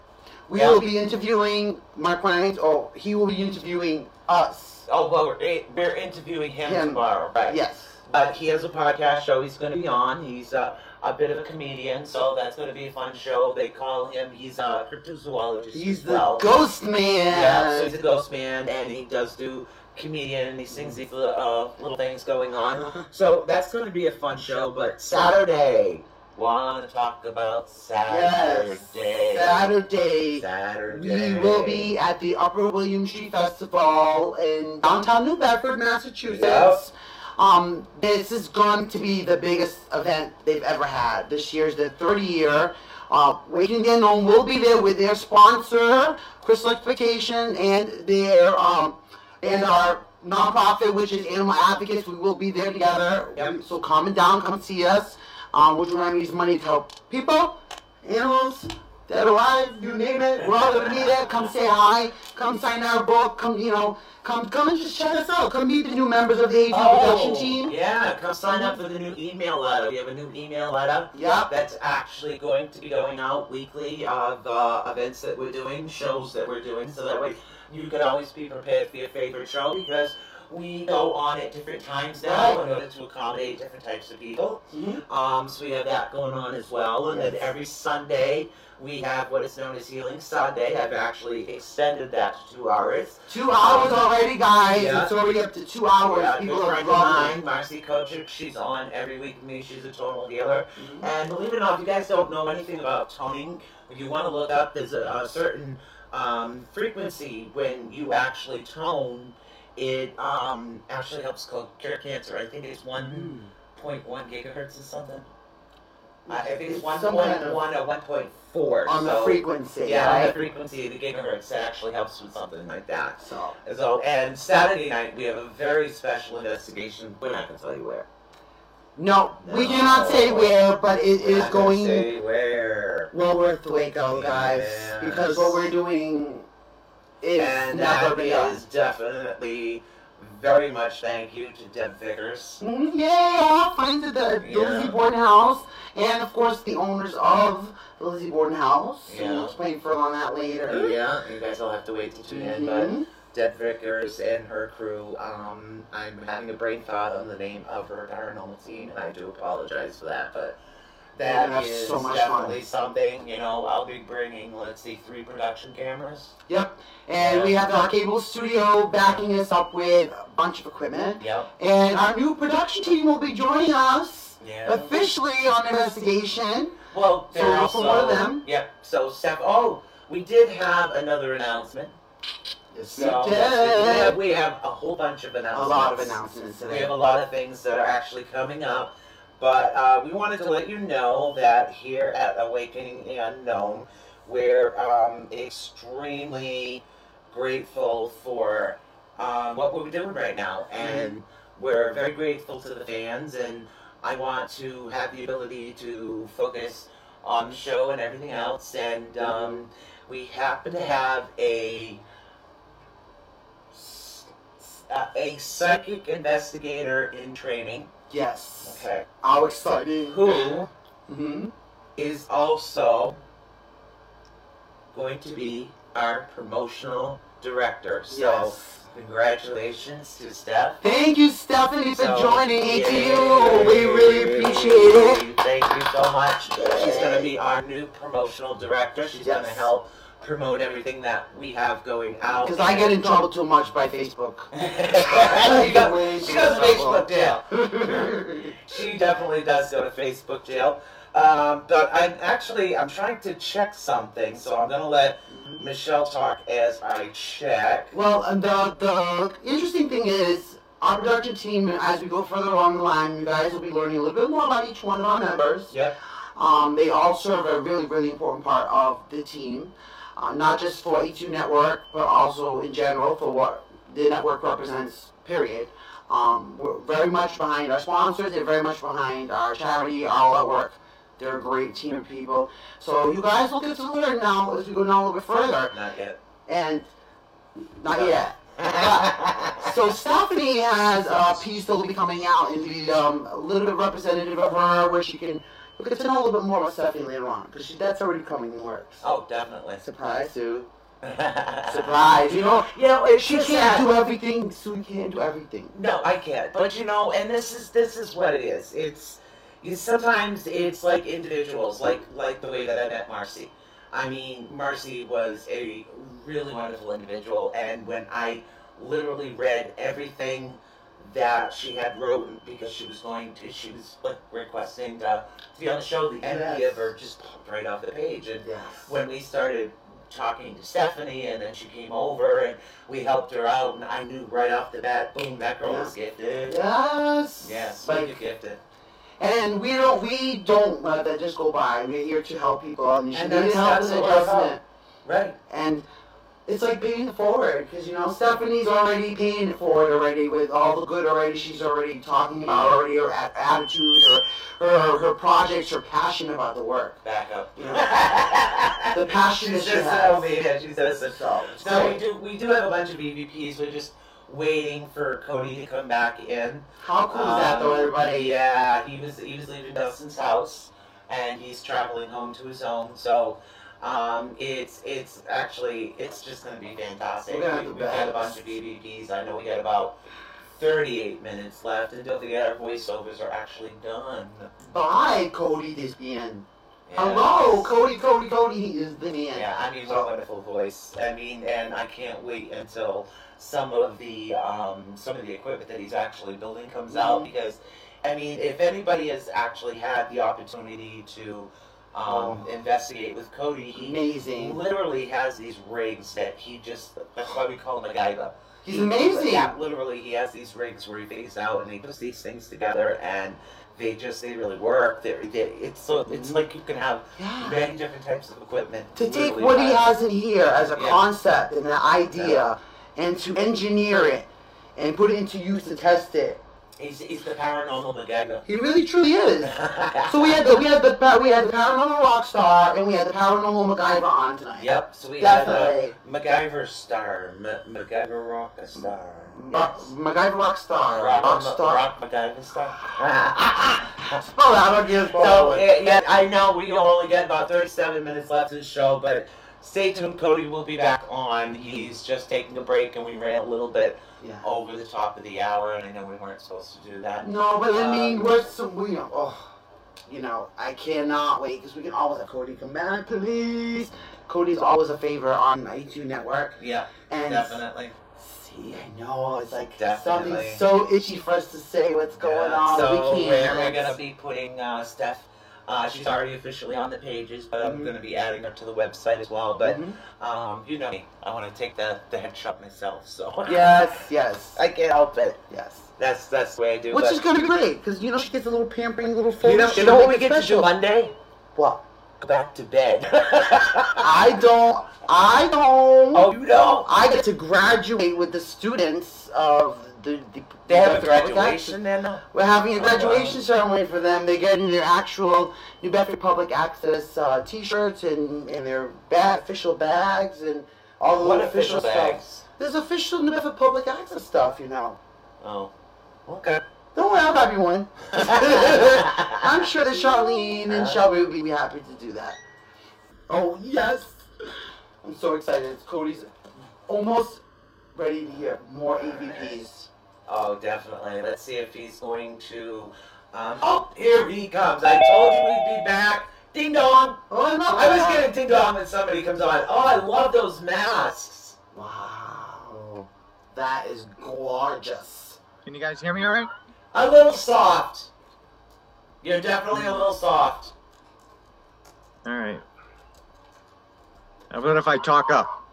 Speaker 3: We
Speaker 2: Yeah.
Speaker 3: will be interviewing Mark Ryan, or he will be interviewing us.
Speaker 2: Oh well, we're, we're interviewing him,
Speaker 3: Him.
Speaker 2: tomorrow, right?
Speaker 3: Yes.
Speaker 2: But Uh, he has a podcast show he's going to be on. He's uh, a bit of a comedian, so that's going to be a fun show. They call him. He's a cryptozoologist.
Speaker 3: He's
Speaker 2: as
Speaker 3: the
Speaker 2: well.
Speaker 3: ghost man.
Speaker 2: Yeah, so he's a ghost man, and he does do comedian, and he sings these little, uh, little things going on. So that's going to be a fun show. But Saturday, want to talk about Saturday?
Speaker 3: Yes. Saturday.
Speaker 2: Saturday.
Speaker 3: We will be at the Upper William Street Festival in downtown New Bedford, Massachusetts. Um, this is going to be the biggest event they've ever had. This year's the 30 year. Uh, Waking In Home will be there with their sponsor, Chris Electrification, and their um, and our nonprofit, which is Animal Advocates. We will be there together.
Speaker 2: Yep.
Speaker 3: So come and down, come see us. Um, we're trying to raise money to help people, animals, dead alive, you name it. We're all gonna be there. Come say hi. Come sign our book. Come, you know, come, come and just check us out. Come meet the new members of the AG
Speaker 2: Oh.
Speaker 3: production team.
Speaker 2: Yeah, come sign up for the new email letter. We have a new email letter.
Speaker 3: Yep.
Speaker 2: That's actually going to be going out weekly of uh, events that we're doing, shows that we're doing, so that way you can always be prepared for your favorite show because we go on at different times now in order to accommodate different types of people.
Speaker 3: Mhm.
Speaker 2: Um, so we have that going on as well. And then every Sunday, we have what is known as Healing Sunday. I've actually extended that to two hours.
Speaker 3: Two hours already, guys.
Speaker 2: Yeah.
Speaker 3: It's already up to two hours.
Speaker 2: Yeah,
Speaker 3: People
Speaker 2: good
Speaker 3: are
Speaker 2: friend of
Speaker 3: loving
Speaker 2: mine, Marcy Kochuk, she's on every week with me. She's a total healer.
Speaker 3: Mhm.
Speaker 2: And believe it or not, if you guys don't know anything about toning, if you want to look up, there's a, a certain um, frequency when you actually tone, it um, actually helps co- cure cancer. I think it's 1.1 gigahertz or something. I I think Uh, it's
Speaker 3: Some
Speaker 2: 1.1
Speaker 3: kind of-
Speaker 2: or 1.4.
Speaker 3: on the
Speaker 2: so-
Speaker 3: frequency.
Speaker 2: Yeah, on the
Speaker 3: right?
Speaker 2: frequency of the gigahertz, it actually helps with something like that.
Speaker 3: So
Speaker 2: So, and Saturday night we have a very special investigation. We're not gonna tell you where.
Speaker 3: no, we
Speaker 2: No.
Speaker 3: cannot say where, but it
Speaker 2: We're
Speaker 3: is
Speaker 2: not gonna
Speaker 3: going.
Speaker 2: say where.
Speaker 3: well worth the wait though, guys,
Speaker 2: Yes.
Speaker 3: because what we're doing is
Speaker 2: And
Speaker 3: never
Speaker 2: that
Speaker 3: been done.
Speaker 2: is definitely very much thank you to Deb Vickers.
Speaker 3: Mm, Yeah, friends at the
Speaker 2: Yeah.
Speaker 3: Lizzie Borden house, and of course the owners of the Lizzie Borden house.
Speaker 2: Yeah.
Speaker 3: And we'll explain further on that later.
Speaker 2: Yeah, you guys will have to wait to tune in, but
Speaker 3: Mhm.
Speaker 2: Deb Vickers and her crew, um, I'm having a brain fog on the name of her paranormal team, and I do apologize for that, but
Speaker 3: Yeah,
Speaker 2: that
Speaker 3: that's
Speaker 2: is
Speaker 3: so much
Speaker 2: definitely something, you know, I'll be bringing, let's see, three production cameras.
Speaker 3: Yep. And we have our cable studio backing us up with a bunch of equipment.
Speaker 2: Yep.
Speaker 3: And our new production team will be joining us
Speaker 2: Yeah.
Speaker 3: officially on investigation.
Speaker 2: Well,
Speaker 3: So
Speaker 2: there are
Speaker 3: we're
Speaker 2: also
Speaker 3: for one of them.
Speaker 2: Yep. So Steph, oh, we did have another announcement.
Speaker 3: Yes,
Speaker 2: So
Speaker 3: we
Speaker 2: we, have,
Speaker 3: did.
Speaker 2: we have a whole bunch of
Speaker 3: A
Speaker 2: announcements.
Speaker 3: lot of announcements
Speaker 2: We have
Speaker 3: today.
Speaker 2: a lot of things that are actually coming up, but uh, we wanted to let you know that here at Awakening the Unknown, we're um, extremely grateful for um, what we're doing right now, and we're very grateful to the fans. And I want to have the ability to focus on the show and everything else, and um, we happen to have a s- s- uh, a psychic investigator in training.
Speaker 3: Yes.
Speaker 2: Okay.
Speaker 3: How exciting.
Speaker 2: Who
Speaker 3: hmm
Speaker 2: is also going to be our promotional director. So
Speaker 3: Yes.
Speaker 2: congratulations to Steph.
Speaker 3: Thank you, Stephanie, for
Speaker 2: So-
Speaker 3: joining ATU.
Speaker 2: Yay.
Speaker 3: We really appreciate it.
Speaker 2: Thank you so much. She's going to be our new promotional director. She's going to
Speaker 3: Yes.
Speaker 2: help promote everything that we have going out.
Speaker 3: Because I get in trouble too much by Facebook.
Speaker 2: she does, she does
Speaker 3: Trouble.
Speaker 2: Facebook jail. She definitely does go to Facebook jail. Um, but I'm actually I'm trying to check something, so I'm gonna let Michelle talk as I check.
Speaker 3: Well, and the, the interesting thing is, our production team, as we go further along the line, you guys will be learning a little bit more about each one of our members.
Speaker 2: Yep.
Speaker 3: Um, they all serve a really, really important part of the team, uh, not just for E2 Network, but also in general for what the network represents, period. Um, we're very much behind our sponsors, they're very much behind our charity, all our work. They're a great team of people. So you guys will get to learn now as we go down a little bit further.
Speaker 2: Not yet.
Speaker 3: And not yet. So Stephanie has a piece that will be coming out and be um, a little bit representative of her, where she can look at to know a little bit more about Stephanie later on, because that's already coming in the works.
Speaker 2: oh, definitely.
Speaker 3: Surprise, Sue. Surprise. You know,
Speaker 2: You know, it's
Speaker 3: she
Speaker 2: just
Speaker 3: can't
Speaker 2: that-
Speaker 3: do everything. Sue can't do everything.
Speaker 2: No, I can't. But you know, and this is this is what it is. It's you, sometimes it's like individuals, like like the way that I met Marcy. I mean, Marcy was a really wonderful individual, and when I literally read everything that she had written because she was going to, she was like requesting to, to be on the show. The energy
Speaker 3: Yes.
Speaker 2: of her just popped right off the page, and
Speaker 3: Yes.
Speaker 2: when we started talking to Stephanie, and then she came over and we helped her out, and I knew right off the bat, boom, that girl was gifted.
Speaker 3: Yes.
Speaker 2: Yes,
Speaker 3: Like,
Speaker 2: you're gifted.
Speaker 3: and we don't we don't let that just go by. We're here to help people, and she
Speaker 2: And
Speaker 3: needed
Speaker 2: that's-
Speaker 3: help
Speaker 2: that's
Speaker 3: with
Speaker 2: what we're about.
Speaker 3: adjustment.
Speaker 2: Right.
Speaker 3: and it's like paying it forward because you know Stephanie's already paying it forward already with all the good already she's already talking about already her at- attitude her, her her projects her passion about the work
Speaker 2: Back up.
Speaker 3: the passion
Speaker 2: She's
Speaker 3: that she
Speaker 2: just
Speaker 3: has.
Speaker 2: over here. She's just a doll. So we do, we do have a bunch of EVPs. We're just waiting for Cody to come back in.
Speaker 3: How cool is that though,
Speaker 2: Um,
Speaker 3: everybody?
Speaker 2: Yeah, he was he was leaving Dustin's house, and he's traveling home to his home. So, um, it's it's actually it's just gonna be fantastic.
Speaker 3: We're gonna have
Speaker 2: We-
Speaker 3: the
Speaker 2: We've got a
Speaker 3: best.
Speaker 2: bunch of BBPs. I know we got about. 38 minutes left, and don't forget our voiceovers are actually done.
Speaker 3: Bye, Cody this man.
Speaker 2: Yeah.
Speaker 3: Hello, Cody, Cody, Cody he is the man.
Speaker 2: Yeah, I mean, what a wonderful voice. I mean, and I can't wait until some of the um, some of the equipment that he's actually building comes out
Speaker 3: Mm-hmm.
Speaker 2: because, I mean, if anybody has actually had the opportunity to um,
Speaker 3: Oh.
Speaker 2: investigate with Cody, he
Speaker 3: Amazing.
Speaker 2: literally has these rigs that he just. That's why we call him a guy.
Speaker 3: He's amazing.
Speaker 2: Yeah, literally, he has these rigs where he figures out and he puts these things together and. They just they really work. They're, they it's so it's
Speaker 3: Mm-hmm.
Speaker 2: like you can have
Speaker 3: Yeah.
Speaker 2: many different types of equipment.
Speaker 3: to take
Speaker 2: literally
Speaker 3: what he
Speaker 2: by-
Speaker 3: has in here as a
Speaker 2: Yeah.
Speaker 3: concept and an idea and to engineer it and put it into use and test it
Speaker 2: He's, he's the paranormal MacGyver.
Speaker 3: He really truly is. So we had the we had the pa- we had the paranormal rock star and we had the paranormal MacGyver on tonight.
Speaker 2: Yep, so we uh, have a
Speaker 3: Definitely.
Speaker 2: MacGyver star, M- MacGyver rock star.
Speaker 3: Rock- MacGyver rock star.
Speaker 2: Rock,
Speaker 3: Rock
Speaker 2: Ma-
Speaker 3: star.
Speaker 2: Rock MacGyver star.
Speaker 3: Spell out or give
Speaker 2: so,
Speaker 3: forward.
Speaker 2: eh, yeah, I know we only got about 37 minutes left in the show, but stay tuned. Cody will be back on. He's just taking a break, and we ran a little bit
Speaker 3: Yeah.
Speaker 2: over the top of the hour, and I know we weren't supposed to do that.
Speaker 3: No, but I mean,
Speaker 2: Um,
Speaker 3: we're some, Uh, we, oh, you know, I cannot wait because we can always have Cody come back, please. Cody's always a favorite on ITU Network,
Speaker 2: Yeah,
Speaker 3: and
Speaker 2: definitely.
Speaker 3: see, I know it's like
Speaker 2: Definitely.
Speaker 3: something so itchy for us to say what's going
Speaker 2: Yeah,
Speaker 3: on.
Speaker 2: So
Speaker 3: we can't.
Speaker 2: We're, we're gonna be putting uh, Steph. Uh, she's already officially on the pages, but I'm
Speaker 3: Mhm.
Speaker 2: gonna be adding her to the website as well. But
Speaker 3: Mhm.
Speaker 2: um, you know me, I want to take the the headshot myself. So
Speaker 3: yes, yes,
Speaker 2: I can't help it.
Speaker 3: yes.
Speaker 2: That's that's the way I do.
Speaker 3: Which
Speaker 2: but-
Speaker 3: is gonna be great because you know she gets a little pampering, little
Speaker 2: You
Speaker 3: fold.
Speaker 2: know, you know what we get to do Monday?
Speaker 3: What?
Speaker 2: Go back to bed.
Speaker 3: I don't. I don't.
Speaker 2: oh, you know.
Speaker 3: I get to graduate with the students of the. the
Speaker 2: They have a
Speaker 3: the- the-
Speaker 2: graduation then. though?
Speaker 3: We're having a
Speaker 2: wow.
Speaker 3: graduation ceremony for them. They're getting their actual New Bedford Public Access uh, T-shirts and, and their ba- official bags and all the
Speaker 2: What
Speaker 3: little
Speaker 2: official bags?
Speaker 3: stuff. There's official New Bedford Public Access stuff, you know.
Speaker 2: Oh, okay.
Speaker 3: Don't worry, I'll have you one. I'm sure that Charlene and Shelby would be happy to do that. Oh yes, I'm so excited. Cody's almost ready to hear more AVPs.
Speaker 2: Oh, definitely. Let's see if he's going to. Um, oh, here he comes. I told you we'd be back. Ding dong.
Speaker 3: Oh no!
Speaker 2: I was getting ding dong when somebody comes on. Oh, I love those masks.
Speaker 3: Wow. That is gorgeous.
Speaker 4: Can you guys hear me all right?
Speaker 2: A little soft. You're definitely a little soft.
Speaker 4: All right. How about if I talk up?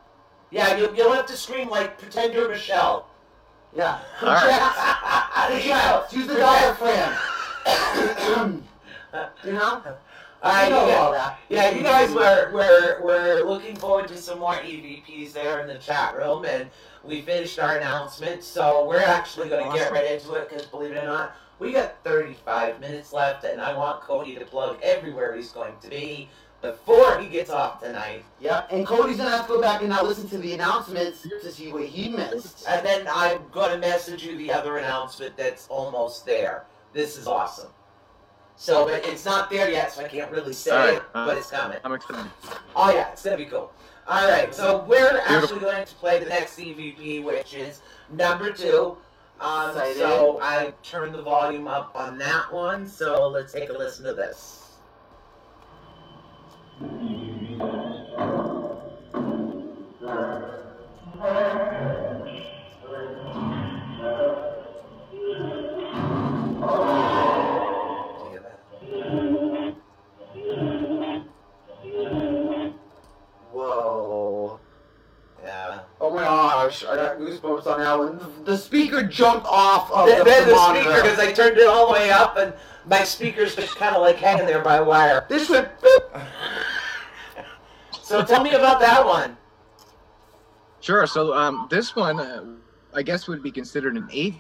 Speaker 2: Yeah, you, you'll have to scream like, pretend you're Michelle.
Speaker 3: Yeah.
Speaker 4: All right.
Speaker 3: Yes, Use the diaphragm. you know?
Speaker 2: I
Speaker 3: You know
Speaker 2: yeah.
Speaker 3: all that.
Speaker 2: Yeah, you guys were, were, were looking forward to some more EVPs there in the chat room, and we finished our announcement, so we're actually going to get
Speaker 4: Awesome.
Speaker 2: right into it because, believe it or not, we got 35 minutes left, and I want Cody to plug everywhere he's going to be before he gets off tonight.
Speaker 3: Yep. And Cody's gonna have to go back and now listen to the announcements to see what he missed.
Speaker 2: And then I'm going to message you the other announcement that's almost there. This is awesome. So, but it's not there yet, so I can't really say
Speaker 4: All right,
Speaker 2: it,
Speaker 4: uh,
Speaker 2: but it's coming.
Speaker 4: I'm excited.
Speaker 2: Oh yeah, it's gonna be cool. All right, so we're actually going to play the next EVP, which is number two. Um,
Speaker 3: Excited.
Speaker 2: so I turned the volume up on that one. So let's take a listen to this. Look at that.
Speaker 3: Whoa.
Speaker 2: Yeah.
Speaker 3: Oh my gosh, I got goosebumps on that one. The speaker jumped off of
Speaker 2: Then
Speaker 3: Oh, the,
Speaker 2: then
Speaker 3: the,
Speaker 2: the
Speaker 3: monitor.
Speaker 2: speaker, because I turned it all the way up, and my speaker's just kind of like hanging there by wire.
Speaker 3: This went boop.
Speaker 2: So tell me about that one.
Speaker 4: Sure. So um, this one, uh, I guess, would be considered an eighth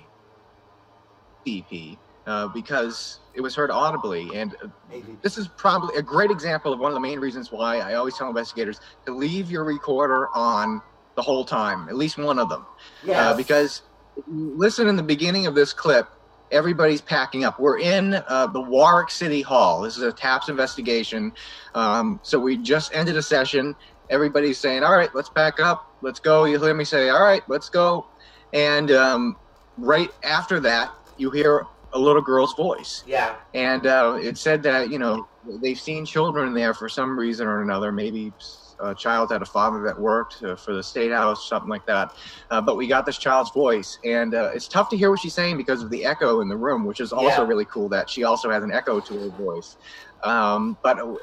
Speaker 4: EP uh, because it was heard audibly. And uh, this is probably a great example of one of the main reasons why I always tell investigators to leave your recorder on the whole time, at least one of them.
Speaker 3: Yes.
Speaker 4: Uh, because if you listen in the beginning of this clip, everybody's packing up. We're in uh, the Warwick City Hall. This is a TAPS investigation. Um, so we just ended a session. Everybody's saying, all right, let's pack up. Let's go. You hear me say, all right, let's go. And um, right after that, you hear a little girl's voice.
Speaker 2: Yeah.
Speaker 4: And uh, it said that, you know, they've seen children there for some reason or another. Maybe a child had a father that worked uh, for the state house, something like that. Uh, but we got this child's voice. And uh, it's tough to hear what she's saying because of the echo in the room, which is also
Speaker 2: Yeah.
Speaker 4: really cool that she also has an echo to her voice. Um, but uh,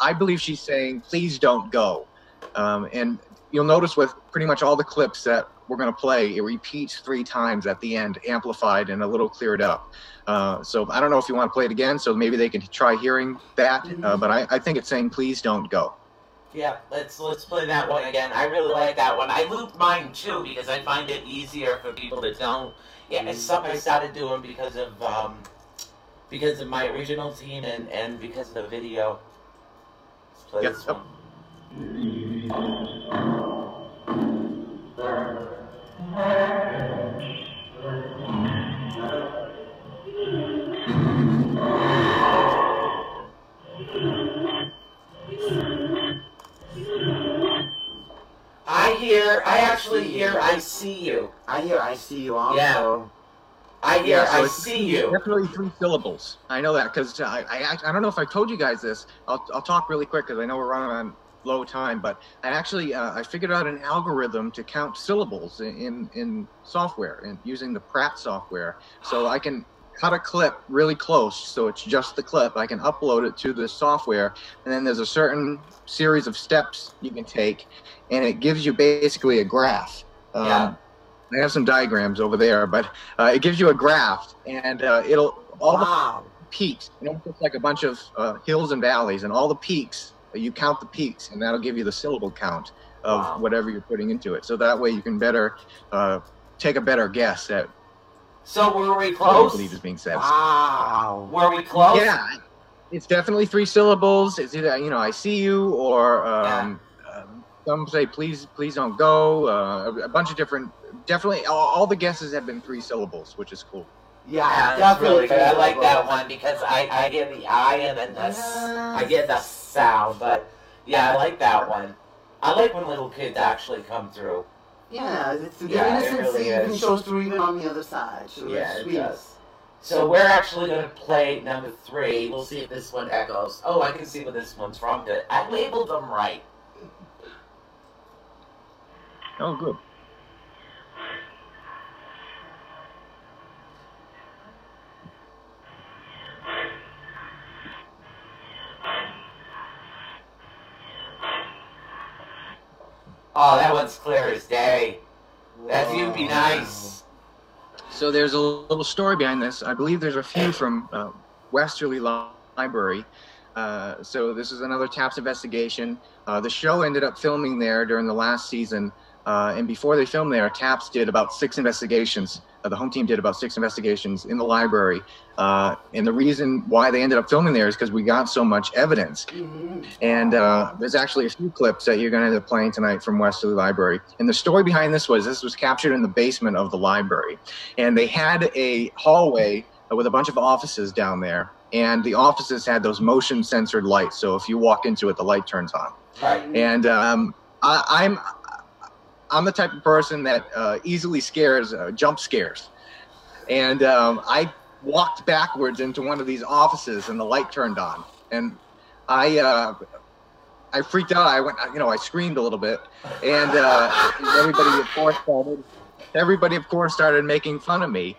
Speaker 4: I believe she's saying, please don't go. Um, and you'll notice with pretty much all the clips that we're going to play, it repeats three times at the end, amplified and a little cleared up. Uh, so I don't know if you want to play it again, so maybe they can try hearing that. Uh, but I, I think it's saying, please don't go.
Speaker 2: Yeah, let's let's play that one again. I really like that one. I looped mine too because I find it easier for people to don't. Yeah, it's something I started doing because of um, because of my original team and and because of the video. Let's play
Speaker 4: Yep.
Speaker 2: this one. I hear. I actually hear. I see you.
Speaker 3: I hear I see you also.
Speaker 2: I hear.
Speaker 4: Yeah, so
Speaker 2: I
Speaker 4: it's-
Speaker 2: see you.
Speaker 4: Definitely three syllables. I know that because I, I act- I don't know if I told you guys this. I'll, I'll talk really quick because I know we're running on low time. But I actually uh, I figured out an algorithm to count syllables in in, in software and using the Pratt software. So I can cut a clip really close, so it's just the clip. I can upload it to the software, and then there's a certain series of steps you can take, and it gives you basically a graph. Um,
Speaker 2: Yeah.
Speaker 4: I have some diagrams over there, but uh, it gives you a graph and uh, it'll all
Speaker 3: Wow.
Speaker 4: the peaks you know it's like a bunch of uh, hills and valleys and all the peaks you count the peaks and that'll give you the syllable count of
Speaker 2: Wow.
Speaker 4: whatever you're putting into it so that way you can better uh, take a better guess at
Speaker 2: So were we
Speaker 4: what you
Speaker 2: close?
Speaker 4: believe is being said
Speaker 3: Wow.
Speaker 2: Were we close?
Speaker 4: yeah it's definitely three syllables it's either you know i see you or um, um, some say please please don't go uh, a- a bunch of different definitely all, all the guesses have been three syllables which is cool
Speaker 3: Yeah,
Speaker 2: Yeah, that's
Speaker 3: definitely.
Speaker 2: really good. Ah, I like that
Speaker 3: one.
Speaker 2: one because I, I hear the I and then the s- I get the sound, but yeah, I like that one. I like when little kids actually come through.
Speaker 3: Yeah, it's the
Speaker 2: Yeah, it
Speaker 3: innocence
Speaker 2: really
Speaker 3: that you can
Speaker 2: is.
Speaker 3: show through even on the other side. So it's sweet.
Speaker 2: So we're actually going to play number three. We'll see if this one echoes. Oh, I can see where this one's from. Good. I labeled them right.
Speaker 4: oh good
Speaker 2: Oh, that one's clear as day. That's you. Be
Speaker 3: Wow.
Speaker 2: nice.
Speaker 4: So there's a little story behind this. I believe there's a few from uh, Westerly Li- Library. Uh, so this is another TAPS investigation. Uh, the show ended up filming there during the last season. Uh, and before they filmed there, TAPS did about six investigations. Uh, the home team did about six investigations in the library. Uh, and the reason why they ended up filming there is because we got so much evidence.
Speaker 3: Mhm.
Speaker 4: And uh, there's actually a few clips that you're going to end up playing tonight from Westerly Library. And the story behind this was this was captured in the basement of the library. And they had a hallway with a bunch of offices down there. And the offices had those motion censored lights. So if you walk into it, the light turns on.
Speaker 2: Right.
Speaker 4: And um, I, I'm I'm the type of person that uh, easily scares uh, jump scares. And um, I walked backwards into one of these offices, and the light turned on, and I uh, I freaked out. I went, you know, I screamed a little bit, and uh, everybody of course started everybody of course started making fun of me.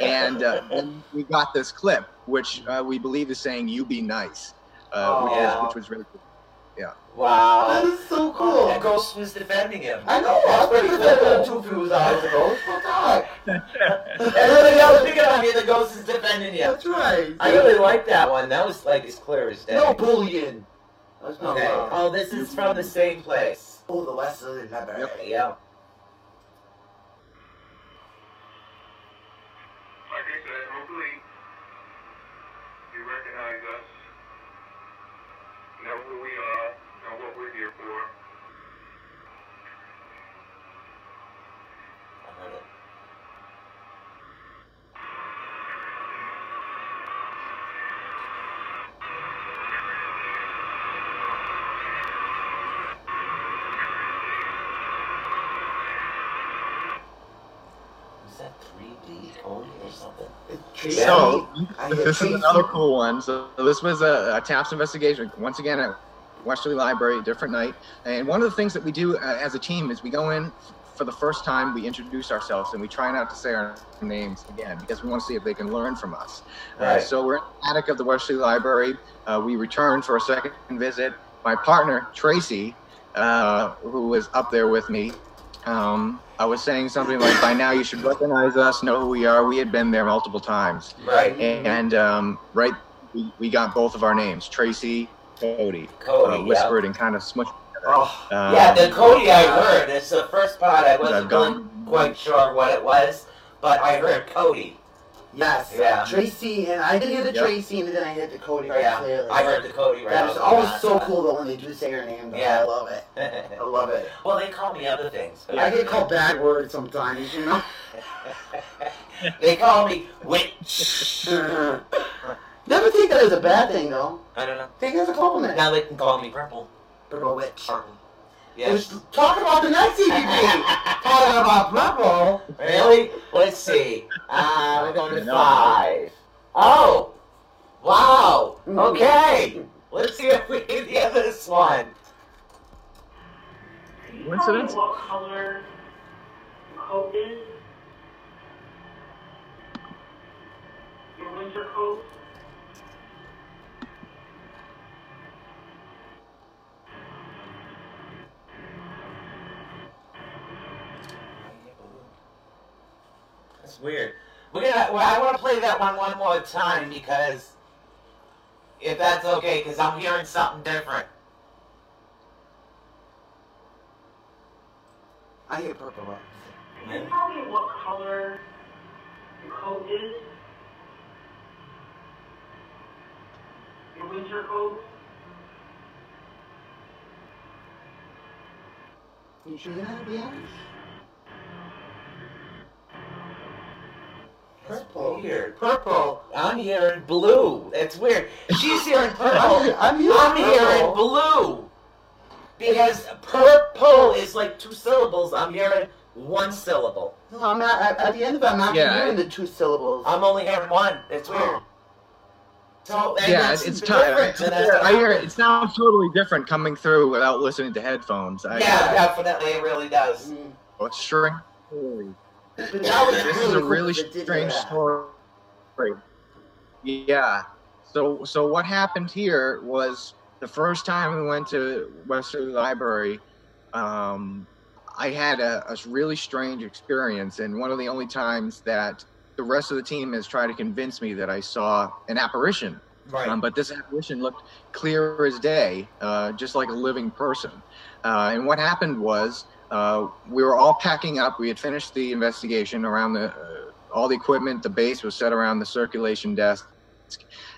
Speaker 4: And uh, then we got this clip, which uh, we believe is saying "You be nice," uh, which,
Speaker 2: Aw.
Speaker 4: is, which was really cool.
Speaker 3: Oh, That
Speaker 2: wow.
Speaker 3: is so
Speaker 2: And
Speaker 3: cool.
Speaker 2: Ghost was defending him.
Speaker 3: Oh, I know. I was pretty good two few hours ago. Fuck off.
Speaker 2: Everybody else picking on you, the ghost is defending you.
Speaker 3: That's right.
Speaker 2: I really like that one. That was like as clear as day.
Speaker 3: No uh-huh. bullying. That's not
Speaker 2: Okay.
Speaker 3: allowed.
Speaker 2: Oh, this is from the same place.
Speaker 3: Oh, the West Side never.
Speaker 2: Yeah.
Speaker 6: Like I said, hopefully you recognize us, know who we are, know what we're here for.
Speaker 2: I heard it. Was that 3D coding or something?
Speaker 3: Tracy,
Speaker 4: So
Speaker 3: I hear
Speaker 4: this is
Speaker 3: Tracy.
Speaker 4: another cool one. So this was a, a TAPS investigation once again at Westerly Library, different night. And one of the things that we do uh, as a team is we go in for the first time, we introduce ourselves, and we try not to say our names again because we want to see if they can learn from us. Uh,
Speaker 2: Right.
Speaker 4: so we're in the attic of the Wesley Library. Uh, we return for a second visit. My partner, Tracy, uh, who was up there with me, um, I was saying something like, by now you should recognize us, know who we are. We had been there multiple times.
Speaker 2: Right.
Speaker 4: And um, right, we, we got both of our names, Tracy, Cody,
Speaker 2: Cody.
Speaker 4: uh,
Speaker 2: yeah.
Speaker 4: whispered and kind of smushed
Speaker 2: Oh,
Speaker 4: Um,
Speaker 2: yeah, the Cody I heard. It's the first part. I wasn't
Speaker 4: I've gone-
Speaker 2: really quite sure what it was, but I heard Cody.
Speaker 3: Yes.
Speaker 2: Yeah.
Speaker 3: Tracy and I did hear the
Speaker 4: Yep.
Speaker 3: Tracy and then I hit the Cody right
Speaker 2: Yeah,
Speaker 3: clearly.
Speaker 2: I heard the Cody right
Speaker 3: That
Speaker 2: off
Speaker 3: is
Speaker 2: the
Speaker 3: always
Speaker 2: bat.
Speaker 3: so cool though when they do say your name. Though.
Speaker 2: Yeah.
Speaker 3: I love it. I love it.
Speaker 2: well, they call me other things. but-
Speaker 3: I get called bad words sometimes, you
Speaker 2: they call me witch.
Speaker 3: know. Never think that is a bad thing though.
Speaker 2: I don't know.
Speaker 3: Think it as a compliment.
Speaker 2: Now they can call me purple.
Speaker 3: Purple witch.
Speaker 2: Purple.
Speaker 3: Let's
Speaker 2: Yes.
Speaker 3: Talk about the next EVP. Talking about purple.
Speaker 2: Really? Let's see. Uh, we're going to
Speaker 4: No.
Speaker 2: five. Oh! Wow! Okay! Let's see if we can hear this one.
Speaker 6: Can you
Speaker 7: Coincidence?
Speaker 6: Tell me what color coat is? Your winter coat?
Speaker 2: That's weird. We're gonna, well, I want to play that one one more time because if that's okay, because I'm hearing something different.
Speaker 3: I hear purple. witch.
Speaker 6: Can you tell me what color your coat is? Your winter coat?
Speaker 3: You sure you're not being
Speaker 2: That's
Speaker 3: Purple.
Speaker 2: Weird.
Speaker 3: Purple.
Speaker 2: I'm hearing blue. That's weird. She's hearing
Speaker 3: I'm,
Speaker 2: purple.
Speaker 3: Oh, I'm hearing
Speaker 2: I'm hearing
Speaker 3: purple.
Speaker 2: blue. Because purple is like two syllables. I'm hearing one syllable.
Speaker 3: No, I'm not. At, at the end of it, I'm not
Speaker 7: Yeah.
Speaker 3: hearing the two syllables.
Speaker 2: I'm only hearing one. It's weird. So, and
Speaker 7: yeah,
Speaker 2: that's
Speaker 7: it's, it's
Speaker 2: different
Speaker 7: tough.
Speaker 2: than us.
Speaker 7: I hear it.
Speaker 4: It sounds totally different coming through without listening to headphones. I,
Speaker 2: Yeah, definitely, it really does.
Speaker 3: Mm.
Speaker 4: It's strange. story.
Speaker 3: But that was
Speaker 4: This
Speaker 3: really
Speaker 4: is a
Speaker 3: cool
Speaker 4: really
Speaker 3: that they did
Speaker 4: strange
Speaker 3: that.
Speaker 4: story. Yeah. So so what happened here was the first time we went to Westerly Library, um, I had a, a really strange experience, and one of the only times that the rest of the team has tried to convince me that I saw an apparition.
Speaker 2: Right.
Speaker 4: Um, but this apparition looked clear as day, uh, just like a living person. Uh, and what happened was uh, we were all packing up. We had finished the investigation around the uh, all the equipment. The base was set around the circulation desk,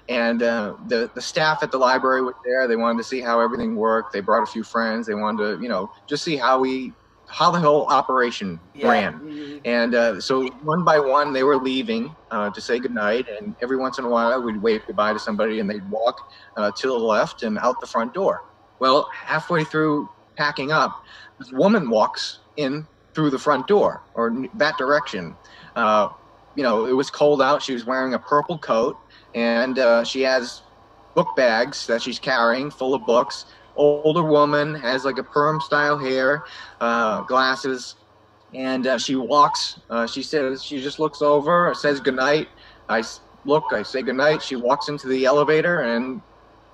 Speaker 4: and uh, the the staff at the library was there. They wanted to see how everything worked. They brought a few friends. They wanted to, you know, just see how we how the whole operation
Speaker 2: Yeah.
Speaker 4: ran.
Speaker 3: Mhm.
Speaker 4: And uh, so one by one, they were leaving uh, to say goodnight. And every once in a while, we'd wave goodbye to somebody and they'd walk uh, to the left and out the front door. Well, halfway through packing up, this woman walks in through the front door or n- that direction. Uh, you know, it was cold out. She was wearing a purple coat and uh, she has book bags that she's carrying full of books. Older woman has like a perm style hair, uh, glasses, and uh, she walks. Uh, she says she just looks over, says goodnight. I s- look, I say goodnight. She walks into the elevator, and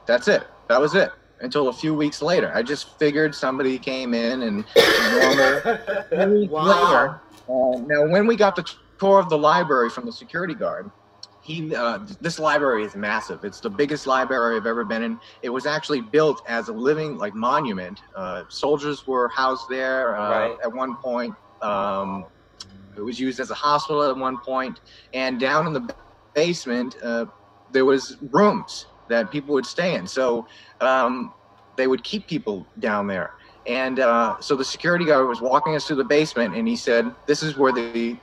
Speaker 4: that's it. That was it. Until a few weeks later, I just figured somebody came in and normal. Very
Speaker 3: Wow.
Speaker 4: clever. Uh, now, when we got the tour of the library from the security guard, he uh, this library is massive. It's the biggest library I've ever been in. It was actually built as a living like monument. Uh, soldiers were housed there uh,
Speaker 2: Right.
Speaker 4: at one point. Um, it was used as a hospital at one point, and down in the basement uh, there was rooms that people would stay in. So um, they would keep people down there. And uh, so the security guard was walking us through the basement, and he said, "This is where the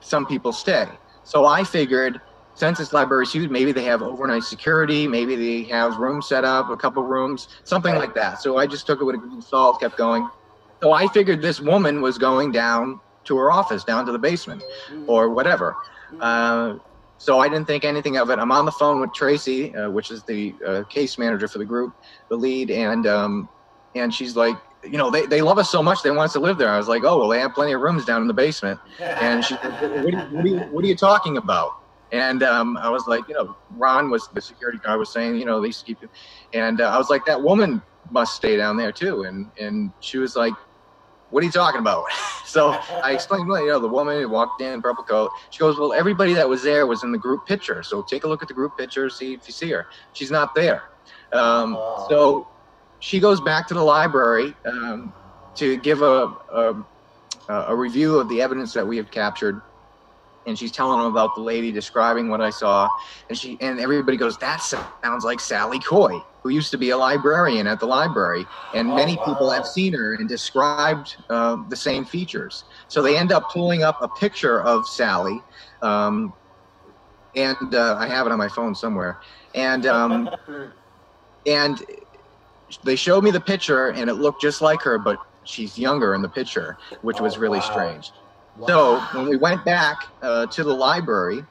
Speaker 4: some people stay." So I figured, since this library is huge, maybe they have overnight security, maybe they have rooms set up, a couple rooms, something like that. So I just took it with a grain of salt, kept going. So I figured this woman was going down to her office, down to the basement,
Speaker 3: Mm-hmm.
Speaker 4: or whatever. Uh, so I didn't think anything of it. I'm on the phone with Tracy, uh, which is the uh, case manager for the group, the lead, and um, and she's like, you know, they, they love us so much they want us to live there. I was like, oh well, they have plenty of rooms down in the basement. And she, said, what, are you, what, are you, what are you talking about? And um, I was like, you know, Ron was the security guy was saying, you know, they just keep it. And uh, I was like, that woman must stay down there too. And and she was like, what are you talking about? so I explained, well, you know, the woman who walked in, purple coat. She goes, well, everybody that was there was in the group picture. So take a look at the group picture, see if you see her. She's not there. Um,
Speaker 2: Oh.
Speaker 4: So she goes back to the library um, to give a, a a review of the evidence that we have captured, and she's telling them about the lady describing what I saw, and she and everybody goes, "That sounds like Sally Coy, who used to be a librarian at the library, and many people have seen her and described uh, the same features." So they end up pulling up a picture of Sally. Um, and uh, I have it on my phone somewhere. And um, and they showed me the picture, and it looked just like her, but she's younger in the picture, which was
Speaker 2: Oh,
Speaker 4: really
Speaker 2: wow.
Speaker 4: strange.
Speaker 8: Wow.
Speaker 4: So when we went back uh, to the library,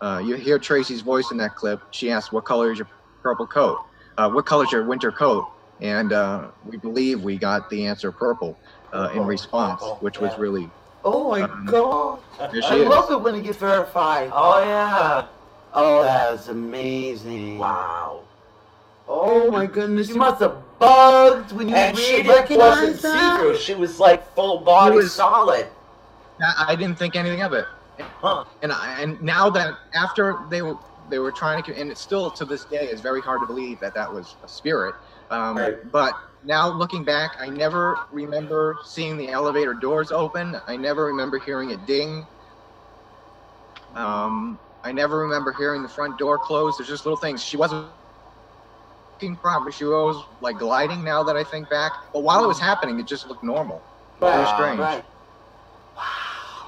Speaker 4: uh, you hear Tracy's voice in that clip. She asked, "What color is your purple coat? Uh, what color is your winter coat?" And uh, we believe we got the answer purple uh, in
Speaker 2: Purple,
Speaker 4: response,
Speaker 2: purple,
Speaker 4: which was
Speaker 2: yeah.
Speaker 4: really
Speaker 3: Oh my
Speaker 4: Um,
Speaker 3: god.
Speaker 4: there
Speaker 3: I
Speaker 4: she is.
Speaker 3: love it when it gets verified.
Speaker 2: Oh yeah!
Speaker 3: Oh, that's amazing.
Speaker 2: Wow.
Speaker 3: Oh my goodness. You must have bugged when you
Speaker 2: And she
Speaker 3: really
Speaker 2: didn't- wasn't
Speaker 3: recognized
Speaker 2: see
Speaker 3: that.
Speaker 2: through. She was like full body
Speaker 4: was-
Speaker 2: solid.
Speaker 4: I I didn't think anything of it.
Speaker 2: Huh.
Speaker 4: And I, and now that after they were they were trying to, and it still to this day is very hard to believe that that was a spirit. Um,
Speaker 2: Right.
Speaker 4: But now looking back, I never remember seeing the elevator doors open. I never remember hearing it ding. Um, I never remember hearing the front door close. There's just little things. She wasn't looking proper. She was like gliding. Now that I think back, but while it was happening, it just looked normal. It was
Speaker 2: Wow,
Speaker 4: strange.
Speaker 3: Right.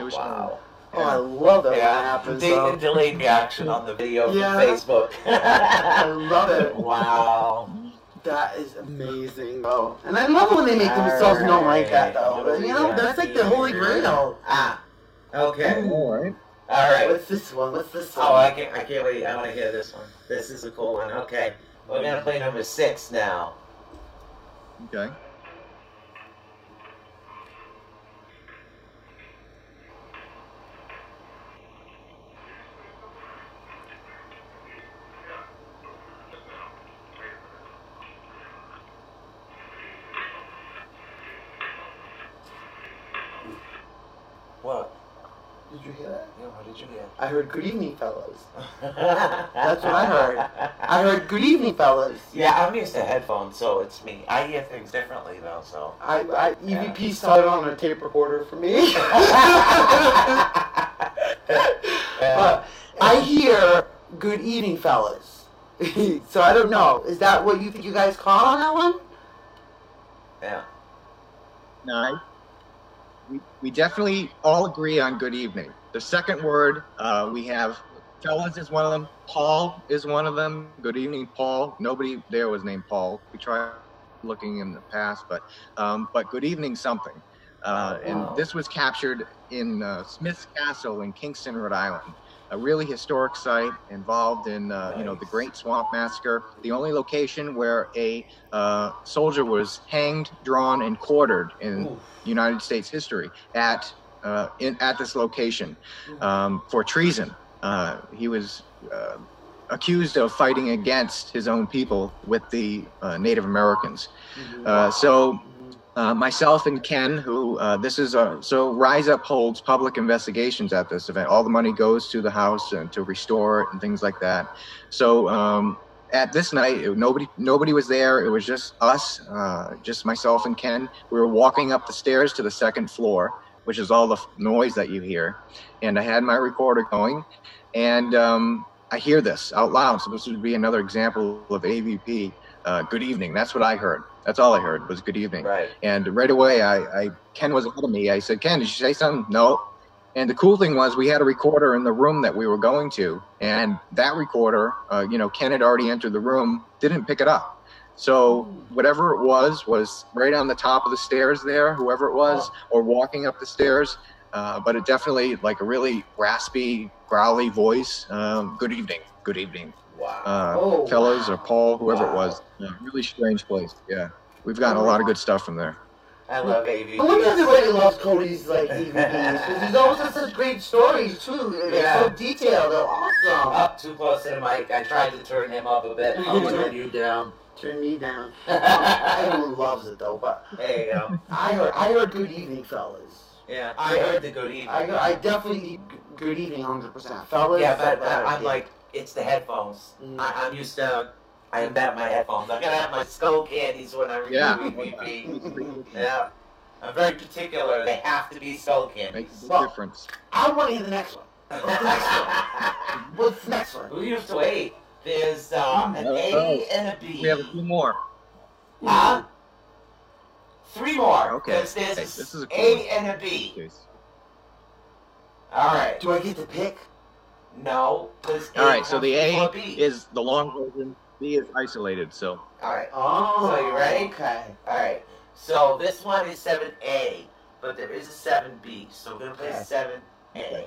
Speaker 4: It was strange.
Speaker 2: Wow.
Speaker 3: Oh, I love that when that
Speaker 2: Yeah,
Speaker 3: happens.
Speaker 2: they
Speaker 3: though.
Speaker 2: delayed reaction on the video from
Speaker 3: Yeah.
Speaker 2: Facebook.
Speaker 3: I love it.
Speaker 2: wow.
Speaker 3: That is amazing, though. And I love when they make themselves known like that, though. You know, that's like the holy grail.
Speaker 2: Ah, okay.
Speaker 4: All right.
Speaker 2: All right.
Speaker 3: What's this one? What's this one?
Speaker 2: Oh, I can't, I can't wait. I want to hear this one. This is a cool one. Okay. We're going to play number six now.
Speaker 4: Okay.
Speaker 2: What?
Speaker 3: Did you hear that?
Speaker 2: Yeah, what did you hear?
Speaker 3: I heard good evening, fellas. That's what I heard. I heard good evening, fellas.
Speaker 2: Yeah, I'm used to headphones, so it's me. I hear things differently, though, so.
Speaker 3: I, I E EVP started on a tape recorder for me. but I hear good evening, fellas. so I don't know. Is that what you think you guys caught on that one?
Speaker 2: yeah.
Speaker 4: No, I- we, we definitely all agree on good evening. The second word, uh, we have fellas is one of them. Paul is one of them. Good evening, Paul. Nobody there was named Paul. We tried looking in the past, but um, but good evening something. Uh,
Speaker 2: Wow.
Speaker 4: And this was captured in uh, Smith's Castle in Kingston, Rhode Island, a really historic site involved in uh, you know the
Speaker 2: Nice.
Speaker 4: Great Swamp Massacre, the only location where a uh, soldier was hanged, drawn, and quartered in
Speaker 2: Ooh.
Speaker 4: United States history at uh, in, at this location um, for treason. Uh, he was uh, accused of fighting against his own people with the uh, Native Americans.
Speaker 2: Mm-hmm.
Speaker 4: Uh, so. Uh, myself and Ken, who uh, this is a so Rise Up holds public investigations at this event. All the money goes to the house and to restore it and things like that. So um, at this night, it- nobody nobody was there. It was just us, uh, just myself and Ken. We were walking up the stairs to the second floor, which is all the f- noise that you hear. And I had my recorder going, and um, I hear this out loud. So this would be another example of AVP. Uh, good evening. That's what I heard. That's all I heard was good evening.
Speaker 2: Right.
Speaker 4: And right away, I, I Ken was ahead of me. I said, "Ken, did you say something?" No. And the cool thing was, we had a recorder in the room that we were going to, and that recorder, uh, you know, Ken had already entered the room, didn't pick it up. So whatever it was, was right on the top of the stairs there, whoever it was, or walking up the stairs. Uh, but it definitely like a really raspy, growly voice. Um, good evening, good evening,
Speaker 2: Wow.
Speaker 4: uh,
Speaker 3: Oh,
Speaker 4: fellas, or Paul, whoever it
Speaker 2: Wow.
Speaker 4: was. Yeah, really strange place. Yeah, we've gotten a lot of good stuff from there.
Speaker 2: I love AV.
Speaker 3: I wonder if everybody loves Cody's like EVPs because he's always has such great stories too. They're
Speaker 2: Yeah. Uh,
Speaker 3: so detailed. They're awesome.
Speaker 2: Up too close to the mic. I tried to turn him up a bit. I'll turn you down.
Speaker 3: Turn me down.
Speaker 2: there
Speaker 3: Everyone loves it though, but
Speaker 2: you go.
Speaker 3: I heard I heard good evening, fellas.
Speaker 2: Yeah, I heard the good evening.
Speaker 3: I I definitely eat g- good evening, hundred percent, fellas.
Speaker 2: yeah, but
Speaker 3: I-
Speaker 2: I, I'm like, it's the headphones.
Speaker 3: Mm.
Speaker 2: I, I'm used to I am at my headphones. I'm gonna have my skull candies when I read
Speaker 4: Yeah.
Speaker 2: PvP. yeah. I'm very particular. They have to be skull candies.
Speaker 4: Makes
Speaker 3: Well-
Speaker 4: a difference.
Speaker 3: I want to hear the next one. What's the next one?
Speaker 2: Who used to wait? There's uh, an
Speaker 4: Oh,
Speaker 2: A
Speaker 4: oh.
Speaker 2: and a B.
Speaker 4: We have a few more.
Speaker 2: Huh? Three more.
Speaker 4: Okay.
Speaker 2: Because there's
Speaker 4: Hey, this is a
Speaker 2: an
Speaker 4: cool
Speaker 2: A
Speaker 4: one.
Speaker 2: and a B.
Speaker 4: Case.
Speaker 2: All right.
Speaker 3: Do I get to pick?
Speaker 2: No. 'cause
Speaker 4: All right,
Speaker 2: has
Speaker 4: so the
Speaker 2: before
Speaker 4: A
Speaker 2: B.
Speaker 4: is the long version. B is isolated. So
Speaker 2: All right.
Speaker 3: Oh,
Speaker 2: So you ready?
Speaker 3: Okay.
Speaker 2: All right. So this one is seven A, but there is a seven B. So we're gonna play
Speaker 3: Okay.
Speaker 2: seven A.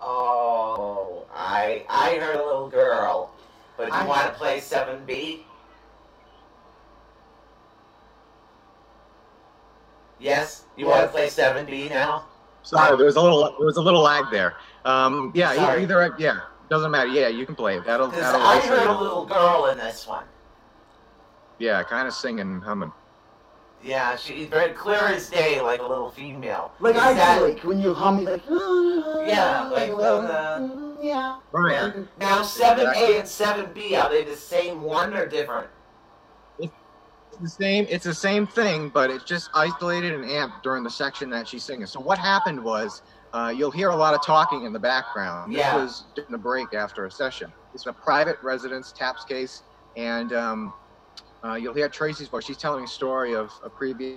Speaker 2: Oh, I I heard a little girl, but
Speaker 3: I-
Speaker 2: you want to play seven B? Yes, you want to play seven B now?
Speaker 4: sorry, there was a little there was a little lag there. Um, yeah, e-
Speaker 2: Sorry.
Speaker 4: either yeah, doesn't matter. Yeah, you can play it. That'll
Speaker 2: Because
Speaker 4: that'll.
Speaker 2: I heard a
Speaker 4: isolate it.
Speaker 2: little girl in this one.
Speaker 4: Yeah, kind of singing, humming.
Speaker 2: Yeah, she's very clear as day, like a little female.
Speaker 3: Like
Speaker 2: Is
Speaker 3: I
Speaker 2: that-
Speaker 3: feel like when you hum, like yeah,
Speaker 2: like, uh,
Speaker 3: yeah.
Speaker 4: Right.
Speaker 2: Now, seven A and seven B are they the same one or different?
Speaker 4: It's the same. It's the same thing, but it's just isolated and amped during the section that she's singing. So what happened was, uh, you'll hear a lot of talking in the background.
Speaker 2: Yeah.
Speaker 4: This was during the break after a session. It's a private residence taps case, and um, uh, you'll hear Tracy's voice. She's telling a story of a previous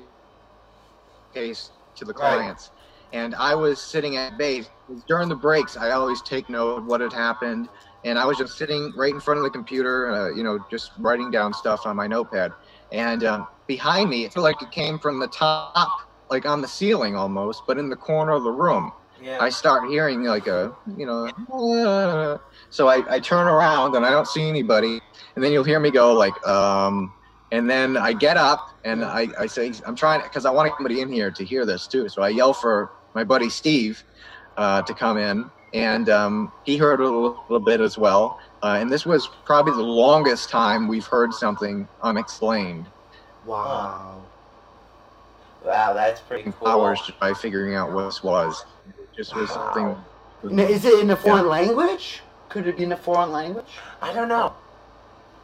Speaker 4: case to the
Speaker 2: Right.
Speaker 4: clients. And I was sitting at base during the breaks. I always take note of what had happened and I was just sitting right in front of the computer, uh, you know, just writing down stuff on my notepad. And um, behind me, it felt like it came from the top, like on the ceiling almost, but in the corner of the room.
Speaker 2: Yeah.
Speaker 4: I start hearing like a, you know, "Ah." so I, I turn around and I don't see anybody. And then you'll hear me go like, um, and then I get up and I, I say, I'm trying, because I want everybody in here to hear this too. So I yell for my buddy Steve uh, to come in. And um, he heard a little, little bit as well. Uh, and this was probably the longest time we've heard something unexplained.
Speaker 3: Wow.
Speaker 2: Wow, that's pretty cool.
Speaker 4: Hours by figuring out what this was. It just was something.
Speaker 2: Wow.
Speaker 3: Now, is it in a foreign language? Could it be in a foreign language?
Speaker 2: I don't know.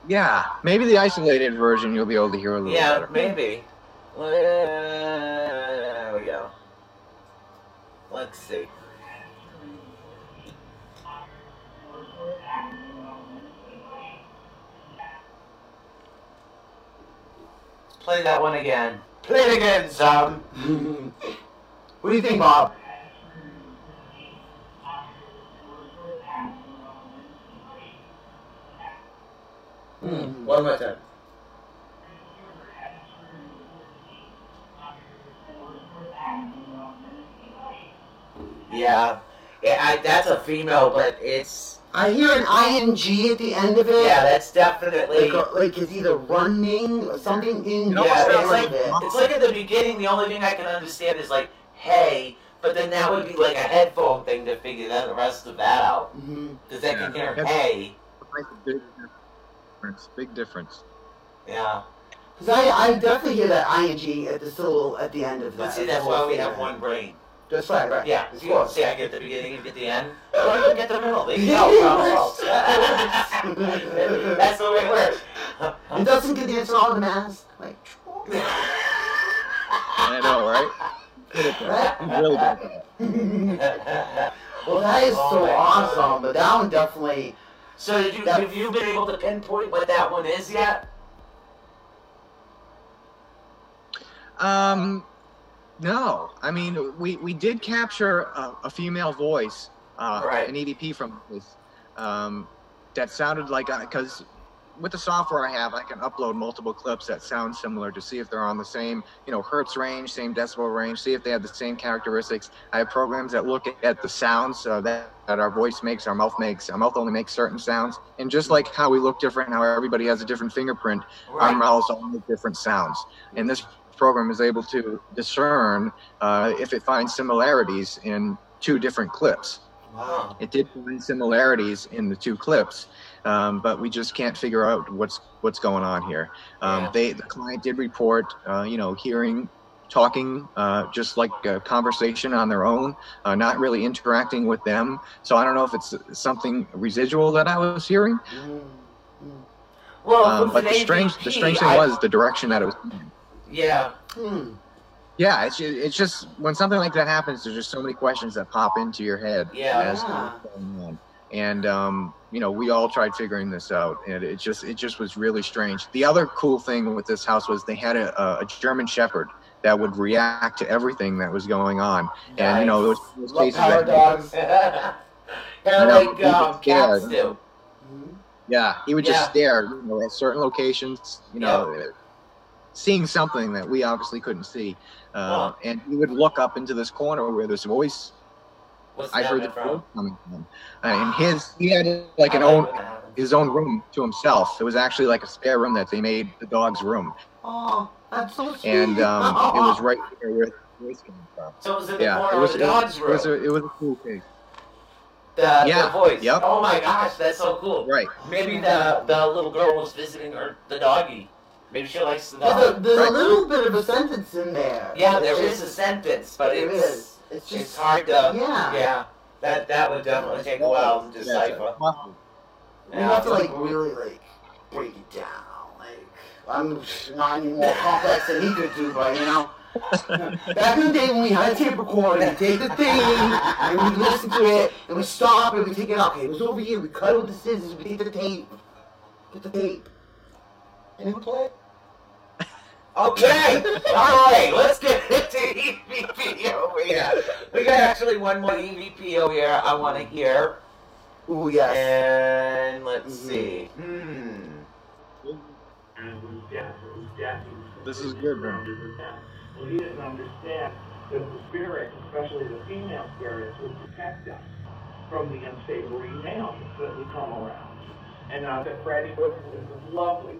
Speaker 4: Yeah, maybe the isolated version you'll be able to hear a little
Speaker 2: Yeah,
Speaker 4: better.
Speaker 2: maybe. Well, There we go. Let's see. Let's play that one again. Play it again, son.
Speaker 3: What do you think, Bob?
Speaker 2: One more time. Yeah, yeah. I, that's a female, but it's
Speaker 3: I hear an ing at the end of it.
Speaker 2: yeah. That's definitely
Speaker 3: Like, uh, like it's either running or something in
Speaker 4: It
Speaker 3: the
Speaker 4: almost
Speaker 2: yeah.
Speaker 3: end
Speaker 2: It's
Speaker 4: sounds
Speaker 2: like
Speaker 3: of it.
Speaker 2: it's like at the beginning. The only thing I can understand is like hey, but then that would be like a headphone thing to figure that the rest of that out
Speaker 3: Mhm.
Speaker 2: because they can
Speaker 4: Yeah.
Speaker 2: hear hey.
Speaker 4: Makes a big difference. Big difference.
Speaker 2: Yeah,
Speaker 3: 'Cause I, I definitely hear that ing at the syllable at the end of that.
Speaker 2: but see, that's why we have one brain.
Speaker 3: That's right, right.
Speaker 2: Yeah,
Speaker 3: Of
Speaker 2: you won't
Speaker 3: course.
Speaker 2: see I get the beginning, you get the end. Or you get the middle. They can go from both. That's the way it works.
Speaker 3: It doesn't get the answer on the mask. Like,
Speaker 4: I know, right? Good at that. You really good at that.
Speaker 3: well, that is
Speaker 2: Oh
Speaker 3: so
Speaker 2: my
Speaker 3: awesome.
Speaker 2: God.
Speaker 3: But that one definitely.
Speaker 2: So did you,
Speaker 3: That-
Speaker 2: have you been able to pinpoint what that one is yet?
Speaker 4: Um, no, I mean we we did capture a, a female voice, uh,
Speaker 2: Right.
Speaker 4: an EVP from this, um, that sounded like because with the software I have, I can upload multiple clips that sound similar to see if they're on the same you know hertz range, same decibel range, see if they have the same characteristics. I have programs that look at the sounds uh, that that our voice makes, our mouth makes. Our mouth only makes certain sounds, and just like how we look different, how everybody has a different fingerprint, our
Speaker 2: Right.
Speaker 4: mouths all make different sounds. And this program is able to discern uh, if it finds similarities in two different clips.
Speaker 2: Wow.
Speaker 4: It did find similarities in the two clips, um, but we just can't figure out what's what's going on here. Um,
Speaker 2: Yeah.
Speaker 4: They the client did report, uh, you know, hearing. Talking, uh, just like a conversation on their own, uh, not really interacting with them. So I don't know if it's something residual that I was hearing,
Speaker 3: hmm,
Speaker 2: Well,
Speaker 4: um,
Speaker 2: with
Speaker 4: but
Speaker 2: an
Speaker 4: the strange, the
Speaker 2: AVP,
Speaker 4: strange thing
Speaker 2: I-
Speaker 4: was the direction that it was.
Speaker 2: Yeah.
Speaker 3: Hmm.
Speaker 4: Yeah, it's ju- it's just when something like that happens, there's just so many questions that pop into your head.
Speaker 2: Yeah.
Speaker 4: as to what's going on. And um, you know, we all tried figuring this out, and it just it just was really strange. The other cool thing with this house was they had a, a- a German Shepherd that would react to everything that was going on, and you know, those, those
Speaker 2: Love
Speaker 4: cases
Speaker 2: power
Speaker 4: that
Speaker 2: dogs. They're
Speaker 4: No,
Speaker 2: like um,
Speaker 4: yeah.
Speaker 2: cats do.
Speaker 3: hmm.
Speaker 4: Yeah, he would
Speaker 2: Yeah.
Speaker 4: just stare you know, at certain locations, you know, uh, seeing something that we obviously couldn't see. Uh,
Speaker 2: Huh.
Speaker 4: And he would look up into this corner where this voice,
Speaker 2: What's
Speaker 4: I heard the
Speaker 2: that
Speaker 4: voice
Speaker 2: from?
Speaker 4: coming from. Uh, and his, he had like an own, his own room to himself. It was actually like a spare room that they made the dog's room.
Speaker 3: Oh, that's so sweet.
Speaker 4: And um, it was right there where the voice came from.
Speaker 2: So it was in the
Speaker 4: Yeah,
Speaker 2: corner
Speaker 4: it was,
Speaker 2: of
Speaker 4: it
Speaker 2: the
Speaker 4: was,
Speaker 2: dog's
Speaker 4: it
Speaker 2: room.
Speaker 4: was, a, it was a cool case.
Speaker 2: the, the
Speaker 4: Yeah,
Speaker 2: voice.
Speaker 4: yep.
Speaker 2: Oh my gosh, that's so cool.
Speaker 4: Right.
Speaker 2: Maybe the, the little girl was visiting her the doggy. Maybe she likes the
Speaker 3: There's, a,
Speaker 2: dog.
Speaker 3: there's
Speaker 4: Right.
Speaker 3: a little bit of a sentence in there.
Speaker 2: Yeah,
Speaker 3: It's
Speaker 2: there is
Speaker 3: just-
Speaker 2: a sentence, but
Speaker 3: There
Speaker 2: it's
Speaker 3: is. It's just
Speaker 2: it's hard to
Speaker 3: Yeah.
Speaker 2: That that would definitely take a while to decipher.
Speaker 3: We have to like really like break it down. Like I'm not any more complex than he could do right now. Back in the day when we had a tape recorder, we take the thing and we listen to it and we stop and we take it out. Okay, it was over here. We cut with the scissors. We take the tape. Get the tape. And then we play. it.
Speaker 2: Okay, all right, let's get into EVP over here. We got actually one more EVP over here I want to hear.
Speaker 3: Ooh yes.
Speaker 2: And let's
Speaker 3: Mhm.
Speaker 2: see. Hmm.
Speaker 4: This is good, bro.
Speaker 6: Well, he didn't understand that the spirit, especially the female spirits, would protect us from the unsavory males that would come around. And not that Freddie was, was lovely.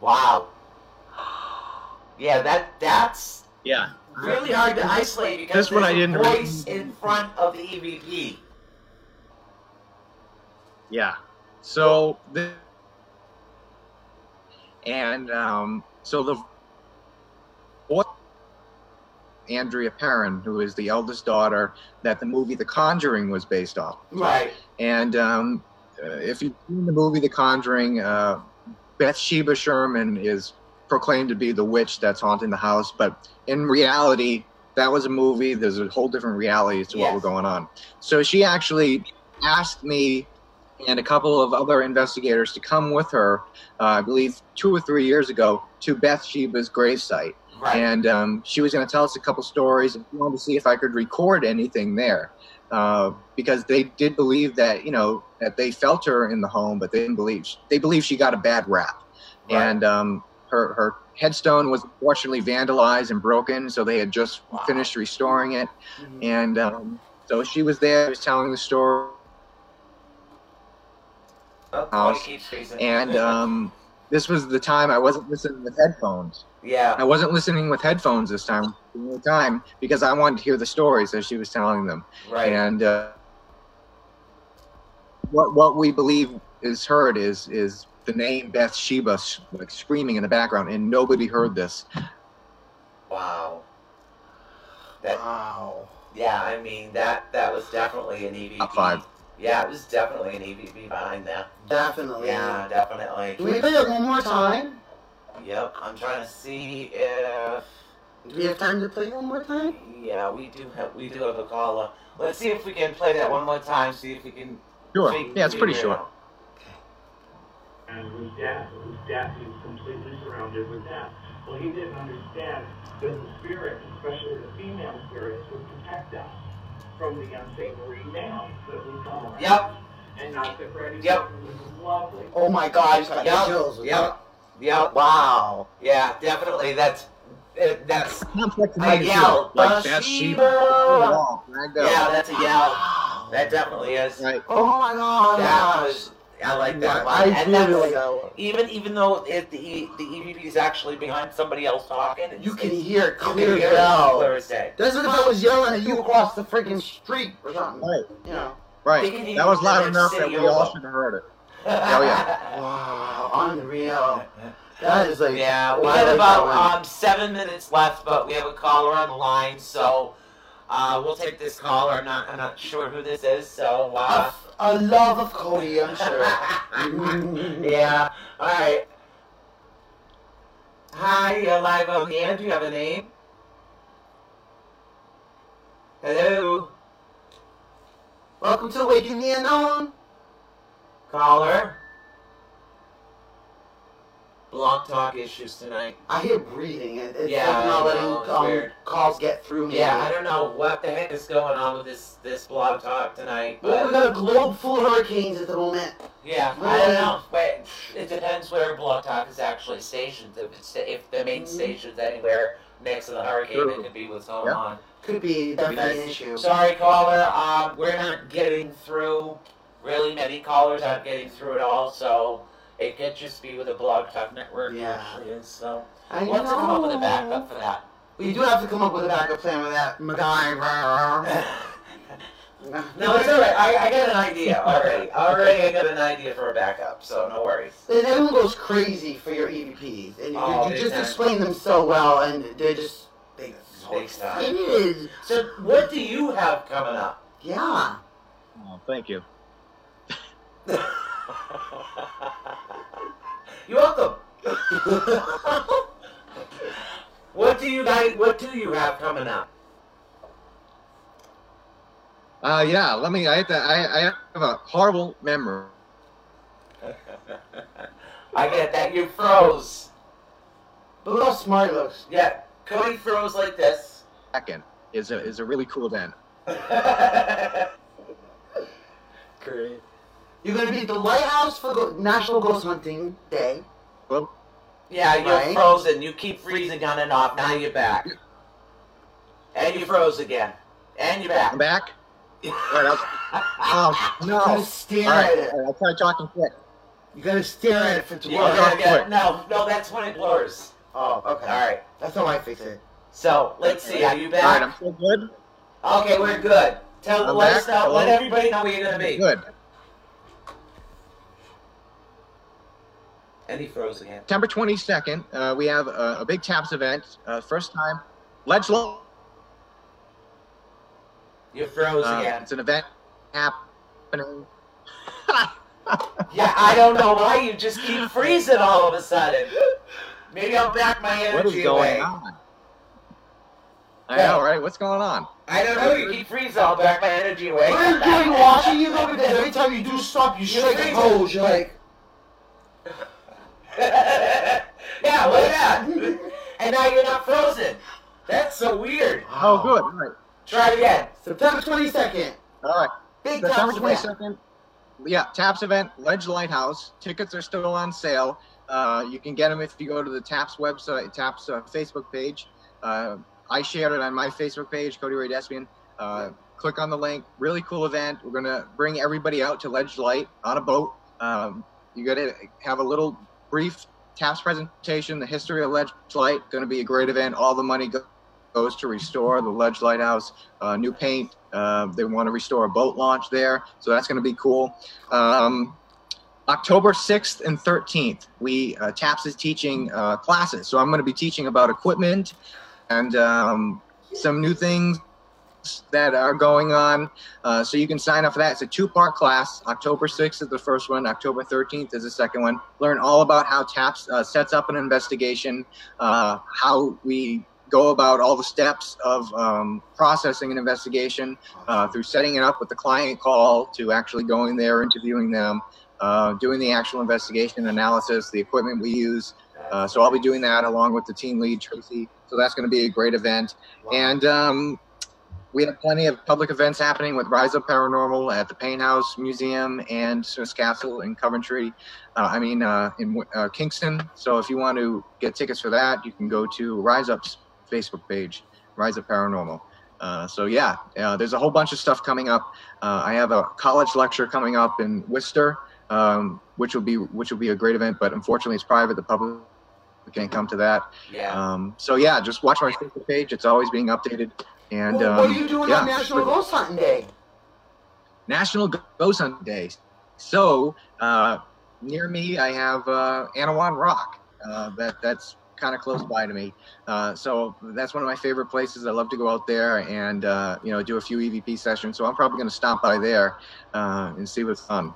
Speaker 2: Wow. Yeah, that that's
Speaker 4: Yeah.
Speaker 2: really hard to isolate because
Speaker 4: That's what
Speaker 2: there's
Speaker 4: I didn't
Speaker 2: a
Speaker 4: really-
Speaker 2: voice in front of the E EVP.
Speaker 4: Yeah. So the and um, so the what Andrea Perrin, who is the eldest daughter, that the movie The Conjuring was based off.
Speaker 2: Right.
Speaker 4: And um, uh, if you've seen the movie The Conjuring, uh, Bathsheba Sherman is proclaimed to be the witch that's haunting the house, but in reality, that was a movie. There's a whole different reality to what
Speaker 2: Yes.
Speaker 4: was going on. So she actually asked me and a couple of other investigators to come with her, uh, I believe two or three years ago, to Bathsheba's gravesite
Speaker 2: Right.
Speaker 4: and um, she was going to tell us a couple stories and she wanted to see if I could record anything there uh, because they did believe that you know that they felt her in the home, but they didn't believe they believed she got a bad rap,
Speaker 2: Right.
Speaker 4: and um, her her headstone was unfortunately vandalized and broken, so they had just
Speaker 2: Wow. Mm-hmm.
Speaker 4: finished restoring it,
Speaker 3: Mhm.
Speaker 4: and um, so she was there, she was telling the story.
Speaker 2: Oh,
Speaker 4: house,
Speaker 2: it keeps freezing.
Speaker 4: and um, this was the time I wasn't listening with headphones.
Speaker 2: yeah,
Speaker 4: I wasn't listening with headphones this time, the whole time because I wanted to hear the stories as she was telling them.
Speaker 2: right.
Speaker 4: And uh, what what we believe is heard is is the name Bathsheba s- like screaming in the background, and nobody heard this.
Speaker 2: Wow. That
Speaker 3: Wow.
Speaker 2: yeah, I mean that that was definitely an EVP.
Speaker 4: Top five.
Speaker 2: Yeah, it was definitely an EVP behind that.
Speaker 3: Definitely.
Speaker 2: Yeah,
Speaker 3: Can
Speaker 2: definitely.
Speaker 3: Oh, we play it one more time?
Speaker 2: Yep, I'm trying to see if
Speaker 3: Do we have time to play it one more time?
Speaker 2: yeah we do have we do have a caller. Let's see if we can play that one more time. See if we can.
Speaker 4: Sure,
Speaker 2: fig-
Speaker 4: yeah, it's pretty
Speaker 2: figure it
Speaker 4: short.
Speaker 2: out.
Speaker 6: And it was death. It was death. He was completely surrounded with death. Well, he didn't understand that the spirits, especially the female spirits, would protect us from the unsavory nouns that we come around.
Speaker 2: Yep.
Speaker 6: And not that Freddie
Speaker 2: Yep.
Speaker 6: Mercury was lovely.
Speaker 3: Oh my God, I just got
Speaker 2: Yep,
Speaker 3: chills. with
Speaker 2: yep.
Speaker 3: that.
Speaker 2: Yeah. Wow. Yeah, definitely. That's it, that's
Speaker 4: Complex
Speaker 2: I yell,
Speaker 4: like Bathsheba.
Speaker 2: Bathsheba.
Speaker 4: Dragged out.
Speaker 2: Yeah, that's a yell. That definitely is.
Speaker 4: Right.
Speaker 3: Oh my God.
Speaker 2: That was. I like that one.
Speaker 3: I
Speaker 2: and that's,
Speaker 3: really don't.
Speaker 2: even even though it, the E- the EVP is actually behind somebody else talking, it's,
Speaker 3: You can
Speaker 2: it's,
Speaker 3: hear it
Speaker 2: you can hear
Speaker 3: clear as
Speaker 2: it
Speaker 3: hell.
Speaker 2: clear as day.
Speaker 3: That's what if I was yelling at you across the freaking street or something.
Speaker 4: Right.
Speaker 3: You know.
Speaker 2: They can
Speaker 4: Right. That was
Speaker 2: even
Speaker 4: loud
Speaker 2: do
Speaker 4: enough
Speaker 2: that
Speaker 4: that we
Speaker 2: city
Speaker 4: all
Speaker 2: over.
Speaker 4: should have heard it.
Speaker 2: yeah.
Speaker 3: Wow, unreal. That is like
Speaker 2: Yeah, we
Speaker 3: I
Speaker 2: have
Speaker 3: like
Speaker 2: about
Speaker 3: that one.
Speaker 2: um, seven minutes left, but we have a caller on the line, so uh, we'll take this caller. I'm not, I'm not sure who this is, so uh,
Speaker 3: a, a love of Cody, I'm sure. Mm.
Speaker 2: yeah. All right. Hi, you're live on the air. Do you have a name? Hello,
Speaker 3: Welcome to Waking the Unknown.
Speaker 2: caller. Block talk issues tonight.
Speaker 3: I hear breathing. It, it's
Speaker 2: Yeah,
Speaker 3: like
Speaker 2: I
Speaker 3: not
Speaker 2: know, it's
Speaker 3: letting um,
Speaker 2: weird.
Speaker 3: calls get through me.
Speaker 2: Yeah, I don't know what the heck is going on with this this blog talk tonight.
Speaker 3: Well,
Speaker 2: but-
Speaker 3: we got a globe full of hurricanes at the moment.
Speaker 2: Yeah, I don't know. But it depends where Block Talk is actually stationed. If, it's, if the
Speaker 3: Mm-hmm.
Speaker 2: main station's anywhere next to the hurricane, it could be what's going
Speaker 4: Yeah.
Speaker 2: on.
Speaker 3: Could be definitely an issue.
Speaker 2: Sorry, caller. Um, we're not getting through. Really, many callers aren't getting through at all. So it could just be with the Blog Talk network.
Speaker 3: Yeah.
Speaker 2: actually is. So
Speaker 3: I
Speaker 2: we'll have to come up with a
Speaker 3: know.
Speaker 2: backup for that.
Speaker 3: We do have to come up with a backup plan with that MacGyver.
Speaker 2: no, it's all right. I, I got an idea already. Already, I got an idea for a backup. So no worries.
Speaker 3: Then everyone goes crazy for your EVPs, and you,
Speaker 2: Oh,
Speaker 3: you
Speaker 2: big
Speaker 3: just
Speaker 2: time.
Speaker 3: explain them so well, and they just they
Speaker 2: Big time.
Speaker 3: It is,
Speaker 2: So what do you have coming up?
Speaker 3: yeah.
Speaker 4: Oh, thank you.
Speaker 2: You're welcome. what do you guys? What do you have coming up?
Speaker 4: Uh, yeah. Let me. I have to. I, I have a horrible memory.
Speaker 2: I get that you froze.
Speaker 3: But look how smart he looks.
Speaker 2: Yeah, Cody froze like this.
Speaker 4: Second is a is a really cool den.
Speaker 2: Great.
Speaker 3: You're gonna be at the lighthouse for Go- National Ghost Hunting Day.
Speaker 4: Well,
Speaker 2: Yeah, you're
Speaker 3: Right.
Speaker 2: frozen. You keep freezing on and off. Now you're back, and you froze again, and you're back.
Speaker 4: I'm back. All right, Oh no!
Speaker 3: You
Speaker 4: All
Speaker 3: gotta
Speaker 4: right,
Speaker 3: stare
Speaker 4: all
Speaker 3: at
Speaker 4: right,
Speaker 3: it.
Speaker 4: I'll try talking quick.
Speaker 3: You gotta stare at it for two
Speaker 2: You
Speaker 4: Well,
Speaker 2: gotta
Speaker 4: no,
Speaker 2: get-
Speaker 4: wait.
Speaker 2: no, no, that's when it blurs.
Speaker 3: Oh,
Speaker 2: All
Speaker 3: okay.
Speaker 2: right.
Speaker 3: That's how I fix it.
Speaker 2: So let's see. Are you
Speaker 4: All
Speaker 2: back?
Speaker 4: right, I'm still good.
Speaker 2: Okay, we're good. Tell
Speaker 4: I'm
Speaker 2: let
Speaker 4: back.
Speaker 2: us know. Let
Speaker 4: Hello?
Speaker 2: everybody know where you're gonna be.
Speaker 4: Good.
Speaker 2: And he froze again.
Speaker 4: September 22nd, uh, we have a, a big TAPS event. Uh, first time. Ledge Low.
Speaker 2: You froze
Speaker 4: Uh,
Speaker 2: again.
Speaker 4: it's an event happening.
Speaker 2: Yeah, I don't know why you just keep freezing all of a sudden. Maybe I'll back my energy
Speaker 4: What is going
Speaker 2: away.
Speaker 4: on? I know, right? What's going on?
Speaker 2: I don't know. You keep freezing. I'll back my energy away.
Speaker 3: What are you doing watching you over there? Every time you do stop, you shake the
Speaker 2: freezing.
Speaker 3: pose. You're like,
Speaker 2: yeah, look at that. And now you're not frozen. That's so weird.
Speaker 4: Oh, good. All right.
Speaker 2: Try it again.
Speaker 3: September 22nd.
Speaker 4: All right.
Speaker 3: Big
Speaker 4: September
Speaker 3: time. event.
Speaker 4: 22nd. Yeah, TAPS event, Ledge Lighthouse. Tickets are still on sale. Uh, you can get them if you go to the TAPS website, TAPS uh, Facebook page. Uh, I shared it on my Facebook page, Cody Ray Despian. Uh, click on the link. Really cool event. We're going to bring everybody out to Ledge Light on a boat. Um, you're going to have a little brief TAPS presentation, the history of Ledge Light. Going to be a great event. All the money go- goes to restore the Ledge Lighthouse uh, new paint. Uh, they want to restore a boat launch there, so that's going to be cool. Um, October 6th and 13th, we uh, TAPS is teaching uh, classes. So I'm going to be teaching about equipment and um, some new things that are going on. Uh, so you can sign up for that. It's a two part class. October 6th is the first one, October 13th is the second one. Learn all about how TAPS uh, sets up an investigation, uh, how we go about all the steps of um, processing an investigation uh, through setting it up with the client call to actually going there, interviewing them, uh, doing the actual investigation analysis, the equipment we use, Uh, so I'll be doing that along with the team lead, Tracy. So that's going to be a great event. And um, we have plenty of public events happening with Rise of Paranormal at the Payne House Museum and Smith's Castle in Coventry. Uh, I mean, uh, in uh, Kingston. So if you want to get tickets for that, you can go to Rise Up's Facebook page, Rise of Paranormal. Uh, so yeah, uh, there's a whole bunch of stuff coming up. Uh, I have a college lecture coming up in Worcester, um, which will be which will be a great event. But unfortunately, it's private. The public can't come to that.
Speaker 2: Yeah.
Speaker 4: Um, so yeah, just watch my Facebook page. It's always being updated. And
Speaker 3: Well, what are you
Speaker 4: um,
Speaker 3: doing
Speaker 4: yeah,
Speaker 3: on National Ghost Hunting Day?
Speaker 4: National Ghost Hunting Day. So uh, near me, I have uh, Anawan Rock. Uh, that that's kind of close by to me. Uh, so that's one of my favorite places. I love to go out there and uh, you know do a few EVP sessions. So I'm probably going to stop by there uh, and see what's on.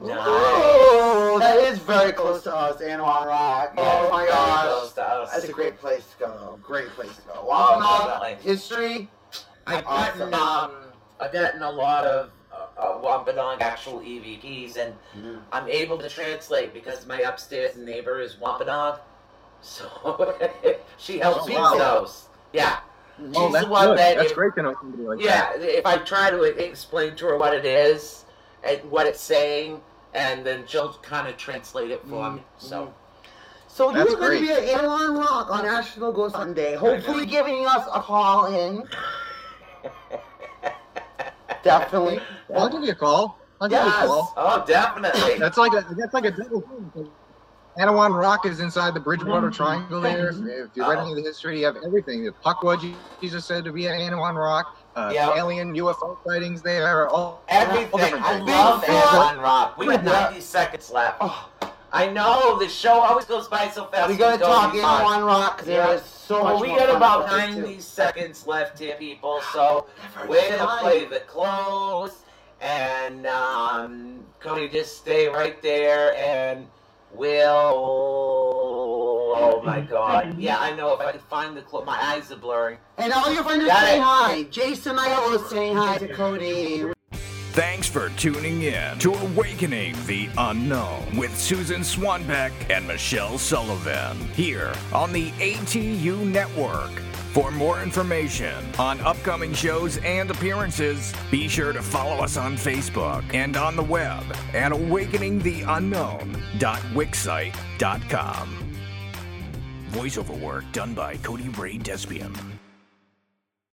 Speaker 2: Nice.
Speaker 3: Oh, that is very close to us, Anawan Rock. Oh my gosh. That's a great place to go. Oh, Great place to go. Wow,
Speaker 2: Definitely.
Speaker 3: history.
Speaker 2: I've gotten um, I've gotten a lot of uh, uh, Wampanoag actual EVPs, and
Speaker 3: Oh,
Speaker 2: I'm able to translate because my upstairs neighbor is Wampanoag, so she
Speaker 3: Oh,
Speaker 2: helps me
Speaker 4: wow.
Speaker 2: with those. Yeah,
Speaker 4: Oh,
Speaker 3: mm-hmm.
Speaker 2: she's
Speaker 4: that's
Speaker 2: the one
Speaker 4: good.
Speaker 2: that
Speaker 4: that's
Speaker 2: if-
Speaker 4: great to know somebody like that.
Speaker 2: yeah. If I try to explain to her what it is and what it's saying, and then she'll kind of translate it for
Speaker 3: Mm,
Speaker 2: me. So
Speaker 3: So you
Speaker 4: That's
Speaker 3: are going
Speaker 4: great.
Speaker 3: to be at Anawan Rock on National Ghost Hunting Day, hopefully giving us a call in. Definitely.
Speaker 4: Well, I'll give you a call. I'll give you a
Speaker 3: Yes.
Speaker 4: call.
Speaker 2: oh, definitely.
Speaker 4: That's like a that's like a double thing. Anawan Rock is inside the Bridgewater Triangle there. If, if you read
Speaker 2: Oh.
Speaker 4: any of the history, you have everything. The Puckwood, Jesus said to be at Anawan Rock. Uh,
Speaker 2: Yeah.
Speaker 4: Alien UFO sightings there. All all
Speaker 2: Everything.
Speaker 4: different
Speaker 2: I
Speaker 4: things.
Speaker 2: love
Speaker 3: Bigfoot.
Speaker 2: Amazon Rock. We have
Speaker 3: Bigfoot.
Speaker 2: 90 seconds left.
Speaker 3: Oh.
Speaker 2: I know the show always goes by so fast.
Speaker 3: We're going
Speaker 2: It's
Speaker 3: to talk
Speaker 2: be fun.
Speaker 3: Anawan Rock because
Speaker 2: Yeah.
Speaker 3: there is so
Speaker 2: Well,
Speaker 3: much
Speaker 2: we
Speaker 3: more
Speaker 2: got
Speaker 3: fun
Speaker 2: about
Speaker 3: stuff to do.
Speaker 2: 90 seconds left here, people. So we're gonna play the close, and um, Cody, just stay right there, and we'll. Oh
Speaker 3: Mm-hmm.
Speaker 2: my God! Yeah, I know. If I can find the close, my eyes are blurring.
Speaker 3: And all your friends are
Speaker 2: Got
Speaker 3: saying
Speaker 2: it.
Speaker 3: hi. Jason Iola is saying hi to Cody.
Speaker 1: Thanks for tuning in to Awakening the Unknown with Susan Swanbeck and Michelle Sullivan here on the ATU Network. For more information on upcoming shows and appearances, be sure to follow us on Facebook and on the web at awakeningtheunknown.wixsite.com. Voiceover work done by Cody Ray Despian.